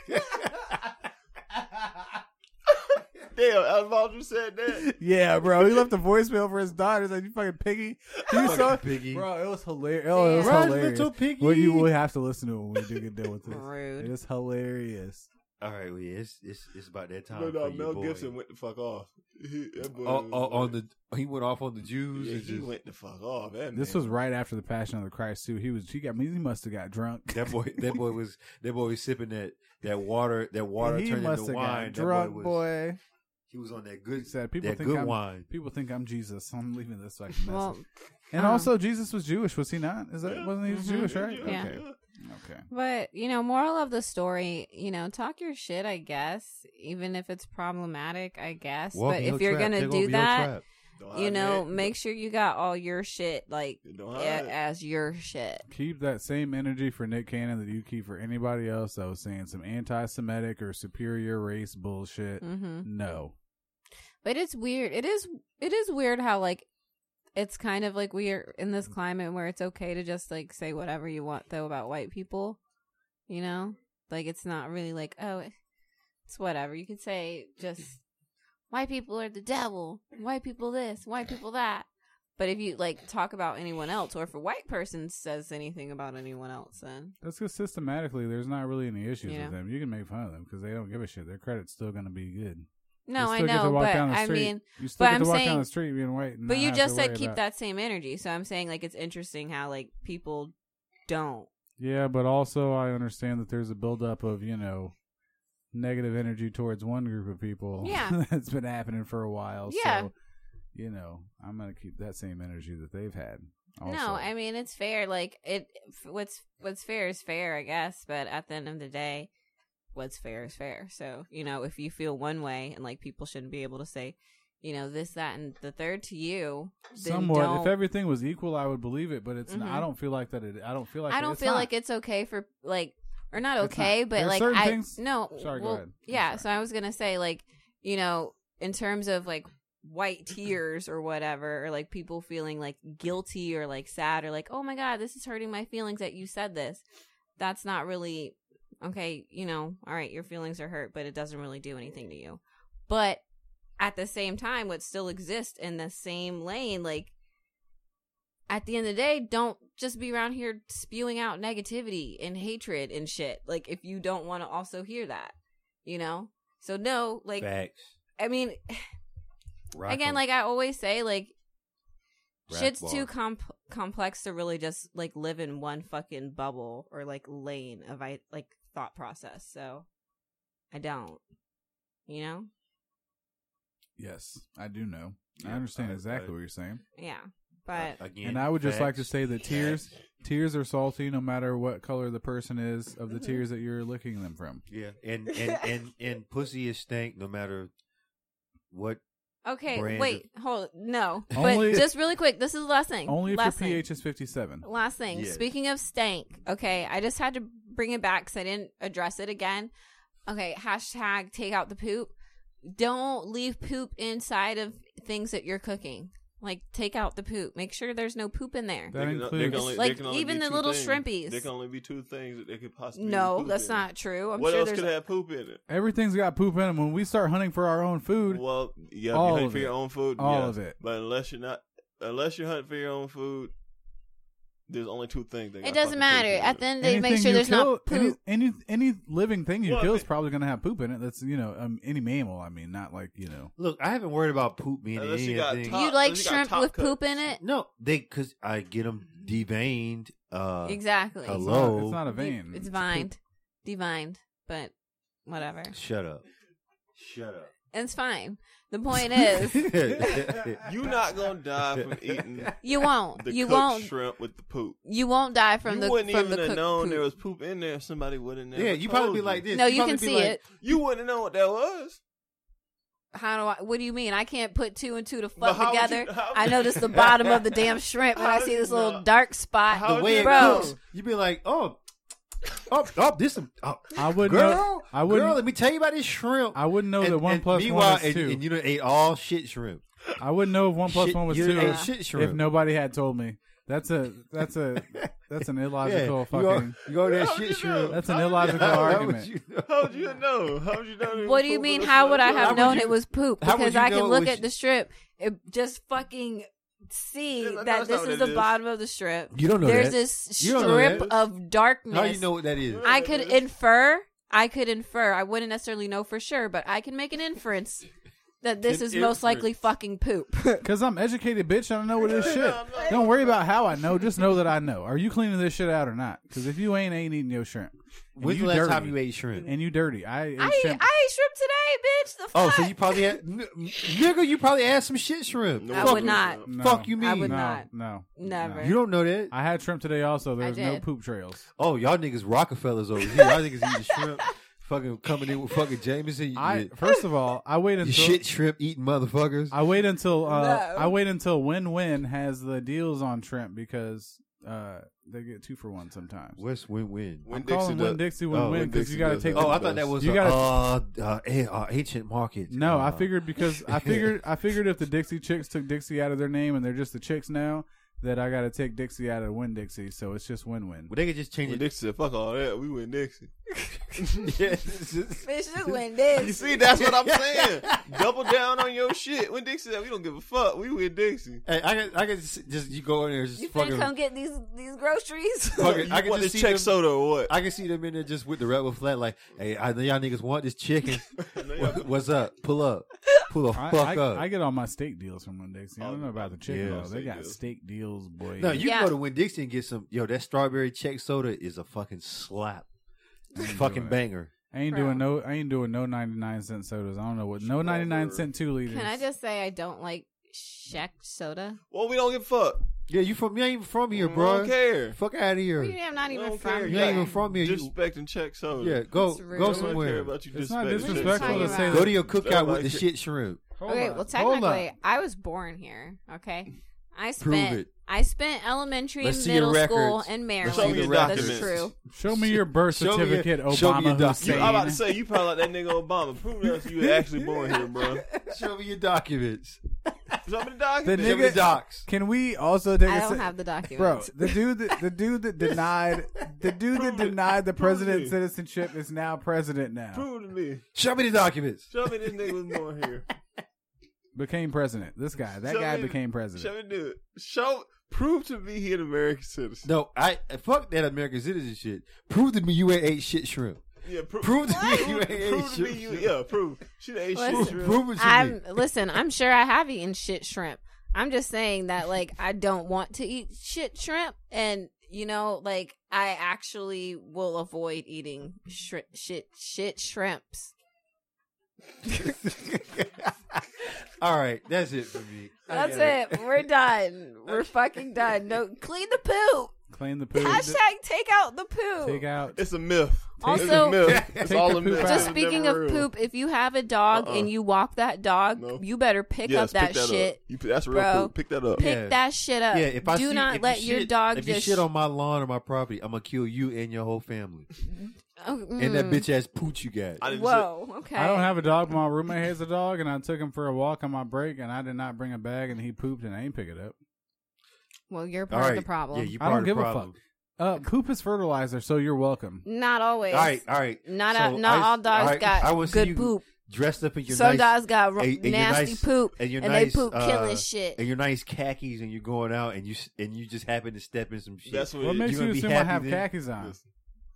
Damn, Al Baldwin said
<laughs>
that.
yeah, bro, he left a voicemail for his daughter. He's like you fucking piggy. You saw,
piggy.
bro. It was hilarious. Oh, it was
Rise,
hilarious.
little piggy.
Well, you will have to listen to it when we do get done with this.
Rude.
It is hilarious.
All right, well, yeah, it's, it's it's about that time.
No, no,
for your
Mel
boy.
Gibson went the fuck off. <laughs> He, that boy
Oh,
was
oh, on
like-
the he went off on the Jews.
Yeah,
and
he
just,
went the fuck off. That
This
man.
was right after the Passion of the Christ too. He was he got he must have got drunk.
that boy, that boy was that boy was sipping that that water. That water
he
turned
must
into
have
wine.
got
That
drunk,
boy, was,
boy.
He was on that
He
good.
said people
that
think
good
I'm
wine.
people think I'm Jesus. <laughs> so I'm leaving this fucking message.
Well,
and
um,
also, Jesus was Jewish, was he not? Is that wasn't he
Mhm.
<laughs>
Mm-hmm.
Jewish, right?
Yeah.
Okay, okay.
But, you know, moral of the story, you know, talk your shit, I guess, even if it's problematic, I guess. but if you're going to do that,
Don't
you
hide
know,
that.
make sure you got all your shit, like,
Don't
a-
hide.
as your shit.
Keep that same energy for Nick Cannon that you keep for anybody else that was saying some anti-Semitic or superior race bullshit.
Mm.
hmm
No,
But it's weird. It is, it is weird how, like, it's kind of like we are in this
Mm.
climate where it's okay to just, like, say whatever you want, though, about white people, you know? Like, it's not really like, oh, it's whatever. You could say just white people are the devil, white people this, white people that. But if you like talk about anyone else, or if a white person says anything about anyone else, then
that's because systematically there's not really any issues
Yeah.
with them. You can make fun of them because they don't give a shit. Their credit's still going to be good.
no,
You
I
still get to
know,
walk
but
down the
I
street.
mean,
you still
but
get to
I'm
walk down
saying-
the street being white. and
but
not
you
have
just
to
said
worry
keep
about-
that same energy. So I'm saying like it's interesting how like people don't.
Yeah, but also I understand that there's a buildup of you know negative energy towards one group of people. <laughs>
Yeah.
that's been happening for a while.
Yeah.
So, you know, I'm gonna keep that same energy that they've had. Also.
No, I mean it's fair. Like it, f- what's what's fair is fair, I guess. But at the end of the day, what's fair is fair. So you know, if you feel one way and like people shouldn't be able to say, you know, this, that, and the third to you, then
somewhat.
Don't,
If everything was equal, I would believe it, but it's.
Mhm.
I don't feel like that. It. I don't feel like.
I
it-
don't
it's
feel
not.
like it's okay for like or not
It's not.
okay, but
There are
like
certain
I
things-
no.
Sorry, go
well,
ahead. I'm
Yeah,
sorry.
so I was gonna say like you know in terms of like white tears or whatever, or like people feeling like guilty or like sad or like oh my god, this is hurting my feelings that you said this. That's not really okay. You know, all right, your feelings are hurt, but it doesn't really do anything to you. But at the same time, what still exists in the same lane, like at the end of the day, don't just be around here spewing out negativity and hatred and shit. Like if you don't want to also hear that, you know. So no, like
Facts.
I mean,
Rock
again,
on.
like I always say, like
Rack
shit's
bar.
too comp- complex to really just like live in one fucking bubble or like lane of I like thought process. So I don't, you know.
Yes, I do know. I
Yeah,
understand
I-
exactly
I-
what you're saying.
Yeah, but
Again,
and I would just like to
facts.
say that tears,
Facts.
tears are salty, no matter what color the person is of the
Mm-hmm.
tears that you're licking them from.
Yeah, and and
<laughs>
and and pussy is stank no matter what.
okay,
Brand-
wait, hold no.
Only-
but just really quick, this is the last thing.
Only if
last
your
thing.
pH is 57.
Last thing,
Yeah.
speaking of stank, okay, I just had to bring it back because I didn't address it again. Okay, hashtag take out the poop. Don't leave poop inside of things that you're cooking. Like, take out the poop. Make sure there's no poop in there.
That
They can- they
includes-
can only-
Like,
they can only
even
be
the
two
little
things.
shrimpies.
There can only be two things that they could possibly.
No,
poop
that's
in.
not true. I'm
what
sure
else
there's.
could have poop in it?
Everything's got poop in them. When we start hunting for our own food,
Well, yeah,
All
you hunt
of
for your
it.
own food.
All
yes.
of it.
But unless you're not, unless you hunt for your own food, there's only two things. That
it
got
doesn't
fucking poop
matter.
in
At
it.
the end of the day, make
anything
sure
you
there's
kill,
not poop.
Any, any any living thing you
Well,
kill
I
is
mean-
probably going to have poop in it. That's you know um, any mammal. I mean, not like you know.
Look, I haven't worried about poop being
Unless you
anything.
got top-
you like
unless you got
shrimp
top
with
cuts.
poop in it?
no, they because I get them deveined. Uh,
exactly.
hello?
It's not, it's not a
De-
vein.
It's
poop.
vined, divined, but
<laughs>
whatever.
Shut up.
<laughs>
Shut up. <laughs>
It's fine. The point
<laughs>
is,
You not gonna die from eating
you won't.
the
you
cooked
won't.
shrimp with the poop.
You won't die from
you
the
wouldn't
from
even
the
have
cooked
known there
poop.
was poop in there. if Somebody would have never.
yeah, you
told
probably be like this.
No, you
probably
can
be
see
like,
it.
You wouldn't have known what that was.
How do I? What do you mean? I can't put two and two to
But
fuck
how would
together.
you- <laughs> how-
I notice the bottom of the damn shrimp, and
How
I
do
see
you
this
know?
little dark spot.
How
The
would
way it
bro,
goes, you'd be like, oh, oh, oh, this is oh,
I wouldn't. know,
girl,
I wouldn't.
girl. Let me tell you about this shrimp.
I wouldn't know
and,
that one
and
plus
meanwhile,
one is
and,
two.
and you done ate all shit shrimp.
I wouldn't know if one plus
Shit-
one was
you
two
done ate
if-
shit shrimp.
if nobody had told me. That's a that's
<laughs>
a that's an illogical
yeah,
fucking.
you go, you go to that
How
shit
you
shrimp.
know?
That's an
How-
illogical
<laughs> How- how would
argument.
you know?
How would you know? How would you know? there
What
was
do you
poop in
mean?
this
how
one?
would I
How
have
would
known
you-
it was poop?
how would
Because
you
I
know
can
it
look
was-
at the strip, it just fucking see
Yeah, that's
that
not
this
what
is
it
the
is.
bottom of the strip.
You don't know
There's
that.
this
You don't know that.
strip of darkness.
How you know what that is?
I could infer. I could infer. I wouldn't necessarily know for sure, but I can make an inference that this
An
is most likely
inference.
fucking
<laughs>
poop.
Cause I'm educated, bitch. and I know what
<laughs>
this shit.
I'm not-
Don't worry about how I know. Just know that I know. Are you cleaning this shit out or not? Because if you ain't, ain't eating your shrimp. And
When's
you
the last
dirty.
time you ate shrimp?
And you dirty. I ate
I ate, I ate
shrimp.
shrimp today, bitch. The fuck?
Oh, so you probably had n- nigga, you probably had some shit shrimp.
No,
I
Fuck
would
you-
not.
No.
Fuck you mean?
I would
no,
not.
No,
Never.
You don't know that.
I had shrimp today. Also, there
I
was no
did.
poop trails.
Oh, y'all niggas Rockefellers over here. Y'all niggas eating shrimp, fucking coming in with fucking Jameson. You,
I
you-
first of all, I wait
<laughs> you
until
shit shrimp eating motherfuckers.
I wait until uh,
No.
I wait until Win Win has the deals on shrimp because uh, they get two for one sometimes.
What's win win?
When
I'm calling
Dixie
Win
does-
Dixie Win
Oh,
Win
when
because you
Dixie
got to
does
take.
that.
Oh, I thought that was
You
a,
gotta-
uh, uh, eh, uh, ancient
<laughs>
market.
No, I
Uh,
figured because
<laughs>
I figured I figured if the Dixie Chicks took Dixie out of their name and they're just the Chicks now, that I got to take Dixie out of Win Dixie, so it's just Win Win.
Well, they could just change
When
it.
Dixie said, "Fuck all that. We win Dixie."
<laughs> Yeah, it's just-
Bitch,
<laughs>
you win
You
this.
see, that's what I'm saying. Double down on your shit. When Dixie said, "We don't give a fuck. We win Dixie."
Hey, I can, I can just, just you go in there and just
You
fucking.
finna come get these these
<laughs>
groceries?
fucking-
You
I can
want
just
this
see
check
them,
soda or what?
I can see them in there just with the rebel flat, like, hey, I know y'all niggas want this <laughs> chicken.
y'all-
What's up? Pull up, pull the
I,
fuck
I,
up.
I get all my steak deals from Win Dixie. I don't know about the chicken.
Yeah.
though. They got
Steak
steak deals, boy.
No, you
Yeah.
can go to Winn Dixie and get some. Yo, that strawberry check soda is a fucking slap, fucking
it.
banger.
I ain't
Bro.
doing no. I ain't doing no ninety nine cent sodas. I don't know what no ninety nine cent two liters.
Can I just say I don't like Shack soda?
Well, we don't give a fuck.
Yeah, you from? You ain't even from here,
We
bro.
don't care.
Fuck out of here.
You I'm not
We
even
don't
from
care.
You
here.
ain't even from here. You,
Disrespecting check soda.
yeah, go
It's rude.
go
Don't care
somewhere.
about you.
It's not
disrespecting Chex
disrespectful
Soda.
to say.
Go to your cookout
Nobody
with the
care.
shit shrimp.
Hold
Okay, well
up, hold up.
technically I was born here, okay? I
Prove
spent
it.
I spent elementary
Let's
and
see your
middle school
records.
in
Let's
Maryland.
see your
That's
documents.
true.
Show me your birth
Show me your-
certificate,
show me your
Obama
doc-
You, I'm about to
Hussein.
say you probably like that nigga Obama. Prove to us you actually born here, bro.
<laughs> Show me your documents.
Show me the
The
documents.
Show me the
nigga-
docs.
Can we also take?
I
a
don't
se-
have the
Bro,
documents.
the dude that the dude that denied the dude that
Prove it.
denied the
Prove
president
it.
citizenship is now president now.
Prove to me.
Show me the documents.
Show me this nigga was born
<laughs>
here.
Became president. This guy. That
Show
guy
me-
became
Show
president.
me, dude. Show. Prove to me he an American citizen.
No, I fuck that American citizen shit. Prove to me you ain't ate shit shrimp. <laughs>
Yeah, pro-
Prove to me you ain't
Prove to
shit.
me you. Yeah, prove. She ain't
Listen.
shit.
Prove,
shrimp.
prove it to me.
I'm listen, I'm sure I have eaten shit shrimp. I'm just saying that like I don't want to eat shit shrimp and you know like I actually will avoid eating shri- shit shit shrimps.
All right, that's it for me. I
That's
got
it. We're done.
<laughs>
We're fucking done. No, clean the poop.
Claim the poop.
Hashtag take out the poop.
Take out.
It's a myth.
Also-
it's a myth. It's
Take
all
the
a
poop
myth.
out.
Just
It was
speaking of poop, if you have a dog
Uh-uh.
and you walk that dog,
Nope.
you better pick
Yes,
up that,
pick that
shit.
Up. You, p- that's real
bro.
poop. Pick that up.
Pick
Yeah.
that shit up.
Yeah, if I
do
see-
not
if
let
you
your
shit-
dog
if
just
you shit on my lawn or my property, I'm gonna kill you and your whole family
Oh,
<laughs> and that
mm.
bitch ass pooch you got.
I didn't
Whoa. Okay.
I don't have a dog, but my roommate has a dog, and I took him for a walk on my break, and I did not bring a bag, and he pooped, and I ain't pick it up.
Well, you're
All
part
right,
of the problem.
Yeah, you
I
part
don't
of
give
the
a
problem.
Uh, poop is fertilizer, so you're welcome.
Not always.
All right, all right.
Not
So
all- not
I-
all dogs
all right,
got
I wanna see
good
you
poop.
Dressed up in your
Some
nice,
dogs got ro-
and- and your
nasty
nice-
poop, and,
your
they
nice,
poop killing
uh,
shit.
and your nice khakis, and you're going out, and you s- and you just happen to step in some shit.
That's what
What
it
makes
is.
gonna
you
be
assume I
happy
have
then?
khakis on?
Yes.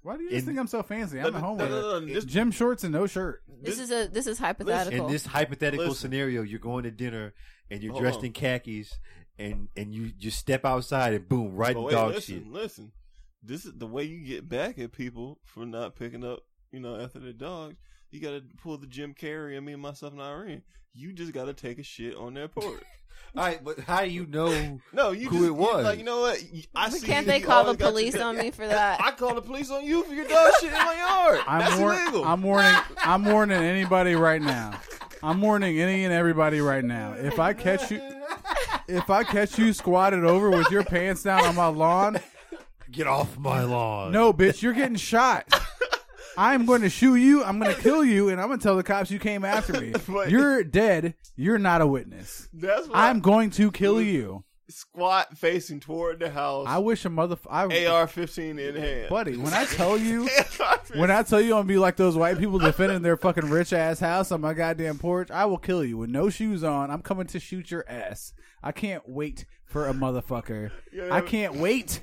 Why do you just
In-
think I'm so fancy?
No,
I'm a
no, no,
homeowner.
no, no, this-
Gym shorts and no shirt.
this is a this is hypothetical.
In this hypothetical
Listen.
scenario, you're going to dinner, and you're
Hold
dressed
on.
in khakis, and and you just step outside, and boom, right
But
in
wait,
dog
listen, listen. This is the way you get back at people for not picking up, you know, after their dogs. You gotta pull the Jim Carrey and me and myself and Irene. You just gotta take a shit on their porch.
<laughs> All right, but how do you know?
No, you
Who
just,
it was.
Like you know what? I
But
see
can't
<laughs> you,
they
you
call
always
the
got
police
your- <laughs>
on me for that?
I call the police on you for your dog shit in my
<laughs>
yard. That's
I'm, war-
illegal.
I'm warning. I'm warning anybody right now. I'm warning any and everybody right now. If I catch you, if I catch you squatted over with your pants down on my lawn,
Get off my lawn.
no, bitch, you're getting shot. I'm going to shoot you. I'm going to kill you, and I'm going to tell the cops you came after me.
<laughs> But-
You're dead. You're not a witness.
That's why
I'm going to kill you.
squat facing toward the house.
I wish a motherfucker. I
AR-15 in hand. <laughs>
buddy, when I tell you,
AR-15.
when I tell you I'm gonna be like those white people defending their fucking rich ass house on my goddamn porch, I will kill you with no shoes on. I'm coming to shoot your ass. I can't wait for a motherfucker.
Yeah.
I can't wait.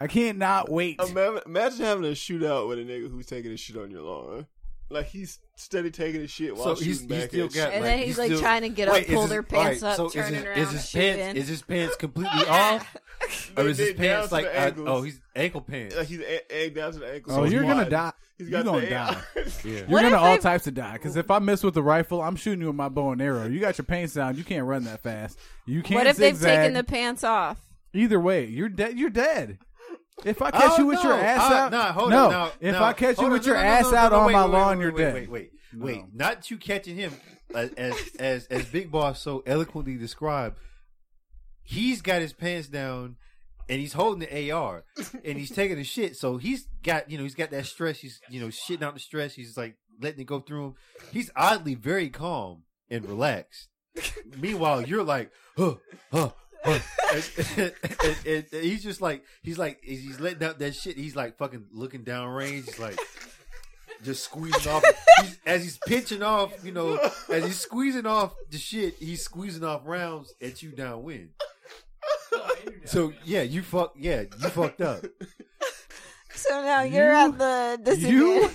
I can't not wait.
Ima- Imagine having a shootout with a nigga who's taking his shit on your lawn. Like he's steady taking his shit
So
while
he's,
shooting
he's
back
still
at
got,
And then he's, like, trying to get up,
is
pull
his-
their
all
pants up,
so is
turning
his,
around
is
and
his pants
shooting.
is
<laughs>
his pants completely off,
you.
or is
They-
his
they down
pants
to
like
the
uh,
ankles.
oh he's ankle pants?
Like, he's egg, egg down to the ankles.
oh,
He's
you're
wide.
gonna die.
He's
You're
got
gonna
the
die.
AR.
You're
What
gonna
if
all
they-
types to die. Because if I miss with the rifle, I'm shooting you with my bow and arrow. You got your pants down. You can't run that fast. You can't.
What if they've
zigzag.
taken the pants off?
Either way, you're dead. You're dead. If I catch
Oh,
you with your
no.
ass
Uh,
out,
nah, hold
no.
on, nah,
if
nah.
I catch you
Hold
with
on,
your
no, no, no,
ass
no,
out
no,
on
wait,
my
wait,
lawn,
wait,
you're
wait,
dead.
Wait, wait,
No.
wait, not you catching him, uh, as
<laughs>
as as, as Big Boss so eloquently described. He's got his pants down, and he's holding the AR, and he's taking the shit. So he's got you know he's got that stress. He's you know shitting out the stress. He's like letting it go through him. He's oddly very calm and relaxed. Meanwhile, you're like, huh, huh, huh. And, and- and- and he's just like, he's like, he's letting out that shit. He's like fucking looking down range. He's like, just squeezing off he's, as he's pinching off, you know, as he's squeezing off the shit, he's squeezing off rounds at you downwind. So yeah, you fuck yeah, you fucked up.
So now
you're You- at
the <laughs>
you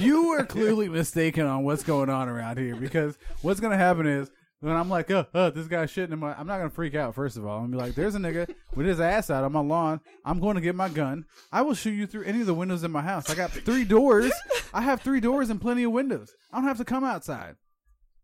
<laughs> you were clearly mistaken on what's going on around here because what's gonna happen is when I'm like, uh, uh, this guy's shitting in my, I'm not gonna freak out. First of all, I'm gonna be like, there's a nigga with his ass out on my lawn. I'm going to get my gun. I will shoot you through any of the windows in my house. I got three doors. I have three doors and plenty of windows. I don't have to come outside.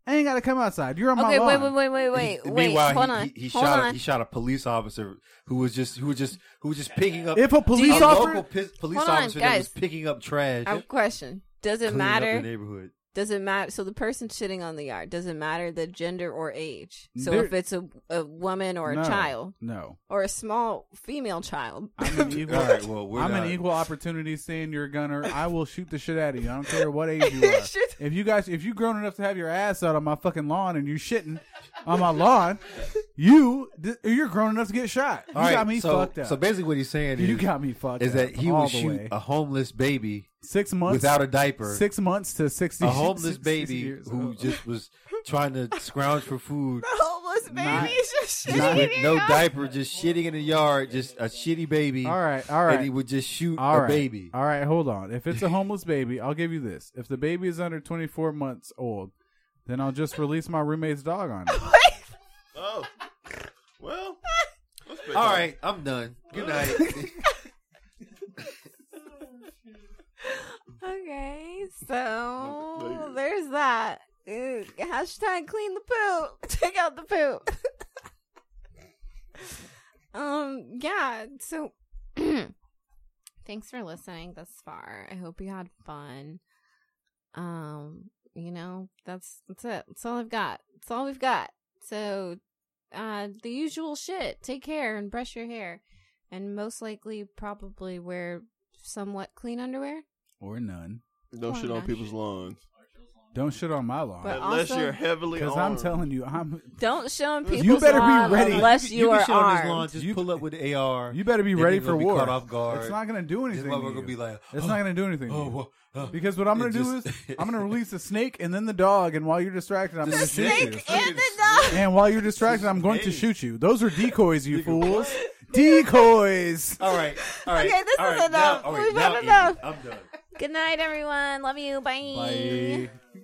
I ain't gotta come outside. You're on my
Okay,
lawn.
wait, wait, wait, wait, wait,
He-
wait.
meanwhile,
Hold
he,
on,
he, he
hold
shot
on.
he shot a police officer who was just who was just who was just picking up
If a police
a
officer,
local pis- police
Hold on,
officer that
guys.
was picking up trash.
I have a question. Does it
cleaning up the
matter?
neighborhood.
Does it matter? So the person sitting on the yard does it matter the gender or age? So
There-
if it's a, a woman or a
No.
child
no.
or a small female child,
I'm
<laughs>
an equal.
All right, well, we're
I'm
not-
an equal opportunity saying you're a gunner. I will shoot the shit out of you. I don't care what age
<laughs>
you are.
Shit.
if you guys, if you grown enough to have your ass out on my fucking lawn and you shitting on my lawn, you th- you're grown enough to get shot. You
All right,
got me
so,
fucked up.
So basically, what he's saying is
you got me fucked
is
up.
that he
all
would
the
shoot
way.
a homeless baby
six months
without a diaper.
six months to <laughs> sixty
a homeless
60
baby
years
who
old.
just was trying to scrounge
<laughs>
for food,
homeless baby
Not-
is just
just
shitting
with
it
no
out.
diaper, just shitting in the yard, just a shitty baby.
all right, all right.
And he would just shoot
All
a
right.
baby.
All right, hold on. If it's a homeless baby, I'll give you this. If the baby is under 24 months old, then I'll just release my roommate's dog on it.
<laughs>
<laughs>
Oh, well. let's pick
All
up.
right, I'm done.
<laughs>
Good night.
Okay,
there you
so
go.
there's that. Ew, hashtag clean the poop. <laughs> Take out the poop. um, yeah, so <clears throat> thanks for listening this far. I hope you had fun. Um, you know, that's that's it. That's all I've got. That's all we've got. So uh the usual shit. Take care and brush your hair. And most likely probably wear somewhat clean underwear.
or none.
No shit on people's lawns.
Don't shit on my lawn.
But
Unless
also-
you're heavily
Because
armed.
I'm telling you, I'm.
Don't show him
You
people's
better be
lawn
ready.
unless you,
can
are
shit on
armed.
his lawn, just
You-
pull up with the AR.
You better be
Then
ready
you're
for
gonna be
war.
caught off guard.
It's not going to do
This
anything.
motherfucker
to you.
gonna be like,
it's not going to do anything. to
Oh,
you.
wha- uh,
because what I'm
it
going to do
just-
is
<laughs>
I'm going to release the snake and then the dog, and while you're distracted, I'm
The
going to shoot
snake
you.
and the dog.
And while you're distracted, I'm going to
Hey.
shoot you. Those are decoys, you fools. Decoys.
All right, all right.
Okay, this
all
is
right,
enough.
Now, all right,
We've
now
had enough.
Andy, I'm done.
Good night, everyone. Love you. Bye.
Bye.